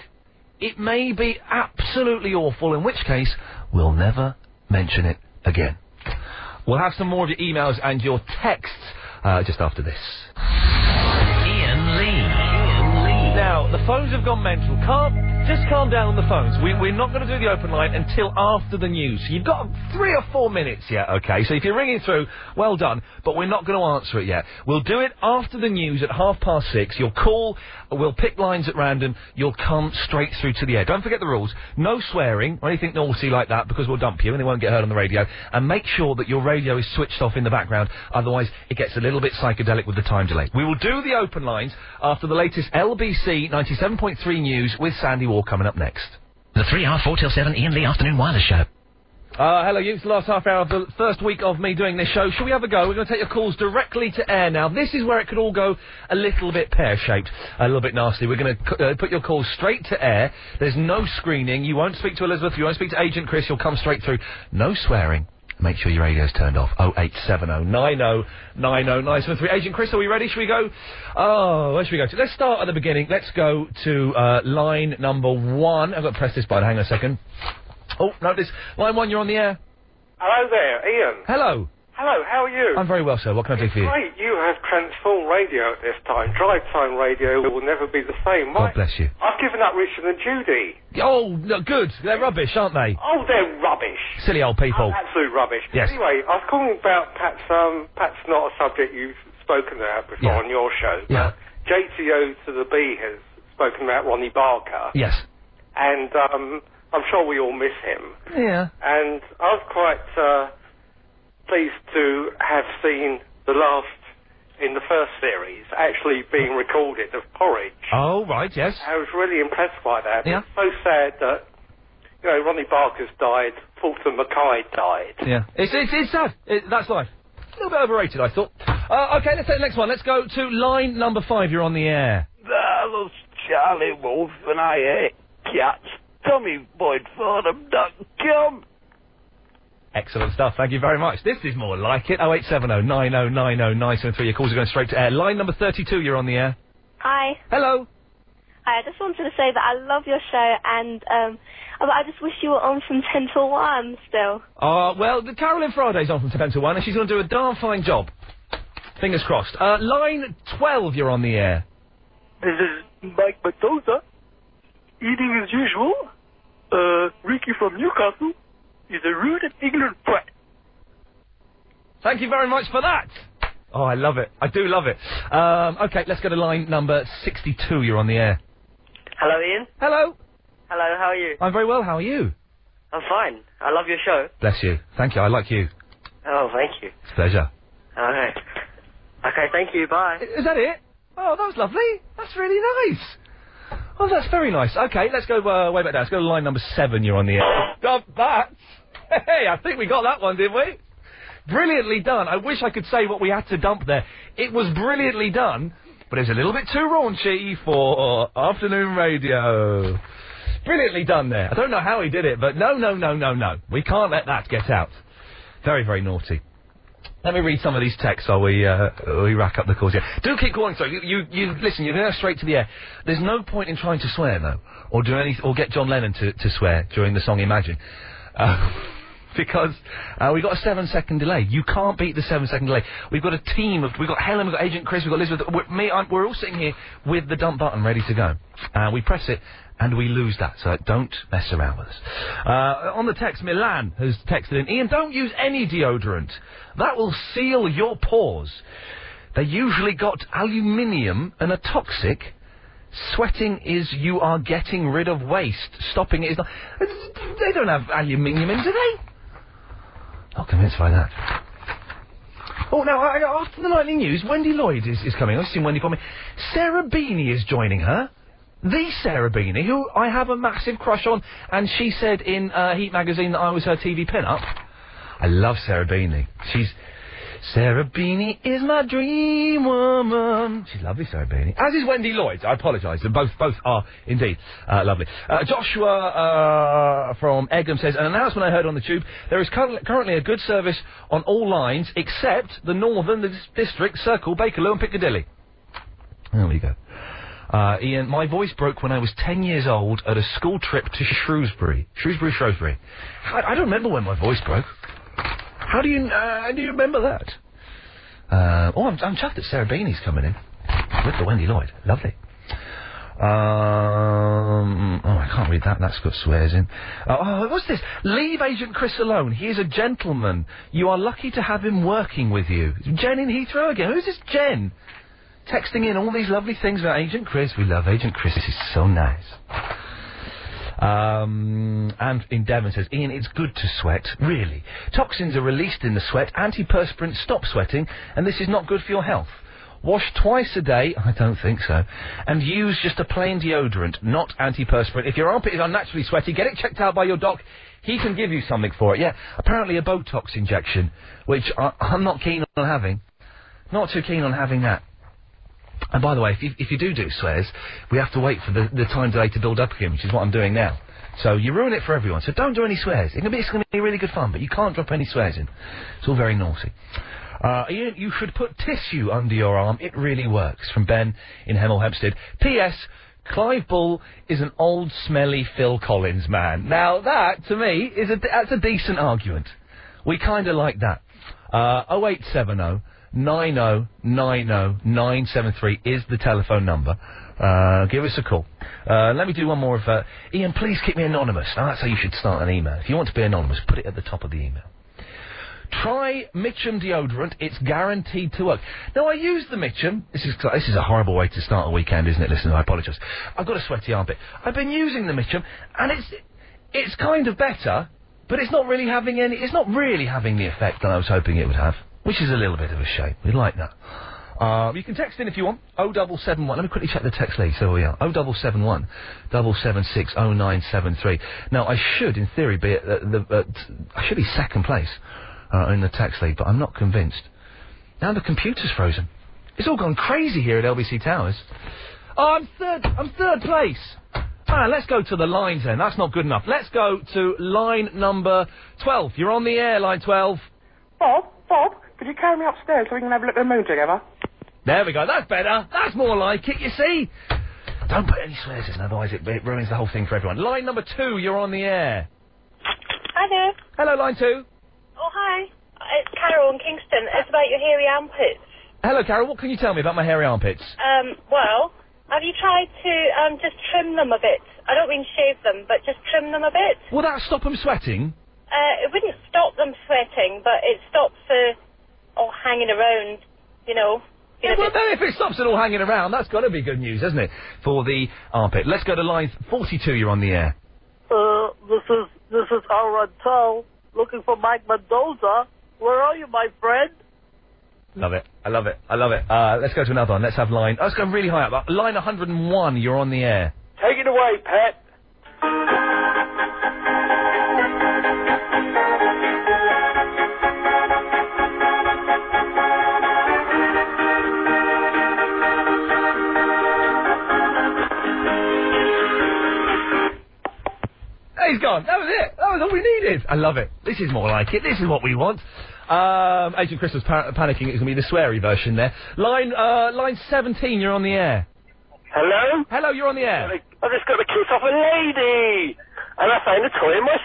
Speaker 3: it may be absolutely awful, in which case, we'll never mention it again. We'll have some more of your emails and your texts uh, just after this.
Speaker 1: Ian Lee.
Speaker 3: Now, the phones have gone mental. Calm, just calm down on the phones. We, we're not going to do the open line until after the news. You've got three or four minutes yet, okay? So if you're ringing through, well done, but we're not going to answer it yet. We'll do it after the news at half past six. You'll call, we'll pick lines at random, you'll come straight through to the air. Don't forget the rules. No swearing or anything naughty like that because we'll dump you and it won't get heard on the radio. And make sure that your radio is switched off in the background, otherwise it gets a little bit psychedelic with the time delay. We will do the open lines after the latest LBC 97.3 news with Sandy War coming up next.
Speaker 15: The 3 hour 4 till 7 Ian Lee Afternoon Wireless Show.
Speaker 3: Uh, hello, you. It's the last half hour of the first week of me doing this show. Shall we have a go? We're going to take your calls directly to air now. This is where it could all go a little bit pear-shaped, a little bit nasty. We're going to uh, put your calls straight to air. There's no screening. You won't speak to Elizabeth. You won't speak to Agent Chris. You'll come straight through. No swearing. Make sure your radio's turned off. Oh, 0870 90 90 973. Agent Chris, are we ready? Should we go? Oh, where should we go to? Let's start at the beginning. Let's go to uh, line number one. I've got to press this button. Hang on a second. Oh, no, this. Line one, you're on the air.
Speaker 17: Hello there, Ian.
Speaker 3: Hello.
Speaker 17: Hello, how are you?
Speaker 3: I'm very well, sir. What can I do for you?
Speaker 17: Great, you have transformed radio at this time. Drive time radio will never be the same. My,
Speaker 3: God bless you.
Speaker 17: I've given up Richard and Judy.
Speaker 3: Oh, no, good. They're rubbish, aren't they?
Speaker 17: Oh, they're rubbish.
Speaker 3: Silly old people.
Speaker 17: Absolute rubbish.
Speaker 3: Yes.
Speaker 17: Anyway, I was calling about perhaps, um, perhaps not a subject you've spoken about before
Speaker 3: Yeah.
Speaker 17: on your show.
Speaker 3: Yeah.
Speaker 17: JTO to the B has spoken about Ronnie Barker.
Speaker 3: Yes.
Speaker 17: And um, I'm sure we all miss him.
Speaker 3: Yeah.
Speaker 17: and I was quite uh, pleased to have seen the last in the first series actually being recorded of Porridge.
Speaker 3: Oh, right, yes.
Speaker 17: I was really impressed by that.
Speaker 3: Yeah.
Speaker 17: It's so sad that you know Ronnie Barker's died, Fulton Mackay died.
Speaker 3: Yeah. It's, it's, it's sad. It, that's life. A little bit overrated, I thought. Uh, okay, let's take the next one. Let's go to line number five. You're on the air.
Speaker 19: That was Charlie Wolf and I ate cats. Come me point for them, duck jump.
Speaker 3: Excellent stuff. Thank you very much. This is more like it. 0870 9090973. Your calls are going straight to air. Line number 32, you're on the air.
Speaker 20: Hi.
Speaker 3: Hello.
Speaker 20: Hi, I just wanted to say that I love your show and um, I I just wish you were on from 10 till 1 still.
Speaker 3: Uh, well, the Carolyn Friday's on from 10 to 1, and she's going to do a darn fine job. Fingers crossed. Uh, line 12, you're on the air.
Speaker 21: This is Mike Batoza, eating as usual. Uh, Ricky from Newcastle is a rude and ignorant brat.
Speaker 3: Thank you very much for that. Oh, I love it. I do love it. Um, okay, let's go to line number 62. You're on the air.
Speaker 22: Hello, Ian.
Speaker 3: Hello.
Speaker 22: Hello, how are you?
Speaker 3: I'm very well. How are you?
Speaker 22: I'm fine. I love your show.
Speaker 3: Bless you. Thank you. I like you.
Speaker 22: Oh, thank you.
Speaker 3: It's a pleasure.
Speaker 22: Alright. Okay, thank you. Bye.
Speaker 3: Is that it? Oh, that was lovely. That's really nice. Oh, that's very nice. Okay, let's go uh, way back down. Let's go to line number seven. You're on the air. Dub that. Hey, I think we got that one, did we? Brilliantly done. I wish I could say what we had to dump there. It was brilliantly done, but it was a little bit too raunchy for afternoon radio. Brilliantly done there. I don't know how he did it, but no, no, no, no, no. We can't let that get out. Very, very naughty. Let me read some of these texts while we uh, we rack up the calls here. Do keep calling, so you you, you listen. You're going straight to the air. There's no point in trying to swear though, or do any or get John Lennon to, to swear during the song Imagine, uh, because uh, we got a seven second delay. You can't beat the seven second delay. We've got a team of we've got Helen, we've got Agent Chris, we've got Elizabeth, we me. I'm, we're all sitting here with the dump button ready to go. Uh, we press it. And we lose that, so don't mess around with us. Uh, on the text, Milan has texted in, Ian, don't use any deodorant. That will seal your pores. They usually got aluminium and are toxic. Sweating is you are getting rid of waste. Stopping it is not. They don't have aluminium in, do they? Not convinced by that. Oh, now, I, I- after the nightly news, Wendy Lloyd is, is coming. I've seen Wendy coming. Sarah Beanie is joining her. The Sarah Beanie, who I have a massive crush on, and she said in uh, Heat magazine that I was her TV pin-up. I love Sarah Beanie. She's Sarah Beanie is my dream woman. She's lovely, Sarah Beanie. As is Wendy Lloyd. I apologise. They're Both both are indeed uh, lovely. Uh, Joshua uh, from Egham says an announcement I heard on the tube. There is cur- currently a good service on all lines except the Northern the dis- District, Circle, Bakerloo, and Piccadilly. There we go. Uh, Ian, my voice broke when I was 10 years old at a school trip to Shrewsbury. Shrewsbury, Shrewsbury. I, I don't remember when my voice broke. How do you, uh, how do you remember that? Uh, oh, I'm, I'm chuffed that Sarah Beanie's coming in with the Wendy Lloyd. Lovely. Um, oh, I can't read that. That's got swears in. Uh, oh, what's this? Leave Agent Chris alone. He is a gentleman. You are lucky to have him working with you. Jen in Heathrow again. Who's this Jen? Texting in all these lovely things about Agent Chris. We love Agent Chris. This is so nice. Um, and in Devon says, Ian, it's good to sweat, really. Toxins are released in the sweat, antiperspirants stop sweating, and this is not good for your health. Wash twice a day, I don't think so, and use just a plain deodorant, not antiperspirant. If your armpit is unnaturally sweaty, get it checked out by your doc. He can give you something for it. Yeah, apparently a Botox injection, which I, I'm not keen on having. Not too keen on having that. And by the way, if you, if you do do swears, we have to wait for the, the time delay to build up again, which is what I'm doing now. So you ruin it for everyone. So don't do any swears. It's going to be, it's gonna be really good fun, but you can't drop any swears in. It's all very naughty. Uh, you, you should put tissue under your arm. It really works. From Ben in Hemel Hempstead. P.S. Clive Bull is an old, smelly Phil Collins man. Now that, to me, is a, that's a decent argument. We kind of like that. Uh, 0870 9090973 is the telephone number. Uh, give us a call. Uh, let me do one more of, uh, Ian, please keep me anonymous. Now, that's how you should start an email. If you want to be anonymous, put it at the top of the email. Try Mitchum deodorant. It's guaranteed to work. Now I use the Mitchum. This is this is a horrible way to start a weekend, isn't it? Listen, I apologise. I've got a sweaty armpit. I've been using the Mitchum, and it's it's kind of better, but it's not really having any. It's not really having the effect that I was hoping it would have, which is a little bit of a shame. We like that. Uh, you can text in if you want. O double seven one. Let me quickly check the text lead. So we are. O double seven one, double seven six O nine seven three. Now I should, in theory, be at the, the at, I should be second place uh, in the text lead, but I'm not convinced. Now the computer's frozen. It's all gone crazy here at LBC Towers. Oh, I'm third. I'm third place. Ah, let's go to the lines then. That's not good enough. Let's go to line number 12. You're on the air, line 12.
Speaker 26: Bob, Bob, could you carry me upstairs so we can have a look at the moon together?
Speaker 3: There we go. That's better. That's more like it, you see. Don't put any swears in, otherwise it, it ruins the whole thing for everyone. Line number two, you're on the air.
Speaker 9: Hi there.
Speaker 3: Hello, line two.
Speaker 9: Oh, hi. It's Carol in Kingston. It's about your hairy armpits.
Speaker 3: Hello, Carol. What can you tell me about my hairy armpits?
Speaker 9: Um, well, have you tried to um, just trim them a bit? I don't mean shave them, but just trim them a bit.
Speaker 3: Will that Ah, stop them sweating?
Speaker 9: Uh, it wouldn't stop them sweating, but it stops the all hanging around, you know. being a
Speaker 3: Well,
Speaker 9: bit-
Speaker 3: then if it stops it all hanging around, that's got to be good news, isn't it? For the armpit. Let's go to line 42. You're on the air.
Speaker 30: Uh, this is this is Al Rantel looking for Mike Mendoza. Where are you, my friend?
Speaker 3: Love it. I love it. I love it. Uh, let's go to another one. Let's have line. Let's go really high up. Uh, Line 101. You're on the air.
Speaker 31: Take it away, Pat.
Speaker 3: He's gone. That was it. That was all we needed. I love it. This is more like it. This is what we want. Um, Agent Chris was par- panicking. It's going to be the sweary version there. Line uh, line 17. You're on the air.
Speaker 31: Hello?
Speaker 3: Hello, you're on the air.
Speaker 31: I just got a kiss off a lady! And I found a toy in my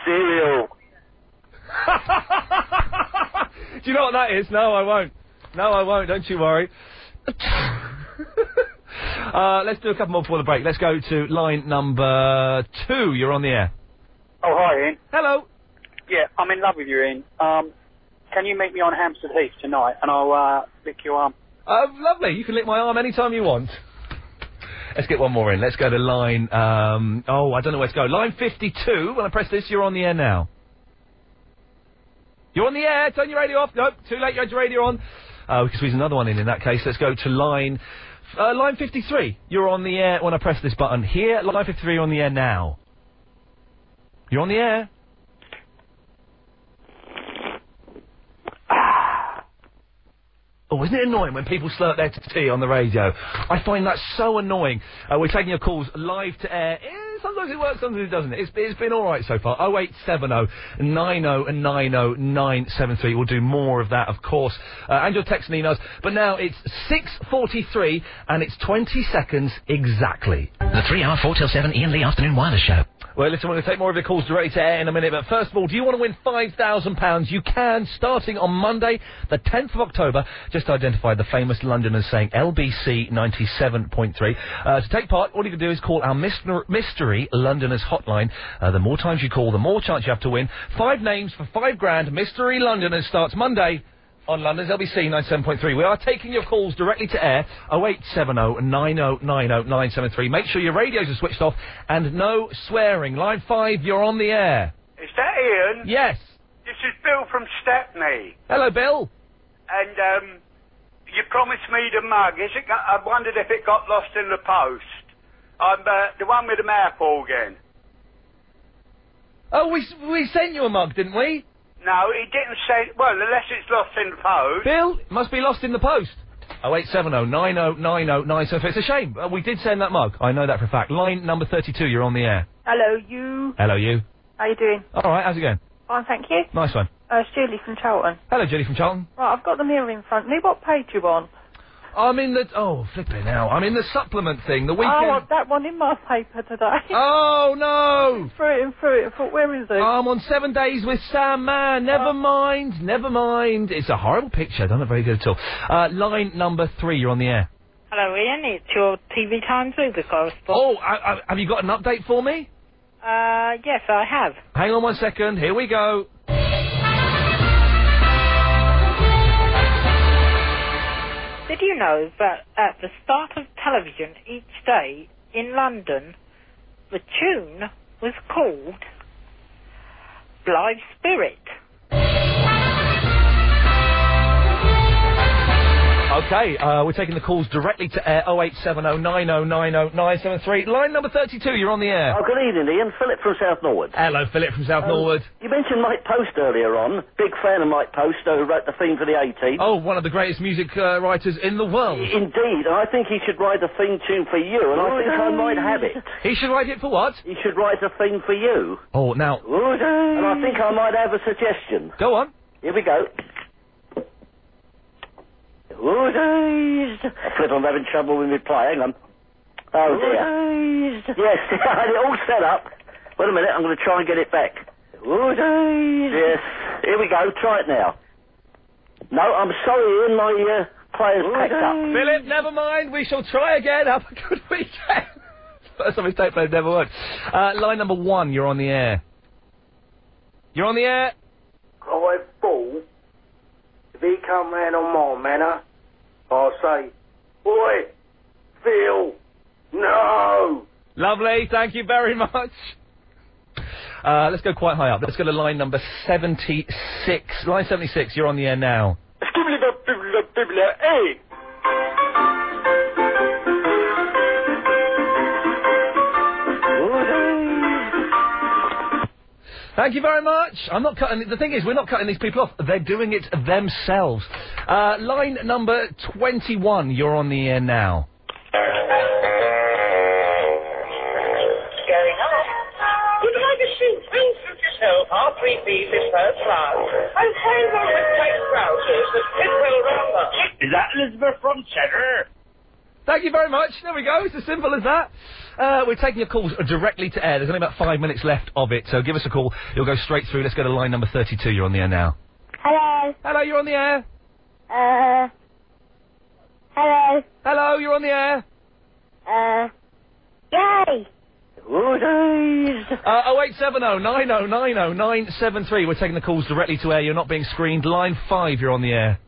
Speaker 31: cereal.
Speaker 3: Do you know what that is? No, I won't. No, I won't. Don't you worry. uh, let's do a couple more before the break. Let's go to line number two. You're on the air.
Speaker 32: Oh, hi, Ian.
Speaker 3: Hello.
Speaker 32: Yeah, I'm in love with you, Ian. Um, can you meet me on Hampstead Heath tonight and I'll uh, lick your arm?
Speaker 3: Uh, lovely. You can lick my arm anytime you want. Let's get one more in. Let's go to line. Um, oh, I don't know where to go. Line 52. When I press this, you're on the air now. You're on the air. Turn your radio off. Nope. Too late. You had your radio on. Uh, we can squeeze another one in in that case. Let's go to line. Uh, line 53. You're on the air when I press this button here. Line 53, you're on the air now. You're on the air. Oh, isn't it annoying when people slurp their t- tea on the radio? I find that so annoying. Uh, we're taking your calls live to air. Eh, sometimes it works, sometimes it doesn't. It's, it's been all right so far. 0870 90 90 973. We'll do more of that, of course. Uh, and your text and emails. But now it's 6.43 and it's 20 seconds exactly.
Speaker 33: The three hour, four till seven Ian Lee afternoon wireless show.
Speaker 3: Well, listen, we're going to take more of your calls directly to air in a minute, but first of all, do you want to win £5,000? You can, starting on Monday, the 10th of October. Just identify the famous Londoner saying LBC 97.3. Uh, to take part, all you can do is call our myster- mystery Londoners hotline. Uh, the more times you call, the more chance you have to win. Five names for five grand. Mystery Londoners starts Monday on London's LBC 97.3. We are taking your calls directly to air 0870 9090 973. Make sure your radios are switched off and no swearing. Line 5, you're on the air.
Speaker 4: Is that Ian?
Speaker 3: Yes.
Speaker 4: This is Bill from Stepney.
Speaker 3: Hello, Bill.
Speaker 4: And, um, you promised me the mug. Is it, go- I wondered if it got lost in the post. I'm, uh, the one with the mouth organ.
Speaker 3: Oh, we, we sent you a mug, didn't we?
Speaker 4: No, he didn't say, well, unless it's lost in the post.
Speaker 3: Bill, it must be lost in the post. 0870 9090 973. It's a shame. Uh, we did send that mug. I know that for a fact. Line number 32, you're on the air.
Speaker 34: Hello, you.
Speaker 3: Hello, you.
Speaker 34: How you doing?
Speaker 3: All right, how's it going?
Speaker 34: Fine, thank you.
Speaker 3: Nice one.
Speaker 34: Uh, it's Julie from Charlton.
Speaker 3: Hello, Jenny from Charlton.
Speaker 34: Right, I've got them here in front of me. What page you on?
Speaker 3: I'm in the... Oh, flipping now. I'm in the supplement thing. The weekend...
Speaker 34: Oh, I
Speaker 4: Oh,
Speaker 34: want that one in my paper today.
Speaker 3: Oh no!
Speaker 34: Through it and through it. I thought, where is it?
Speaker 3: I'm on seven days with Sam Man. Never
Speaker 12: Ah.
Speaker 3: mind, never mind. It's a horrible picture. Don't look very good at all. Uh, line number three, you're on the air.
Speaker 12: Hello, Ian. It's your TV Times Uber
Speaker 3: Oh,
Speaker 12: correspondent.
Speaker 3: I, I, have you got an update for me?
Speaker 12: Uh, yes, I have.
Speaker 3: Hang on one second. Here we go.
Speaker 12: Did you know that at the start of television each day in London, the tune was called Live Spirit?
Speaker 3: Okay, uh, we're taking the calls directly to air 08709090973. Line number 32, you're on the air.
Speaker 26: Oh, good evening, Ian. Philip from South Norwood.
Speaker 3: Hello, Philip from South
Speaker 26: Um,
Speaker 3: Norwood.
Speaker 26: You mentioned Mike Post earlier on. Big fan of Mike Post, who wrote the theme for the 18.
Speaker 3: Oh, one of the greatest music uh, writers in the world.
Speaker 26: Indeed, and I think he should write a theme tune for you, and I think I might have it.
Speaker 3: He should write it for what?
Speaker 26: He should write a theme for you.
Speaker 3: Oh, now.
Speaker 26: And I think I might have a suggestion.
Speaker 3: Go on.
Speaker 26: Here we go. Good days. I flip, I'm having trouble with my play. Hang on. Oh dear. Yes, I had it all set up. Wait a minute, I'm going to try and get it back. Good days. Yes. Here we go. Try it now. No, I'm sorry, Ian. My uh, player's packed up.
Speaker 3: Philip, never mind. We shall try again. Have a good weekend. First time his tape play never worked. Uh, line number one, you're on the air. You're on the air.
Speaker 9: I ball, if he come round on my manor, I'll say, Oi, Phil, no!
Speaker 3: Lovely. Thank you very much. Uh, let's go quite high up. Let's go to line number 76. Line 76, you're on the air now.
Speaker 9: Hey!
Speaker 3: Thank you very much. I'm not cutting. The thing is, we're not cutting these people off. They're doing it themselves. Uh, line number 21, you're on the air now.
Speaker 11: going on. Would you like a shoot please with yourself? All three bees in first class. And play along with tight trousers with Pitwell Rambler.
Speaker 3: Is that Elizabeth from Cheddar? Thank you very much. There we go. It's as simple as that. Uh, we're taking your calls directly to air. There's only about five minutes left of it, so give us a call. You'll go straight through. Let's go to line number 32. You're on the air now.
Speaker 18: Hello.
Speaker 3: Hello, you're on the air.
Speaker 18: Uh. Hello.
Speaker 3: Hello, you're on the air.
Speaker 18: Uh. Yay!
Speaker 3: Uh, 0870 9090 973. We're taking the calls directly to air. You're not being screened. Line 5, you're on the air.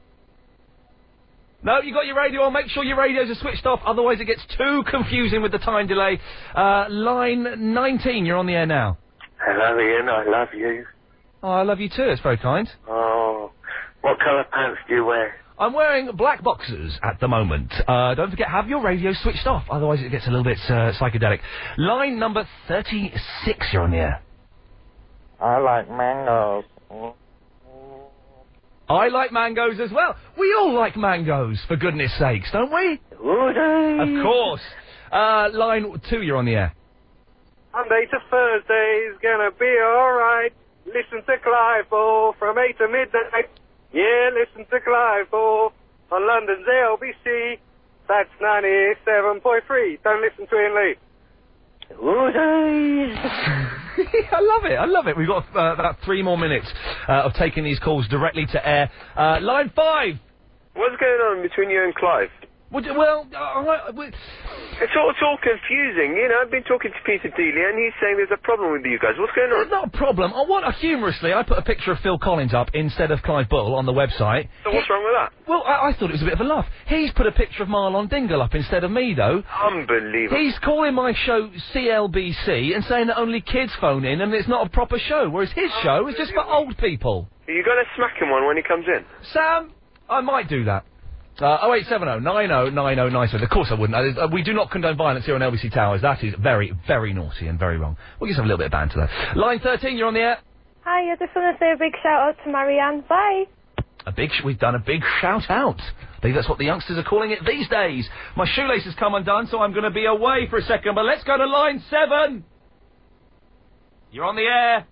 Speaker 3: No, you got your radio on. Make sure your radios are switched off, otherwise it gets too confusing with the time delay. Uh, line 19, you're on the air now.
Speaker 28: Hello, Ian. I love you.
Speaker 3: Oh, I love you too. It's very kind.
Speaker 28: Oh, what colour pants do you wear?
Speaker 3: I'm wearing black boxers at the moment. Uh, don't forget, have your radio switched off, otherwise it gets a little bit uh, psychedelic. Line number 36, you're on the air.
Speaker 29: I like mangoes.
Speaker 3: I like mangoes as well. We all like mangoes, for goodness sakes, don't we? Of course. Uh, line two, you're on the air.
Speaker 35: Monday to Thursday is gonna be alright. Listen to Clive Ball from 8 to midnight. Yeah, listen to Clive Ball on London's LBC. That's 97.3. Don't listen to Ian Lee.
Speaker 3: I love it. I love it. We've got uh, about three more minutes uh, of taking these calls directly to air. Uh, line five.
Speaker 4: What's going on between you and Clive?
Speaker 3: Would, well, uh, I- we-
Speaker 4: It's all, it's all confusing. You know, I've been talking to Peter Dealey, and he's saying there's a problem with you guys. What's going on?
Speaker 3: There's not a problem. I want, humorously, I put a picture of Phil Collins up instead of Clive Bull on the website.
Speaker 4: So what's wrong with that?
Speaker 3: Well, I, I thought it was a bit of a laugh. He's put a picture of Marlon Dingle up instead of me, though.
Speaker 4: Unbelievable.
Speaker 3: He's calling my show CLBC and saying that only kids phone in and it's not a proper show, whereas his show is just for old people.
Speaker 4: Are you going to smack him one when he comes in?
Speaker 3: Sam, I might do that. Uh, 0870 909097. oh, Of course I wouldn't. Uh, we do not condone violence here on LBC Towers. That is very, very naughty and very wrong. We'll just have a little bit of banter though. Line 13, you're on the air.
Speaker 18: Hi, I just want to say a big shout out to Marianne. Bye.
Speaker 3: A big, sh- we've done a big shout out. I believe that's what the youngsters are calling it these days. My shoelace has come undone, so I'm going to be away for a second, but let's go to line seven. You're on the air.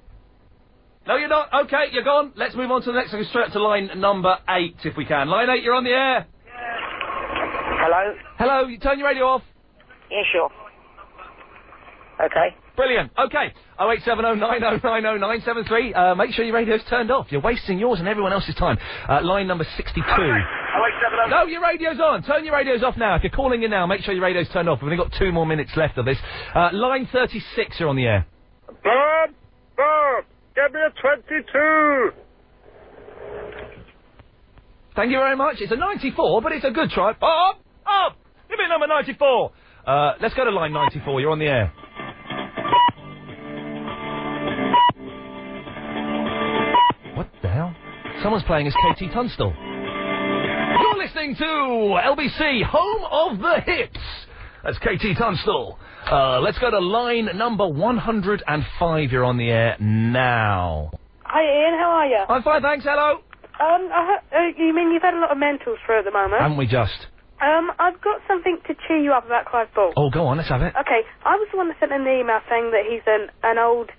Speaker 3: No, you're not. Okay, you're gone. Let's move on to the next. Let's go straight up to line number eight, if we can. Line eight, you're on the air.
Speaker 29: Hello?
Speaker 3: Hello, you turn your radio off.
Speaker 29: Yeah, sure.
Speaker 3: Okay. Brilliant. Okay. 0870909093. Uh, make sure your radio's turned off. You're wasting yours and everyone else's time. Uh, line number 62. No, your radio's on. Turn your radios off now. If you're calling in now, make sure your radio's turned off. We've only got two more minutes left of this. Uh, line 36, you're on the air.
Speaker 29: Bob! Bob! Give me a 22!
Speaker 3: Thank you very much. It's a 94, but it's a good try. Bob! Bob! Give me number 94! Uh, let's go to line 94. You're on the air. What the hell? Someone's playing as Katie Tunstall. You're listening to LBC, home of the hits. That's KT Tunstall. Uh, let's go to line number 105. You're on the air now.
Speaker 16: Hi Ian, how are you?
Speaker 3: I'm fine, thanks. Hello.
Speaker 16: Um, I ha- uh, you mean you've had a lot of mentals for at the moment?
Speaker 3: Haven't we just?
Speaker 16: Um, I've got something to cheer you up about Clive Ball.
Speaker 3: Oh, go on, let's have it.
Speaker 16: Okay, I was the one that sent in the email saying that he's an an old,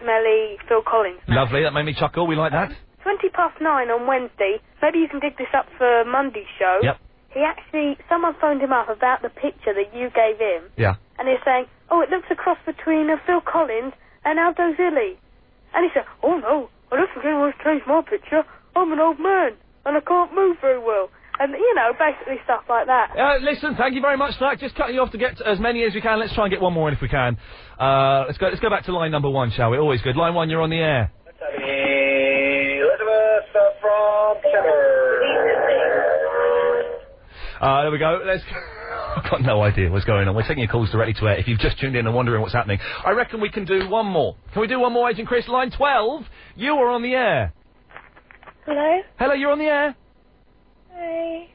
Speaker 16: smelly Phil Collins.
Speaker 3: Lovely, that made me chuckle. We like that.
Speaker 16: Twenty past nine on Wednesday. Maybe you can dig this up for Monday's show.
Speaker 3: Yep.
Speaker 16: He actually, someone phoned him up about the picture that you gave him,
Speaker 3: Yeah.
Speaker 16: and he's saying, "Oh, it looks a cross between a Phil Collins and Aldo Zilli," and he said, "Oh no, I don't think anyone's changed my picture. I'm an old man and I can't move very well." And you know, basically stuff like that.
Speaker 3: Uh, listen, thank you very much, Zach. Just cutting you off to get as many as we can. Let's try and get one more in if we can. Uh, let's go. Let's go back to line number one, shall we? Always good. Line one, you're on the air.
Speaker 4: Elizabeth uh, from Cheddar.
Speaker 3: Uh, there we go. Let's. I've got no idea what's going on. We're taking your calls directly to air. If you've just tuned in and wondering what's happening, I reckon we can do one more. Can we do one more, Agent Chris? Line twelve, you are on the air.
Speaker 4: Hello?
Speaker 3: Hello, you're on the air.
Speaker 4: Hi.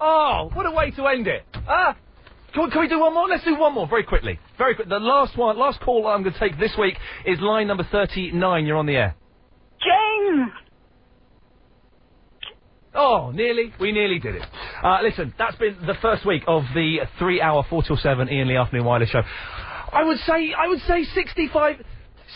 Speaker 3: Oh, what a way to end it. Ah! Can we, can we do one more? Let's do one more, very quickly. Very quick. The last one, last call I'm going to take this week is line number 39. You're on the air.
Speaker 4: James!
Speaker 3: Oh, nearly. We nearly did it. Uh, listen, that's been the first week of the three-hour, four till seven Ian Lee Afternoon Wireless Show. I would say, I would say 65,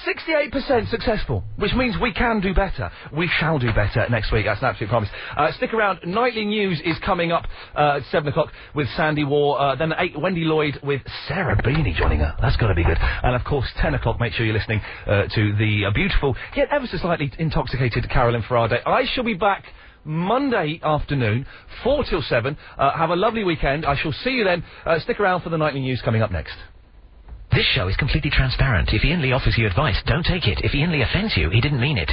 Speaker 3: 68% successful, which means we can do better. We shall do better next week. That's an absolute promise. Uh, stick around. Nightly news is coming up uh, at seven o'clock with Sandy War. Uh, then at eight, Wendy Lloyd with Sarah Beanie joining her. That's got to be good. And of course, ten o'clock. Make sure you're listening uh, to the uh, beautiful, yet ever so slightly intoxicated Carolyn Faraday. I shall be back. Monday afternoon, 4 till 7. Uh, have a lovely weekend. I shall see you then. Uh, stick around for the nightly news coming up next.
Speaker 15: This show is completely transparent. If Ian Lee offers you advice, don't take it. If Ian Lee offends you, he didn't mean it.